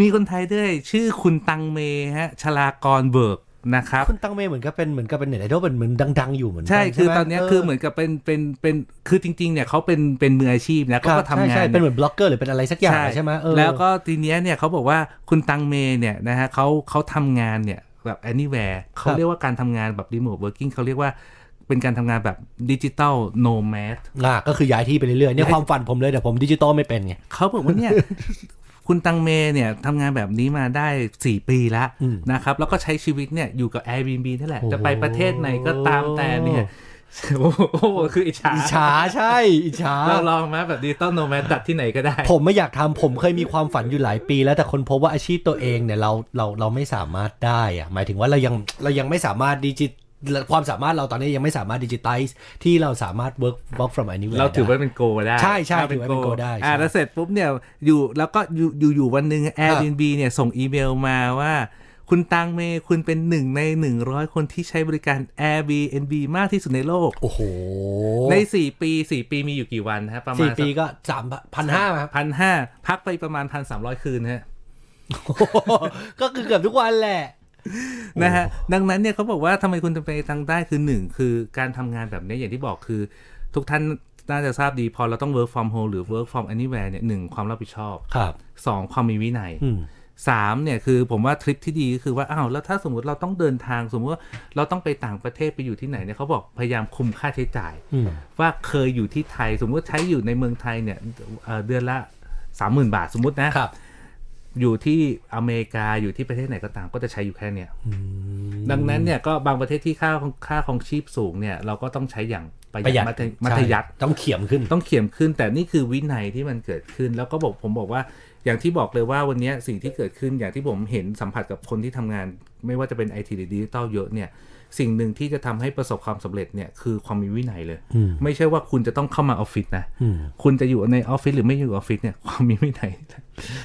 [SPEAKER 3] มีคนไทยด้วยชื่อคุณตังเมฮะชลากรเบิกนะครับ
[SPEAKER 2] คุณตั้งเมย์เหมือนกับเป็นเหมือนกับเป็นเน็ตไอดอลเป็นเหมือนดัง ๆ อยู่เหมือนกัน
[SPEAKER 3] ใช่ คือตอนเนี้ยคือ
[SPEAKER 2] อ
[SPEAKER 3] เห
[SPEAKER 2] น
[SPEAKER 3] มือนกับเป็นเป็นเป็นคือจริง ๆ เนี่ยเขาเป็นเป็นมืออาชีพนะเขาก็ทำงา
[SPEAKER 2] ใช่
[SPEAKER 3] น
[SPEAKER 2] ๆเป็นเหมือนบล็อกเกอร์หรือเป็นอะไรสักอย่างใช่ไหมเออ
[SPEAKER 3] แล้วก็ทีเนี้ยเนี่ยเขาบอกว่าคุณตังเมเนี่ยนะฮะเขาเขาทำงานเนี่ยแบบ anywhere เขาเรียกว่าการทำงานแบบ remote working เขาเรียกว่าเป็นการทำงานแบบดิจิ t a ล nomad
[SPEAKER 2] อ่ะก็คือย้ายที่ไปเรื่อยๆเนี่ยความฝันผมเลยแต่ผมดิจิตอลไม่เป็นไง
[SPEAKER 3] เขาบอกว่าเนี่ย คุณตังเมเนี่ยทำงานแบบนี้มาได้ 4 ปีแล้วนะครับ แล้วก็ใช้ชีวิตเนี่ยอยู่กับ Airbnb นั่นแหละ
[SPEAKER 2] โอ้โห
[SPEAKER 3] จะไปประเทศไหนก็ตามแต่เนี่ย โอ้โหคืออิจฉา
[SPEAKER 2] อิจฉาใช่ อิจฉา
[SPEAKER 3] เราลองไหมแบบดิจิตอลโนแมนตัดที่ไหนก็ได้
[SPEAKER 2] ผมไม่อยากทำผมเคยมีความฝันอยู่หลายปี แล้วแต่คนพบว่าอาชีพตัวเองเนี่ยเราเราเราไม่สามารถได้อะหมายถึงว่าเรายังเรายังไม่สามารถดิจิตความสามารถเราตอนนี้ยังไม่สามารถดิจิ t i ล e ที่เราสามารถ work work from anywhere
[SPEAKER 3] เราถือว่า
[SPEAKER 2] ได้
[SPEAKER 3] เป็นโกได้
[SPEAKER 2] ใช่ใช่
[SPEAKER 3] า
[SPEAKER 2] ถือว่าเป็นโกได้ใช่
[SPEAKER 3] อ่าแล้วเสร็จปุ๊บเนี่ยอยู่แล้วก็อยู่อยู่อยู่วันหนึ่ง Airbnb เนี่ยส่งอีเมลมาว่า คุณตังเมคุณเป็นหนึ่งใน 100 คนที่ใช้บริการ Airbnb มากที่สุดในโลก
[SPEAKER 2] โอ้โห
[SPEAKER 3] ใน 4 ปี 4 ปีมีอยู่กี่วันฮะประมา
[SPEAKER 2] สี่
[SPEAKER 3] ณ
[SPEAKER 2] ปีก็สามพันห้าครับ
[SPEAKER 3] พันห้าพักไปประมาณ 1,300 คืนฮะ
[SPEAKER 2] ก็คือเกือบทุกวันแหละ
[SPEAKER 3] นะฮะดังนั้นเนี่ยเขาบอกว่าทำไมคุณจะไปทางใต้คือหนึ่งคือการทำงานแบบเนี้ยอย่างที่บอกคือ ทุกท่านน่าจะทราบดีพอเราต้อง work from home หรือ work from anywhere เนี่ยหนึ่งความรับผิดชอบ
[SPEAKER 2] ครับ
[SPEAKER 3] สองความมีวินัย
[SPEAKER 2] อืม
[SPEAKER 3] สามเนี่ยคือผมว่าทริปที่ดีก็คือว่าอ้าวแล้วถ้าสมมติเราต้องเดินทางสมมติว่าเราต้องไปต่างประเทศไปอยู่ที่ไหนเนี่ยเขาบอกพยายามคุมค่าใช้จ่าย
[SPEAKER 2] อืม
[SPEAKER 3] ว่าเคยอยู่ที่ไทย สมมติว่าใช้อยู่ในเมืองไทยเนี่ยเอ่อเดือนละ 30,000 บาทสมมตินะครับ อยู่ที่อเมริกาอยู่ที่ประเทศไหนก็ตามก็จะใช้อยู่แค่เนี่ยดังนั้นเนี่ยก็บางประเทศที่ค่าของค่าของชีพสูงเนี่ยเราก็ต้องใช้อย่างประห
[SPEAKER 2] ประหยั
[SPEAKER 3] ยั
[SPEAKER 2] ด
[SPEAKER 3] ดมัธมัธยัติ
[SPEAKER 2] ใช่ต้องเขียมขึ้น
[SPEAKER 3] ต้องเขียมขึ้นแต่นี่คือวินัยที่มันเกิดขึ้น แล้วก็บอกผมบอกว่า อย่างที่บอกเลยว่าวันเนี้ยสิ่งที่เกิดขึ้นอย่างที่ผมเห็นสัมผัสกับคนที่ทำงาน ไม่ว่าจะเป็นไอทีหรือดิจิตอลเยอะเนี่ย สิ่งหนึ่งที่จะทำให้ประสบความสำเร็จเนี่ยคือความมีวินัยเลย ไม่ใช่ว่าคุณจะต้องเข้ามาออฟฟิศนะคุณจะอยู่ในออฟฟิศหรือไม่อยู่ออฟฟิศเนี่ยความมีวินัย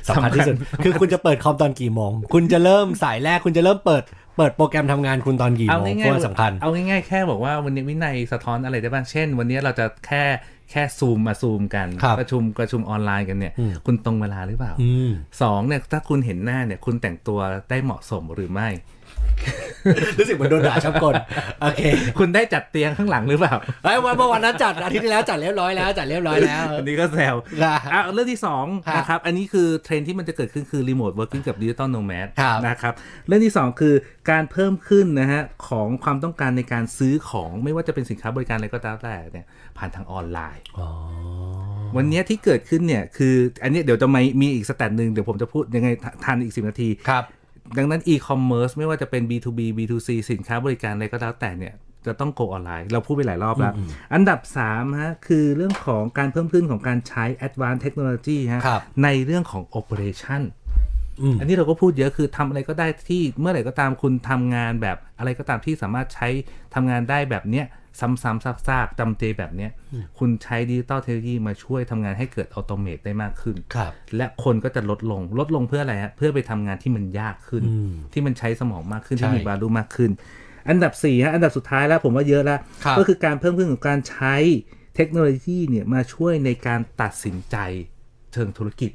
[SPEAKER 2] สำคัญที่สุดคือคุณจะเปิดคอมตอนกี่โมง คุณจะเริ่มสายแรกคุณจะเริ่มเปิดเปิดโปรแกรมทำงานคุณตอนกี่
[SPEAKER 3] เอา
[SPEAKER 2] โมง
[SPEAKER 3] ง่า
[SPEAKER 2] เพ
[SPEAKER 3] ย
[SPEAKER 2] ราะว่าสำคัญ
[SPEAKER 3] เอาง่ายๆ แค่บอกว่าวันนี้วินัยสะท้อนอะไรได้บ้าง เช่น วันนี้เราจะแค่แค่ซูมมาซูมกัน
[SPEAKER 2] ครับ
[SPEAKER 3] ประชุมประชุมออนไลน์กันเนี่ย
[SPEAKER 2] อืม
[SPEAKER 3] คุณตรงเวลาหรือเปล่า
[SPEAKER 2] อืม
[SPEAKER 3] สองเนี่ยถ้าคุณเห็นหน้าเนี่ยคุณแต่งตัวได้เหมาะสมหรือไม่
[SPEAKER 2] รู้สึกเหมือนโดนด่าชับกลโอเค
[SPEAKER 3] คุณได้จัดเตียงข้างหลังหรือเปล่า
[SPEAKER 2] ไอ้ยวันเมื่อวันนั้นจัดอาทิตย์ที่แล้วจัดเรียบร้อยแล้วจัดเรียบร้อยแล้ว
[SPEAKER 3] อันนี้ก็แซว
[SPEAKER 2] ได้
[SPEAKER 3] อ่ะเรื่องที่สอง
[SPEAKER 2] ครับ
[SPEAKER 3] นะครับ อันนี้คือเทรนด์ที่มันจะเกิดขึ้นคือรีโมทเวิร์ก n ิ กับดิจิตอลโนแมส
[SPEAKER 2] ครับ
[SPEAKER 3] นะครับ เรื่องที่สองคือการเพิ่มขึ้นนะฮะของความต้องการในการซื้อของไม่ว่าจะเป็นสินค้าบริการอะไรก็ตามแต่เนี่ยผ่านทางออนไลน์ วันเนี้ยที่เกิดขึ้นเนี่ยคืออันเนี้ยเดี๋ยวจะมีมีอีกสแตทหนึ่งเดี๋ยวผมจะพูดยังไงทันอีก 10 นาที
[SPEAKER 2] ครับ
[SPEAKER 3] ดังนั้น e-commerce ไม่ว่าจะเป็น B2B B2C สินค้าบริการอะไรก็แล้วแต่เนี่ยจะต้อง go ออนไลน์ เราพูดไปหลายรอบแล้ว อันดับ3ฮะคือเรื่องของการเพิ่มขึ้นของการใช้ advanced technology ฮะ
[SPEAKER 2] ครับ
[SPEAKER 3] ในเรื่องของ operation
[SPEAKER 2] อืม
[SPEAKER 3] อันนี้เราก็พูดเยอะคือทำอะไรก็ได้ที่เมื่อไหร่ก็ตามคุณทำงานแบบอะไรก็ตามที่สามารถใช้ทำงานได้แบบเนี้ยซ้ำๆซากๆจำเจแบบเนี้ยคุณใช้ดิจิตอลเทคโนโลยีมาช่วยทำงานให้เกิดอัตโนมัติได้มากขึ้น
[SPEAKER 2] ครับ
[SPEAKER 3] และคนก็จะลดลงลดลงเพื่ออะไรฮะเพื่อไปทำงานที่มันยากขึ้น ที่มันใช้สมองมากขึ้น
[SPEAKER 2] ใช่
[SPEAKER 3] ที่มีบาลูมากขึ้น อันดับ4ฮะอันดับสุดท้ายแล้วผมว่าเยอะแล้ว
[SPEAKER 2] ครับ
[SPEAKER 3] ก็คือการเพิ่มขึ้นของการใช้เทคโนโลยีเนี่ยมาช่วยในการตัดสินใจเชิงธุรกิจ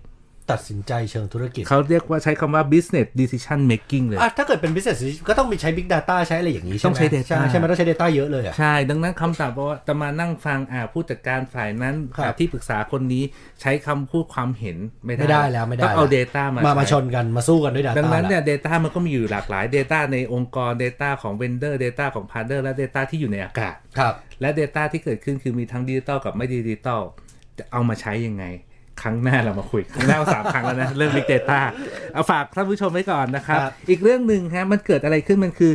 [SPEAKER 2] ตัดสินใจเชิงธุรกิจ
[SPEAKER 3] เขาเรียกว่าใช้คำว่า business decision making เลย
[SPEAKER 2] อ่ะถ้าเกิดเป็น business ก็ต้องมีใช้ big data ใช้อะไรอย่างนี้ใช่ไหม
[SPEAKER 3] ต้องใช้ data
[SPEAKER 2] ใช่ไหมต้องใช้ data เยอะเลยอ่ะ
[SPEAKER 3] ใช่ ดังนั้นคำตอบว่าจะมานั่งฟังอ่าผู้จัดการฝ่ายนั้น
[SPEAKER 2] ครับ
[SPEAKER 3] อ่าที่ปรึกษาคนนี้ใช้คำพูดความเห็นไม่ได้
[SPEAKER 2] ไม่ได้แล้วไม่ได้
[SPEAKER 3] ต้องเอา
[SPEAKER 2] แล้ว
[SPEAKER 3] Data มา
[SPEAKER 2] มามา
[SPEAKER 3] ใช้
[SPEAKER 2] ชนกันมาสู้กันด้วย data
[SPEAKER 3] ดังนั้นเนี่
[SPEAKER 2] ละ
[SPEAKER 3] ย Data มันก็มีอยู่หลากหลาย Data ในองค์กร Data ของ Vendor Data ของ Partner และ Data ที่อยู่ในอากาศ
[SPEAKER 2] ครับ
[SPEAKER 3] และ Data ที่เกิดขึ้นคือมีทั้งดิจิตอลกับไม่ดิจิตอลจะเอามาใช้ยังไง ครั้งหน้าเรามาคุยครั้งหน้าสาม ครั้งแล้วนะ เรื่อง Big Data เอาฝากท่านผู้ชมไว้ก่อนนะครับ
[SPEAKER 2] ครับ
[SPEAKER 3] อีกเรื่องหนึ่งฮะมันเกิดอะไรขึ้นมันคือ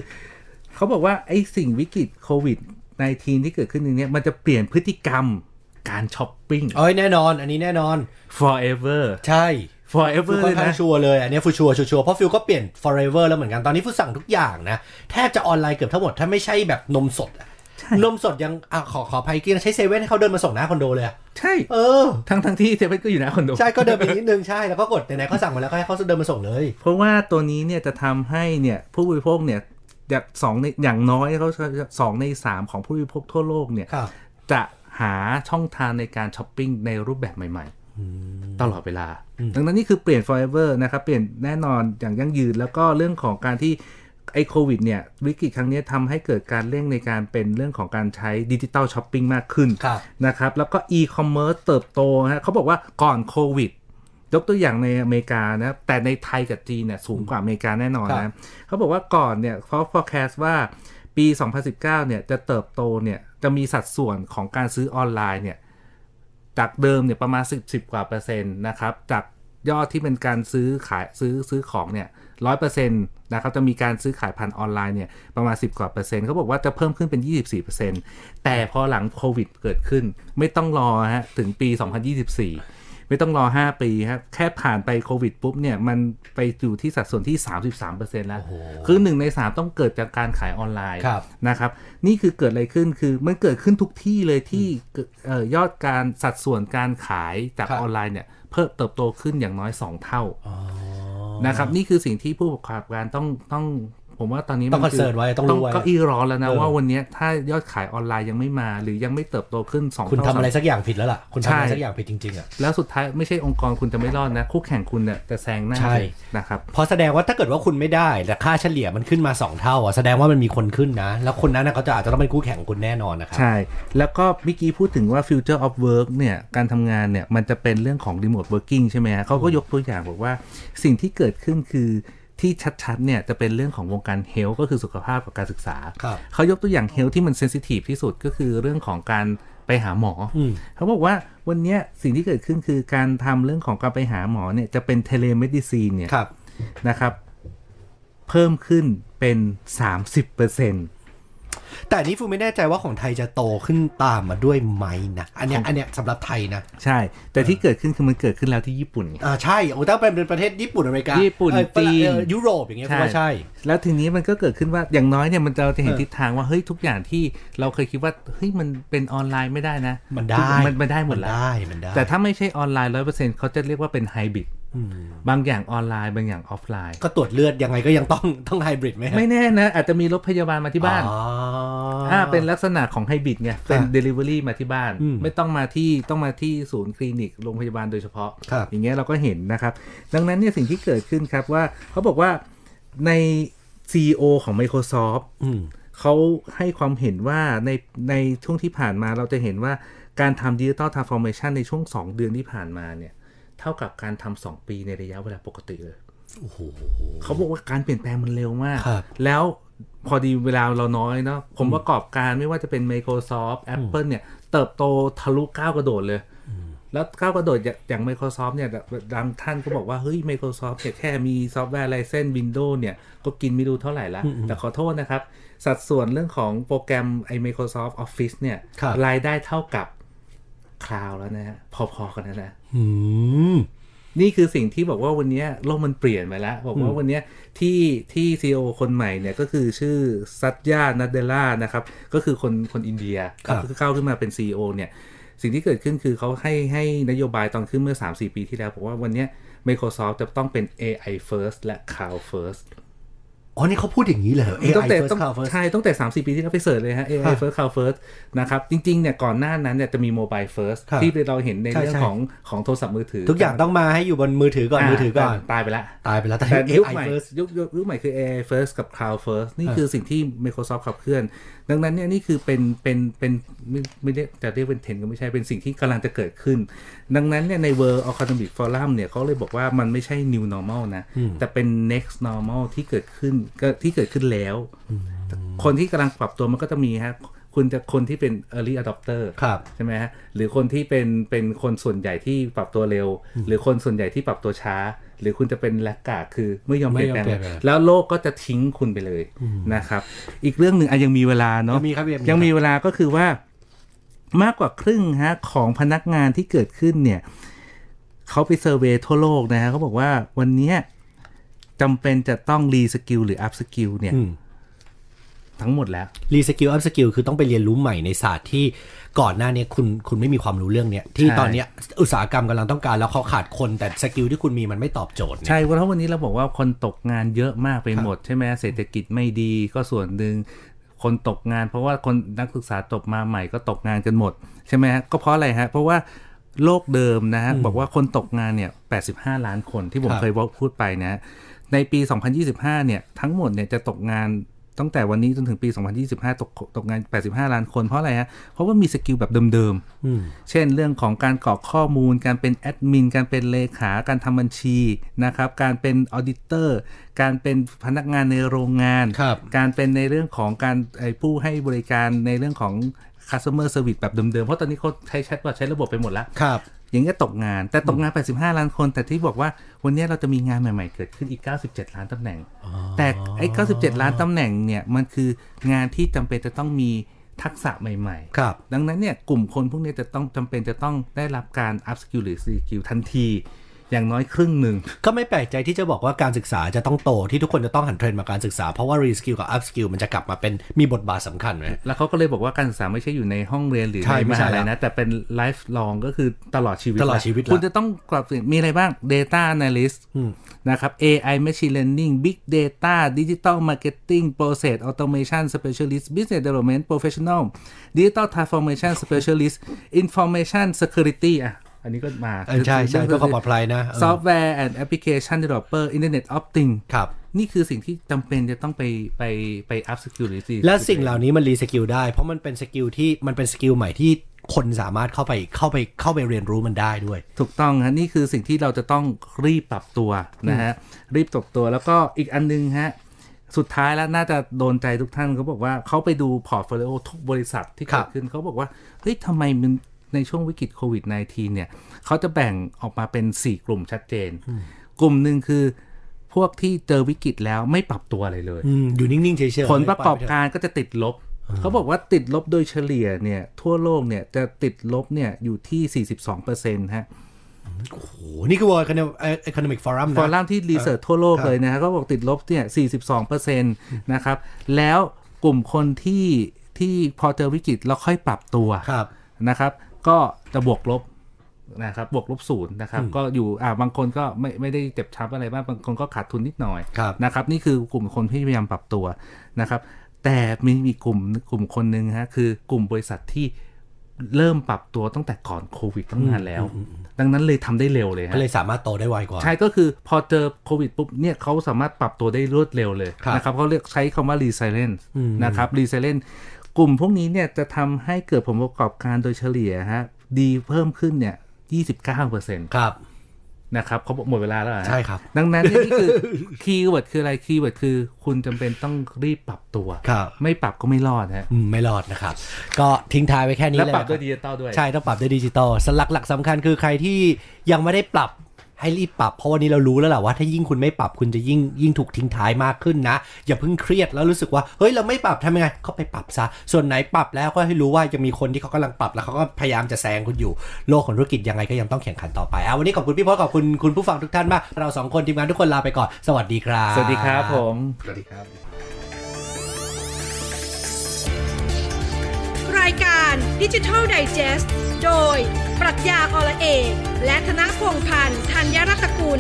[SPEAKER 3] เขาบอกว่าไอ้สิ่งวิกฤตโควิด -19 ที่เกิดขึ้นนี้เนี่ยมันจะเปลี่ยนพฤติกรรมการช้อปปิ้ง
[SPEAKER 2] เอ้ยแน่นอน อันนี้แน่นอน
[SPEAKER 3] forever
[SPEAKER 2] ใช่ ฟิ
[SPEAKER 3] forever
[SPEAKER 2] ว
[SPEAKER 3] เล
[SPEAKER 2] ค่อย นข้า
[SPEAKER 3] นะ
[SPEAKER 2] งชัวร์เลยอันเนี้ยฟิวชัวร์ชัวร์เพราะฟิวก็เปลี่ยน forever แล้วเหมือนกันตอนนี้ฟิวสั่งทุกอย่างนะ แทบจะออนไลน์เกือบทั้งหมด ถ้าไม่ใช่แบบนมสดอะนมสดยังอะขอขออภัยกี้นะใช้เซเว่นให้เขาเดินมาส่งหน้าคอนโดเลยอะ
[SPEAKER 3] ใช่
[SPEAKER 2] เออ
[SPEAKER 3] ทั้งทั้งๆที่เซเว่นก็อยู่นะคอนโด
[SPEAKER 2] ใช่ก็เดินไปนิดนึงใช่แล้วก็กดไหนๆเขาสั่งมาแล้วก็ให้เขาเดินมาส่งเลย
[SPEAKER 3] เพราะว่าตัวนี้เนี่ยจะทำให้เนี่ยผู้บริโภคเนี่ยจากสองในอย่างน้อยเขาสองในสามของผู้บริโภคทั่วโลกเนี่ย
[SPEAKER 2] ครับ
[SPEAKER 3] จะหาช่องทางในการช้อปปิ้งในรูปแบบใหม่ๆ ตลอดเวลา ดังนั้นนี่คือเปลี่ยน forever นะครับ เปลี่ยนแน่นอนอย่างยั่งยืน แล้วก็เรื่องของการที่ไอโควิดเนี่ยวิกฤตครั้งเนี้ยทำให้เกิดการเร่งในการเป็นเรื่องของการใช้ดิจิตอลช้อปปิ้งมากขึ้น
[SPEAKER 2] ครับ
[SPEAKER 3] นะครับแล้วก็ e-commerce เติบโตฮะเขาบอกว่าก่อนโควิด ยกตัวอย่างในอเมริกานะครับแต่ในไทยกับจีนเนี่ยสูงกว่าอเมริกาแน่นอน
[SPEAKER 2] ครั
[SPEAKER 3] นะ
[SPEAKER 2] บ
[SPEAKER 3] เขาบอกว่าก่อนเนี่ยเขา forecast ว่าปี 2019เนี่ยจะเติบโตเนี่ยจะมีสัดส่วนของการซื้อออนไลน์เนี่ยจากเดิมเนี่ยประมาณ 10 10 กว่าเปอร์เซ็นต์นะครับจากยอดที่เป็นการซื้อขายซื้อซื้อของเนี่ยร้อยเปอร์เซ็นต์นะครับจะมีการซื้อขายผ่านออนไลน์เนี่ยประมาณ 10 กว่าเปอร์เซ็นต์เขาบอกว่าจะเพิ่มขึ้นเป็น 24เปอร์เซ็นต์แต่พอหลังโควิดเกิดขึ้น ไม่ต้องรอฮะถึงปี 2024 ไม่ต้องรอ 5 ปีครับ แค่ผ่านไปโควิดปุ๊บเนี่ย มันไปอยู่ที่สัดส่วนที่ 33%แล้ว คือ 1 ใน 3 ต้องเกิดจากการขายออนไลน์
[SPEAKER 2] ครับ
[SPEAKER 3] นะครับ นี่คือเกิดอะไรขึ้นคือมันเกิดขึ้นทุกที่เลยที่เอ่อยอดการสัดส่วนการขายจาก
[SPEAKER 2] ครับ
[SPEAKER 3] ออนไลน์เนี่ย เพิ่มเติบโตขึ้นอย่างน้อย 2 เท่านะครับนี่คือสิ่งที่ผู้ประกอบการต้องต้องผมว่าตอนนี้
[SPEAKER 2] ต้อง
[SPEAKER 3] มั
[SPEAKER 2] concern ไว้ต้องรู้ไว้
[SPEAKER 3] ก็อีร้อนแล้วนะ
[SPEAKER 2] เออ
[SPEAKER 3] ว่าวันเนี้ยถ้ายอดขายออนไลน์ยังไม่มา หรือยังไม่เติบโตขึ้น2
[SPEAKER 2] คุณ
[SPEAKER 3] เท่า
[SPEAKER 2] ทำอะไร
[SPEAKER 3] สาม
[SPEAKER 2] สักอย่างผิดแล้วล่ะ คุณทำอะไร
[SPEAKER 3] ใช่
[SPEAKER 2] สักอย่างผิดจริงๆอ่ะ
[SPEAKER 3] แล้วสุดท้ายไม่ใช่องค์กรคุณจะไม่รอดนะ คู่แข่งคุณเนี่ยจะแซงหน้า
[SPEAKER 2] ใช่
[SPEAKER 3] นะครับ
[SPEAKER 2] เพราะแสดงว่าถ้าเกิดว่าคุณไม่ได้แต่ค่าเฉลี่ยมันขึ้นมาสองเท่าอ่ะแสดงว่ามันมีคนขึ้นนะ แล้วคนนั้นนะเขาจะอาจจะต้องเป็นคู่แข่งของคุณแน่นอนนะครับ
[SPEAKER 3] ใช่ แล้วก็เมื่อกี้พูดถึงว่า future of work เนี่ย การทำงานเนี่ย มันจะเป็นเรื่องของ remote working ใช่ไหมฮะเขาก็ยกตัวอย่างบอกว่าสิ่งที่เกิดขึ้นคือที่ชัดๆ เนี่ย จะเป็นเรื่องของวงการ health ก็คือสุขภาพกับการศึกษา
[SPEAKER 2] ครับ
[SPEAKER 3] เขายกตัวอย่าง health ที่มัน sensitive ที่สุดก็คือเรื่องของการไปหาหมออเขาบอกว่าวันเนี้ยสิ่งที่เกิดขึ้นคือการทำเรื่องของการไปหาหมอเนี่ยจะเป็น telemedicine เนี่ย
[SPEAKER 2] ครับ
[SPEAKER 3] นะครับ เพิ่มขึ้นเป็น 30%เ
[SPEAKER 2] แต่อันนี้ฟูไม่แน่ใจว่าของไทยจะโตขึ้นตามมาด้วยไหมนะอันเนี้ยอันเนี้ยสำหรับไทยนะ
[SPEAKER 3] ใช่ แต่ที่เกิดขึ้นคือมันเกิดขึ้นแล้วที่ญี่ปุ่นไง
[SPEAKER 2] อ่าใช่โอ้ถ้าเป็นประเทศญี่ปุ่นอเมริกา
[SPEAKER 3] ญี่ปุ่น
[SPEAKER 2] เอ้ยฝรั่ง
[SPEAKER 3] จีน
[SPEAKER 2] เอ่อยุโรปอย่างเงี้ยผมว่าใช่
[SPEAKER 3] แล้วทีนี้มันก็เกิดขึ้นว่าอย่างน้อยเนี่ยมันเราจะเห็น
[SPEAKER 2] เออ
[SPEAKER 3] ทิศทางว่าเฮ้ยทุกอย่างที่เราเคยคิดว่าเฮ้ยมันเป็นออนไลน์ไม่ได้นะ
[SPEAKER 2] มันได้
[SPEAKER 3] มันมันได้หมด
[SPEAKER 2] น
[SPEAKER 3] แล้ว
[SPEAKER 2] ได้มันได้
[SPEAKER 3] แต่ถ้าไม่ใช่ออนไลน์ร้อยเปอร์เซ็นต์เขาจะเรียกว่าเป็นไฮบริด
[SPEAKER 2] อืม
[SPEAKER 3] บางอย่างออนไลน์บางอย่างออฟไลน์
[SPEAKER 2] ก็ตรวจเลือดยังไงก็ยังต้องต้องไฮบริดไหมฮะ
[SPEAKER 3] ไม่แน่นะอาจจะมีรถพยาบาลมาที่บ้าน
[SPEAKER 2] อ๋อ
[SPEAKER 3] อ่า
[SPEAKER 2] อ่า
[SPEAKER 3] เป็นลักษณะของไฮบริดไงเป็น
[SPEAKER 2] ค่ะ
[SPEAKER 3] Delivery มาที่บ้าน
[SPEAKER 2] อืม
[SPEAKER 3] ไม่ต้องมาที่ต้องมาที่ศูนย์คลินิกโรงพยาบาลโดยเฉพาะ
[SPEAKER 2] ครับ
[SPEAKER 3] อย่างเงี้ยเราก็เห็นนะครับ ดังนั้นเนี่ยสิ่งที่เกิดขึ้นครับว่าเขาบอกว่าใน CEO ของ Microsoft
[SPEAKER 2] อืม
[SPEAKER 3] เขาให้ความเห็นว่าในในช่วงที่ผ่านมาเราจะเห็นว่าการทำดิจิตอลทาร์ฟอร์เมชันในช่วง 2 เดือนที่ผ่านมาเนี่ย เท่ากับการทำสอ2ปีในระยะเวลาปกติเลย
[SPEAKER 2] โอ้โห
[SPEAKER 3] เขาบอกว่าการเปลี่ยนแปลงมันเร็วมาก
[SPEAKER 2] ครับ
[SPEAKER 3] แล้วพอดีเวลาเราน้อยเนาะผมประกอบการไม่ว่าจะเป็น Microsoft Apple เนี่ย เติบโตทะลุก้าวกระโดดเลย แล้วก้าวกระโดดอย่างอย่าง Microsoft เนี่ยดังท่านก็บอกว่า เฮ้ย Microsoft เนี่ยแค่มีซอฟต์แวร์ไลเซน Windows เนี่ย ก็กินไม่รู้เท่าไหร่ละ แต่ขอโทษนะครับ สัดส่วนเรื่องของโปรแกรมไอ้ Microsoft Office เนี่ย
[SPEAKER 2] ครับ
[SPEAKER 3] รายได้เท่ากับคลาวแล้วนะฮะพอๆกันนะนะ
[SPEAKER 2] อืม
[SPEAKER 3] นี่คือสิ่งที่บอกว่าวันเนี้ยโลกมันเปลี่ยนไปแล้วบอกว่าวันเนี้ยที่ที่ซีอคนใหม่เนี่ยก็คือชื่อซัตยานัดเดล่านะครับ ก็คือคนคนอินเดีย
[SPEAKER 2] ครับ
[SPEAKER 3] เข้าขึ้นมาเป็น CEO เนี่ย สิ่งที่เกิดขึ้นคือเขาให้ให้นโยบายตอนขึ้นเมื่อ 3-4 ปีที่แล้วบอกว่าวันเนี้ย Microsoft จะต้องเป็น AI first และ Cloud first
[SPEAKER 2] อ๋อ นี่เขาพูดอย่างนี้เลยเหรอ AI
[SPEAKER 3] ตั้งแต่
[SPEAKER 2] first
[SPEAKER 3] ต้อง
[SPEAKER 2] cloud first
[SPEAKER 3] ใช่ตั้งแต่ 30 ปีที่แล้วไปเสิร์ชเลยฮะ AI
[SPEAKER 2] ค่ะ
[SPEAKER 3] first cloud first นะครับ จริงๆเนี่ยก่อนหน้านั้นเนี่ยจะมี mobile first
[SPEAKER 2] ค่ะ
[SPEAKER 3] ที่เราเห็นใน
[SPEAKER 2] ใช่
[SPEAKER 3] เรื่อง
[SPEAKER 2] ใช่
[SPEAKER 3] ของของโทรศัพท์มือถือ
[SPEAKER 2] ทุกอย่างต้องมาให้อยู่บนมือถือก่อน มือถือก่อน
[SPEAKER 3] ตายไปแล้ว
[SPEAKER 2] ตายไปแล้วแต่
[SPEAKER 3] แต่ยุค
[SPEAKER 2] AI
[SPEAKER 3] ใหม่
[SPEAKER 2] first
[SPEAKER 3] ยุคยุคยุคใหม่คือ AI first กับ Cloud first นี่คือสิ่งที่ Microsoft ขับเคลื่อน ดังนั้นเนี่ยนี่คือเป็นเป็นเป็นไม่ไม่ได้จะเรียกเป็นเทรนด์ก็ไม่ใช่เป็นสิ่งที่กำลังจะเกิดขึ้น ดังนั้นเนี่ยใน World Economic Forum เนี่ยเขาเลยบอกว่ามันไม่ใช่ new normal นะ แต่เป็น next normal ที่เกิดขึ้นก็ที่เกิดขึ้นแล้ว คนที่กำลังปรับตัวมันก็จะมีฮะคุณจะคนที่เป็น early adopter
[SPEAKER 2] ครับ
[SPEAKER 3] ใช่ไหมฮะหรือคนที่เป็นเป็นคนส่วนใหญ่ที่ปรับตัวเร็ว หรือคนส่วนใหญ่ที่ปรับตัวช้า หรือคุณจะเป็นแลกกาคือไม่ยอมเปลี่ยนแปลง
[SPEAKER 2] ไม่ยอมเปลี่ยนแปลง
[SPEAKER 3] แล้วโลกก็จะทิ้งคุณไปเลยนะครับ อีกเรื่องหนึ่งอ่ะยังมีเวลาเนาะ
[SPEAKER 2] ยังมีครับยังมี
[SPEAKER 3] ยังมีเวลาก็คือว่ามากกว่าครึ่งฮะของพนักงานที่เกิดขึ้นเนี่ยเขาไปเซอร์เวยทั่วโลกนะฮะเขาบอกว่าวันเนี้ยจำเป็นจะต้องรีสกิลหรืออัพสกิลเนี่ย
[SPEAKER 2] อืม
[SPEAKER 3] ทั้งหมดแล้ว
[SPEAKER 2] รีสกิลอัพสกิลคือต้องไปเรียนรู้ใหม่ในศาสตร์ที่ก่อนหน้าเนี้คุณคุณไม่มีความรู้เรื่องเนี้ยที่
[SPEAKER 3] ใช่
[SPEAKER 2] ตอนเนี้ยอุตสาหกรรมกำลังต้องการแล้วเขาขาดคนแต่สกิลที่คุณมีมันไม่ตอบโจทย์เนี่ย
[SPEAKER 3] ใช่เพราะวันนี้เราบอกว่าคนตกงานเยอะมากไปหมดใช่ไหมเศรษฐกิจไม่ดีก็ส่วนหนึ่งคนตกงาน เพราะว่าคนนักศึกษาจบมาใหม่ก็ตกงานกันหมดใช่ไหมฮะก็เพราะอะไรฮะเพราะว่าโลกเดิมนะฮะบอกว่าคนตกงานเนี่ย 85 ล้านคนที่ผ
[SPEAKER 2] ค
[SPEAKER 3] ม
[SPEAKER 2] รับ
[SPEAKER 3] เคยพูดไปนะฮะในปี 2025 เนี่ยทั้งหมดเนี่ยจะตกงานตั้งแต่วันนี้จนถึงปี 2025 ตกตกงาน 85 ล้านคนเพราะอะไรฮะเพราะว่ามีสกิลแบบเดิมๆ
[SPEAKER 2] อืม
[SPEAKER 3] เช่นเรื่องของการกรอกข้อมูล การเป็นแอดมิน การเป็นเลขา การทำบัญชีนะครับ การเป็นออดิเตอร์ การเป็นพนักงานในโรงงาน
[SPEAKER 2] ครับ
[SPEAKER 3] การเป็นในเรื่องของการไอ้ผู้ให้บริการในเรื่องของ customer service แบบเดิมๆ เพราะตอนนี้เขาใช้แชทว่าใช้ระบบไปหมดแล้ว
[SPEAKER 2] ครับ
[SPEAKER 3] อย่างนี้ยตกงาน แต่ตกงาน 85 ล้านคน แต่ที่บอกว่าวันเนี้ยเราจะมีงานใหม่ ๆ เกิดขึ้นอีก 97 ล้านตำแหน่ง แต่ไอ้97 ล้านตำแหน่งเนี่ยมันคืองานที่จำเป็นจะต้องมีทักษะใหม่ ๆ
[SPEAKER 2] ครับ
[SPEAKER 3] ดังนั้นเนี่ยกลุ่มคนพวกเนี้ยจะต้องจำเป็นจะต้องได้รับการ up skill หรือ skill ทันที อย่างน้อยครึ่งหนึ่ง
[SPEAKER 2] ก็ไม่แปลกใจที่จะบอกว่าการศึกษาจะต้องโตที่ทุกคนจะต้องหันเทรนด์มาการศึกษาเพราะว่ารีสกิลกับอัพสกิลมันจะกลับมาเป็นมีบทบาทสำคัญไหม
[SPEAKER 3] แล้วเขาก็เลยบอกว่าการศึกษาไม่ใช่อยู่ในห้องเรียนหรือ
[SPEAKER 2] ใช่
[SPEAKER 3] ใน
[SPEAKER 2] ไม่
[SPEAKER 3] ม
[SPEAKER 2] ใช่
[SPEAKER 3] หา
[SPEAKER 2] ค
[SPEAKER 3] ลั
[SPEAKER 2] รั
[SPEAKER 3] ย
[SPEAKER 2] บ
[SPEAKER 3] นะ แต่เป็นไลฟ์ลองก็คือตลอดชีวิต
[SPEAKER 2] ตลอดชีวิตละ
[SPEAKER 3] คุณจะต้องกลับเปลี่ยนมีอะไรบ้าง Data Analyst
[SPEAKER 2] อืม
[SPEAKER 3] นะครับ AI Machine Learning Big Data Digital Marketing Process Automation Specialist Business Development Professional Digital Transformation Specialist Information Security อ่ะ อันนี้ก็มา
[SPEAKER 2] เออใช่ใช่เพื่อความปลอดภัยนะเออ
[SPEAKER 3] ซอฟต์แวร์ and application developer internet of things
[SPEAKER 2] ครับ
[SPEAKER 3] นี่คือสิ่งที่จำเป็นจะต้องไปไปไป up skill หรือ
[SPEAKER 2] และสิ่งเหล่านี้มันรีสกิลได้ เพราะมันเป็นสกิลที่มันเป็นสกิลใหม่ที่คนสามารถเข้าไปเข้าไปเข้าไปเรียนรู้มันได้ด้วย
[SPEAKER 3] ถูกต้องฮะนี่คือสิ่งที่เราจะต้องรีบปรับตัวนะฮะรีบปรับตัวแล้วก็อีกอันนึงฮะสุดท้ายแล้วน่าจะโดนใจทุกท่านเขาบอกว่าเขาไปดูพอร์ตโฟลิโอทุกบริษัทที่
[SPEAKER 2] ครั
[SPEAKER 3] เกิ
[SPEAKER 2] บ
[SPEAKER 3] ดขึ้นเขาบอกว่าเฮ้ยทำไมมันในช่วงวิกฤตโควิด -19 เนี่ยเขาจะแบ่งออกมาเป็น 4 กลุ่มชัดเจน กลุ่มหนึ่งคือพวกที่เจอวิกฤตแล้วไม่ปรับตัวอะไรเลย
[SPEAKER 2] อืมอยู่นิ่งๆเฉยๆ
[SPEAKER 3] ผลประกอบการก็จะติดลบ เขาบอกว่าติดลบโดยเฉลี่ยเนี่ย ทั่วโลกเนี่ยจะติดลบเนี่ยอยู่ที่ 42%ฮะ
[SPEAKER 2] โอ้โหนี่คือ World Economic- เอ่อ Economic Forum นะ
[SPEAKER 3] ฟอรัมที่รีเสิร์ชทั่วโลก
[SPEAKER 2] ครับ
[SPEAKER 3] เลยนะฮะก็บอกติดลบเนี่ย 42%นะครับ แล้วกลุ่มคนที่ที่พอเจอวิกฤตแล้วค่อยปรับตัว
[SPEAKER 2] ครับ
[SPEAKER 3] นะครับ ก็จะบวกลบนะครับบวกลบศูนย์นะครับ ก็อยู่อ่าบางคนก็ไม่ไม่ได้เจ็บช้ำอะไรมาก บางคนก็ขาดทุนนิดหน่อย
[SPEAKER 2] ครับ
[SPEAKER 3] นะครับ นี่คือกลุ่มคนที่พยายามปรับตัวนะครับ แต่มีมีกลุ่มกลุ่มคนหนึ่งฮะคือกลุ่มบริษัทที่เริ่มปรับตัวตั้งแต่ก่อนโควิดตั้งนานแล้ว ดังนั้นเลยทำได้เร็วเลยฮะ
[SPEAKER 2] ก็เลยสามารถโตได้ไวกว่า
[SPEAKER 3] ใช่ก็คือพอเจอโควิดปุ๊บเนี่ยเขาสามารถปรับตัวได้รวดเร็วเลย
[SPEAKER 2] ครับ
[SPEAKER 3] นะครับเขาเรียกใช้คำว่า resilience
[SPEAKER 2] อืม
[SPEAKER 3] นะครับ resilience กลุ่มพวกนี้เนี่ยจะทำให้เกิดผลประกอบการโดยเฉลี่ยฮะดีเพิ่มขึ้นเนี่ย29%
[SPEAKER 2] ครับ
[SPEAKER 3] นะครับเขาบอกหมดเวลาแล้วเหรอฮะ
[SPEAKER 2] ใช่ครับ
[SPEAKER 3] ดังนั้นเนี่ยนี่คือ คีย์เวิร์ดคืออะไรคีย์เวิร์ดคือ คุณจำเป็นต้องรีบปรับตัว
[SPEAKER 2] ครับ
[SPEAKER 3] ไม่ปรับก็ไม่รอดฮะ
[SPEAKER 2] อืมไม่รอดนะครับ ก็ทิ้งท้ายไว้แค่นี้
[SPEAKER 3] และ
[SPEAKER 2] เลย
[SPEAKER 3] ปรับ
[SPEAKER 2] นะค
[SPEAKER 3] ด้ว
[SPEAKER 2] รับ
[SPEAKER 3] ยดิจิตอลด้วย
[SPEAKER 2] ใช่ต้องปรับด้วยดิจิตอลสลักหลักสำคัญคือใครที่ยังไม่ได้ปรับให้รีบปรับ เพราะวันนี้เรารู้แล้วแหละว่าถ้ายิ่งคุณไม่ปรับคุณจะยิ่งยิ่งถูกทิ้งท้ายมากขึ้นนะ อย่าเพิ่งเครียดแล้วรู้สึกว่าเฮ้ยเราไม่ปรับทำยังไงก็ไปปรับซะส่วนไหนปรับแล้วก็ให้รู้ว่ายังมีคนที่เขากำลังปรับแล้วเขาก็พยายามจะแซงคุณอยู่โลกของธุรกิจยังไงก็ยังต้องแข่งขันต่อไปเอาวันนี้ขอบคุณพี่พจน์ขอบคุณคุณผู้ฟังทุกท่านมากเราสองคนทีมงานทุกคนลาไปก่อนสวัสดีครับ
[SPEAKER 3] สวัสดีครับผม
[SPEAKER 4] สวัสดีครับ
[SPEAKER 1] รายการดิจิทัลไดจ e s t โดย ปรัชญาอละเอกและธนพงษ์พันธ์ธัญรัตนกุล